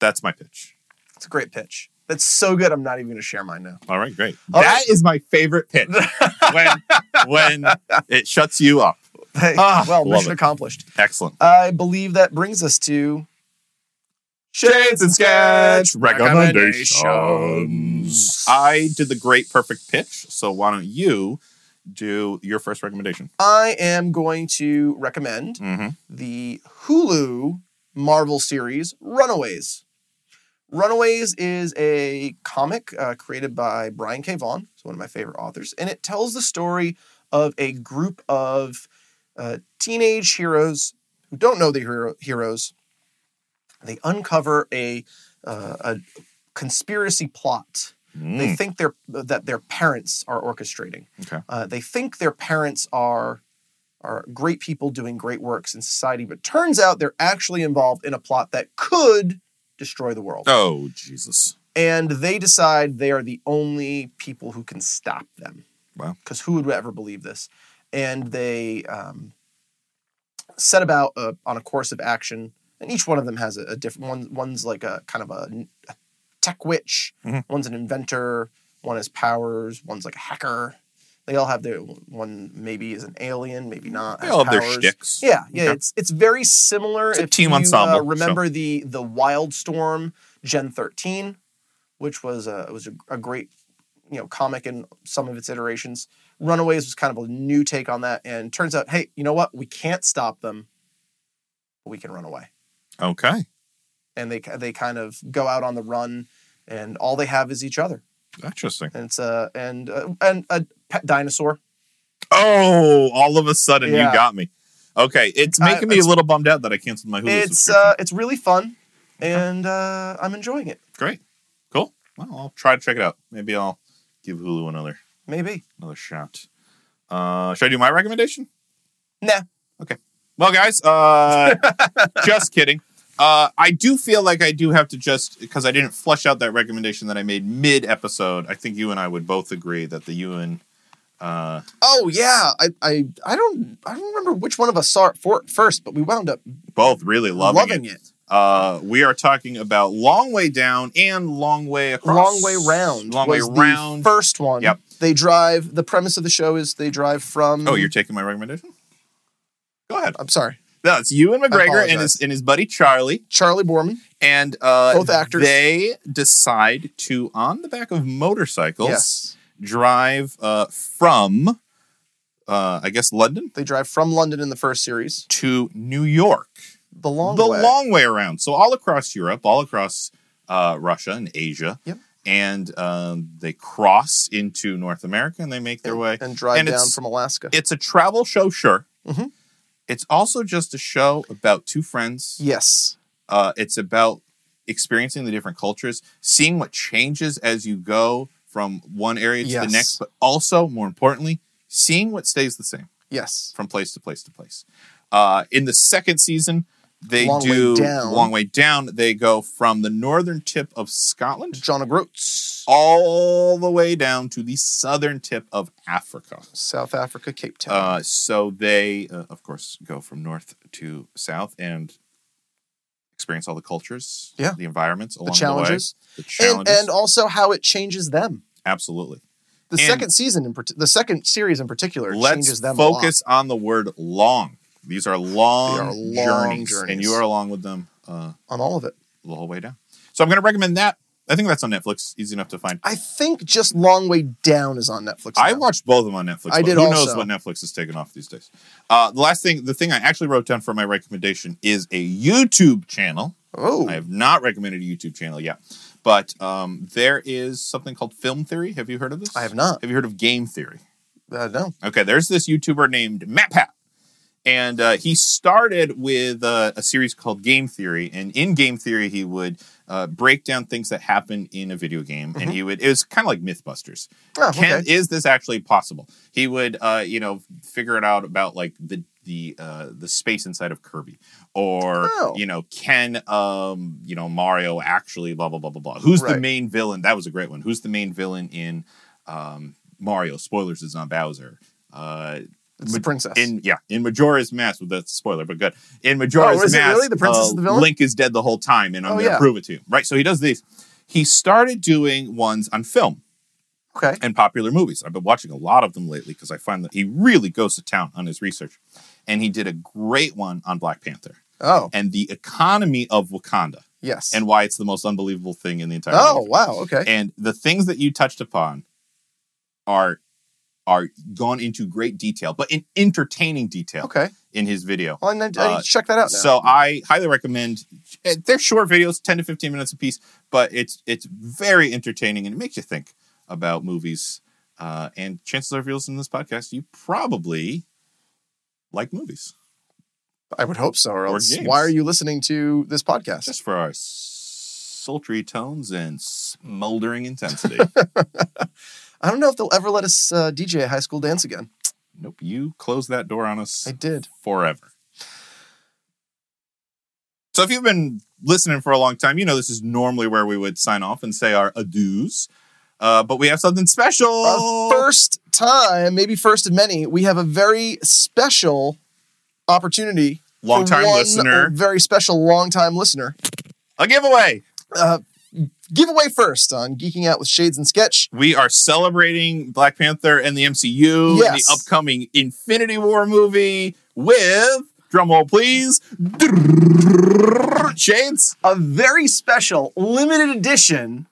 A: That's my pitch.
B: It's a great pitch. That's so good. I'm not even gonna share mine now.
A: All right, great. That
B: All
A: is my favorite pitch. when when it shuts you up.
B: Hey,
A: Ah,
B: well,
A: love
B: mission
A: it.
B: accomplished.
A: Excellent.
B: I believe that brings us to
A: Shades and Sketch
B: recommendations.
A: recommendations. I did the great perfect pitch, so why don't you do your first recommendation?
B: I am going to recommend
A: Mm-hmm.
B: the Hulu Marvel series Runaways. Runaways is a comic uh, created by Brian K. Vaughan, who's one of my favorite authors, and it tells the story of a group of uh, teenage heroes who don't know the hero- heroes. They uncover a, uh, a conspiracy plot
A: Mm.
B: they think their that their parents are orchestrating.
A: Okay.
B: Uh, they think their parents are are great people doing great works in society, but turns out they're actually involved in a plot that could destroy the world.
A: Oh Jesus!
B: And they decide they are the only people who can stop them.
A: Wow.
B: Because who would ever believe this? And they um, set about uh, on a course of action, and each one of them has a, a different one. One's like a kind of a, a tech witch.
A: Mhm.
B: One's an inventor. One has powers. One's like a hacker. They all have their one. Maybe is an alien. Maybe not.
A: They
B: has
A: all have their
B: powers.
A: shticks.
B: Yeah, yeah,
A: Okay.
B: it's it's very similar.
A: It's a
B: if
A: team
B: you,
A: ensemble,
B: Uh, remember the the Wildstorm Gen thirteen, which was a was a, a great you know comic in some of its iterations. Runaways was kind of a new take on that, and turns out, hey, you know what? We can't stop them, but we can run away.
A: Okay.
B: And they they kind of go out on the run, and all they have is each other.
A: Interesting.
B: And it's a and uh, and a pet dinosaur.
A: Oh, all of a sudden
B: Yeah.
A: you got me. Okay, it's
B: I-
A: making me a
B: it's-
A: little bummed out that I canceled my Hulu
B: It's
A: subscription.
B: uh, it's really fun, and uh, I'm enjoying it.
A: Great, cool. Well, I'll try to check it out. Maybe I'll give Hulu another
B: Maybe.
A: another shot. Uh, should I do my recommendation?
B: Nah.
A: Okay. Well, guys, uh, just kidding. Uh, I do feel like I do have to just because I didn't flush out that recommendation that I made mid episode. I think you and I would both agree that the UN. Uh,
B: Oh yeah, I, I I don't I don't remember which one of us saw it for, first, but we wound up
A: both really loving,
B: loving,
A: it.
B: it.
A: Uh, we are talking about Long Way Down and Long Way Across.
B: Long way round.
A: Long Way
B: was the
A: Round.
B: first one.
A: Yep.
B: They drive. The premise of the show is they drive from.
A: oh, you're taking my recommendation? Go ahead.
B: I'm sorry,
A: No, it's Ewan McGregor and
B: apologize.
A: his, and his buddy Charlie.
B: Charlie Borman.
A: And uh,
B: Both actors.
A: They decide to, on the back of motorcycles, drive uh, from, uh, I guess, London
B: They drive from London in the first series.
A: to New York.
B: The long
A: the
B: way.
A: long way around. So all across Europe, all across uh, Russia and Asia,
B: Yep.
A: and um, they cross into North America and they make their way.
B: and drive
A: And
B: down
A: it's-
B: from Alaska.
A: It's a travel show, sure.
B: Mhm.
A: It's also just a show about two friends.
B: yes.
A: Uh, it's about experiencing the different cultures, seeing what changes as you go from one area to
B: Yes.
A: the next, but also more importantly, seeing what stays the same
B: Yes.
A: from place to place to place. Uh, in the second season, they
B: Long Way
A: do
B: Down.
A: long way down. They go from the northern tip of Scotland
B: John O'Groats,
A: all the way down to the southern tip of Africa.
B: South Africa, Cape Town.
A: Uh, so they, uh, of course, go from north to south and experience all the cultures,
B: Yeah.
A: the environments along
B: the
A: the,
B: challenges,
A: way, the
B: and,
A: challenges,
B: and also how it changes them.
A: absolutely.
B: The
A: And-
B: second season, in part- the second series in particular,
A: Let's
B: changes them. a lot.
A: focus on the word "long." These are long,
B: long
A: journeys, and
B: journeys.
A: you are along with them uh,
B: on all of it.
A: the whole way down. So I'm going to recommend that. I think that's on Netflix, easy enough to find.
B: I think just Long Way Down is on Netflix.
A: I
B: now.
A: watched both of them on Netflix.
B: I
A: but
B: did
A: Who knows
B: also.
A: what Netflix has taken off these days? Uh, the last thing, the thing I actually wrote down for my recommendation is a YouTube channel.
B: Oh,
A: I have not recommended a YouTube channel yet, but um, there is something called Film Theory. Have you heard of this?
B: I have not.
A: Have you heard of Game Theory?
B: Uh, no.
A: Okay, there's this YouTuber named Matt Pat, and uh, he started with uh, a series called Game Theory, and in Game Theory, he would uh, break down things that happen in a video game,
B: Mm-hmm.
A: and he would it was kind of like MythBusters.
B: Oh,
A: Can
B: okay.
A: is this actually possible? He would uh, you know figure it out about like the the uh, the space inside of Kirby, or
B: Oh.
A: you know can um you know Mario actually blah blah blah blah blah. Who's the
B: Right.
A: main villain? That was a great one. Who's the main villain in um, Mario? Spoilers is on Bowser. Uh,
B: It's the princess.
A: in yeah, in Majora's Mask, well, that's a spoiler, but good. In Majora's
B: Oh, is it
A: Mask,
B: really? The princess
A: uh,
B: is the villain?
A: Link is dead the whole time, and I'm
B: Oh,
A: going to
B: yeah.
A: prove it to you, right? So he does these. He started doing ones on film
B: okay.
A: and popular movies. I've been watching a lot of them lately because I find that he really goes to town on his research, and he did a great one on Black Panther
B: Oh,
A: and the economy of Wakanda
B: yes.
A: and why it's the most unbelievable thing in the entire.
B: oh,
A: world.
B: wow. Okay.
A: and the things that you touched upon are are gone into great detail, but in entertaining detail
B: Okay.
A: in his video.
B: Well, I need, I need
A: Uh,
B: to check that out. Now.
A: So I highly recommend. eh, They're short videos, ten to fifteen minutes a piece, but it's it's very entertaining and it makes you think about movies. Uh, and chances are, if you're listening to this podcast, you probably like movies.
B: I would hope so, or
A: Or
B: else
A: games.
B: why are you listening to this podcast?
A: Just for our s- sultry tones and smoldering intensity.
B: I don't know if they'll ever let us uh, DJ a high school dance again.
A: nope, you closed that door on us
B: I did.
A: forever. So if you've been listening for a long time, you know this is normally where we would sign off and say our adieus. Uh, but we have something special.
B: Our Uh, first time, maybe first of many, we have a very special opportunity. for
A: Long-time
B: one
A: listener.
B: Very special long-time listener.
A: a giveaway.
B: Uh, giveaway first on Geeking Out with Shades and Sketch.
A: We are celebrating Black Panther and the MCU and the
B: Yes.
A: upcoming Infinity War movie with drumroll please. Shades.
B: a very special limited edition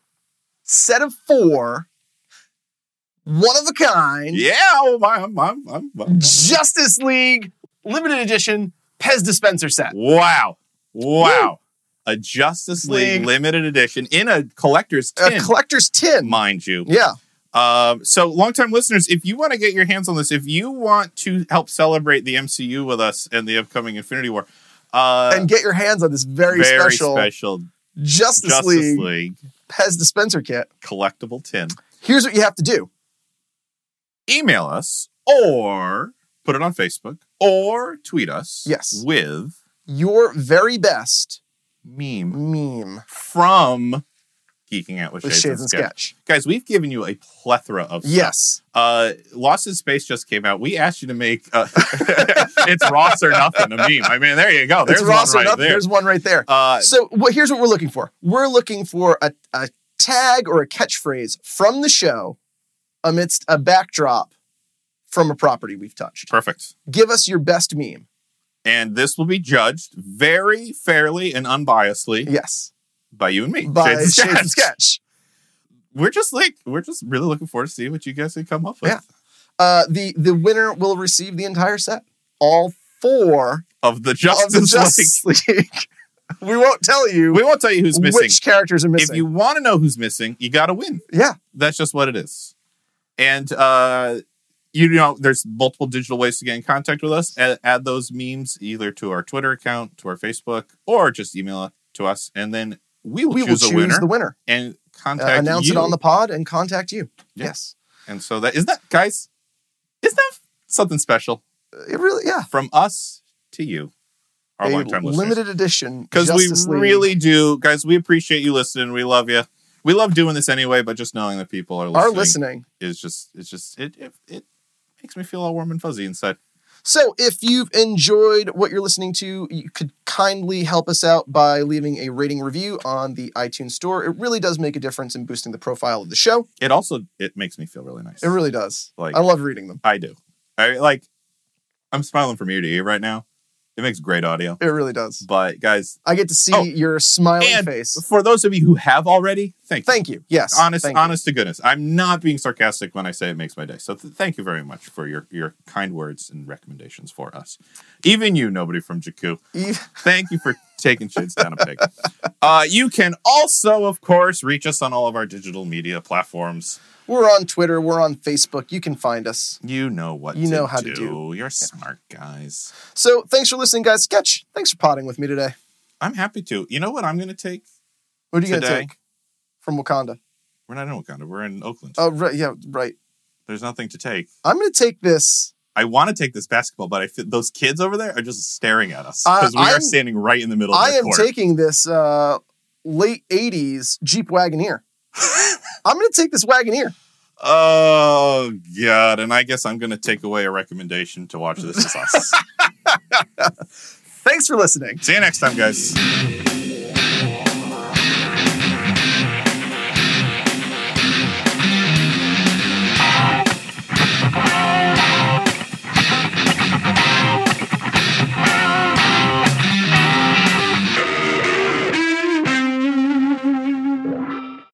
B: set of four, one of a kind
A: Yeah, oh my, I'm, I'm, I'm, I'm-
B: Justice League limited edition Pez dispenser set.
A: Wow. Wow. A Justice League,
B: League.
A: limited edition in a collector's tin,
B: A collector's tin.
A: mind you.
B: yeah.
A: Um, so, longtime listeners, if you want to get your hands on this, if you want to help celebrate the MCU with us and the upcoming Infinity War, uh,
B: and get your hands on this very,
A: very
B: special, Justice,
A: Justice
B: League,
A: League
B: Pez dispenser kit.
A: collectible tin,
B: Here's what you have to do.
A: email us or put it on Facebook or tweet us
B: Yes.
A: with
B: Your very best
A: meme
B: meme
A: from Geeking Out with,
B: with
A: Shades,
B: Shades and
A: Sketch.
B: Sketch.
A: Guys, we've given you a plethora of stuff.
B: Yes.
A: Uh, Lost in Space just came out. We asked you to make uh, it's Ross or nothing a meme. I mean, there you go. Oh, There's
B: It's Ross or
A: one right
B: nothing.
A: there.
B: There's one right there.
A: Uh,
B: so what, here's what we're looking for we're looking for a, a tag or a catchphrase from the show amidst a backdrop from a property we've touched
A: perfect.
B: give us your best meme
A: And this will be judged very fairly and unbiasedly
B: yes
A: by you and me.
B: by
A: Shades and
B: Shades and
A: Sketch.
B: sketch
A: We're just like we're just really looking forward to see what you guys can come up with
B: Yeah. uh, the the winner will receive the entire set all four
A: of the
B: of the
A: Justice
B: justice league we won't tell
A: League.
B: you
A: We won't tell you who's missing.
B: which characters are missing
A: If you want to know who's missing, you got to win.
B: yeah
A: that's just what it is. And uh, you know, there's multiple digital ways to get in contact with us. Add, add those memes either to our Twitter account, to our Facebook, or just email it to us, and then we will
B: we will
A: choose
B: choose
A: a winner
B: the winner
A: and
B: Uh,
A: contact
B: announce
A: you.
B: it on the pod and contact you.
A: Yeah.
B: Yes.
A: and so that is that guys is that something special
B: Uh, It really, yeah.
A: from us to you our
B: a
A: longtime listeners
B: limited edition.
A: because
B: Justice
A: we
B: League.
A: really do guys we appreciate you listening we love you we love doing this anyway but just knowing that people are listening,
B: are listening.
A: is just it's just it, it it makes me feel all warm and fuzzy inside
B: So if you've enjoyed what you're listening to, you could kindly help us out by leaving a rating review on the iTunes store. It really does make a difference in boosting the profile of the show.
A: it also it makes me feel really nice
B: It really does.
A: Like-
B: I love reading them.
A: i do i like i'm smiling from ear to ear right now it makes great audio
B: It really does.
A: but guys
B: I get to see
A: Oh,
B: your smiling
A: and-
B: face.
A: for those of you who have already thank you
B: Thank you. Yes.
A: honest
B: Thank you.
A: honest to goodness i'm not being sarcastic when i say it makes my day so th- thank you very much for your your kind words and recommendations for us even you nobody from jaku
B: E-
A: thank you for taking shades down a peg uh, you can also of course reach us on all of our digital media platforms
B: We're on Twitter. We're on Facebook. You can find us.
A: you know what
B: You
A: to
B: know how
A: do.
B: to do.
A: you're smart guys
B: So thanks for listening, guys. Sketch, thanks for potting with me today.
A: i'm happy to you know what i'm gonna take
B: What are you going to
A: Today.
B: take from Wakanda?
A: we're not in wakanda we're in oakland
B: Oh, right. Yeah, right.
A: there's nothing to take
B: I'm going to take this.
A: I want to take this basketball, but I feel those kids over there are just staring at us
B: Uh,
A: because we are
B: I'm-
A: standing right in the middle. Of
B: I
A: their
B: am
A: court.
B: taking this uh, late '80s Jeep Wagoneer. I'm going to take this Wagoneer.
A: Oh God! And I guess I'm going to take away a recommendation to watch This Is Us.
B: Thanks for listening.
A: See you next time, guys.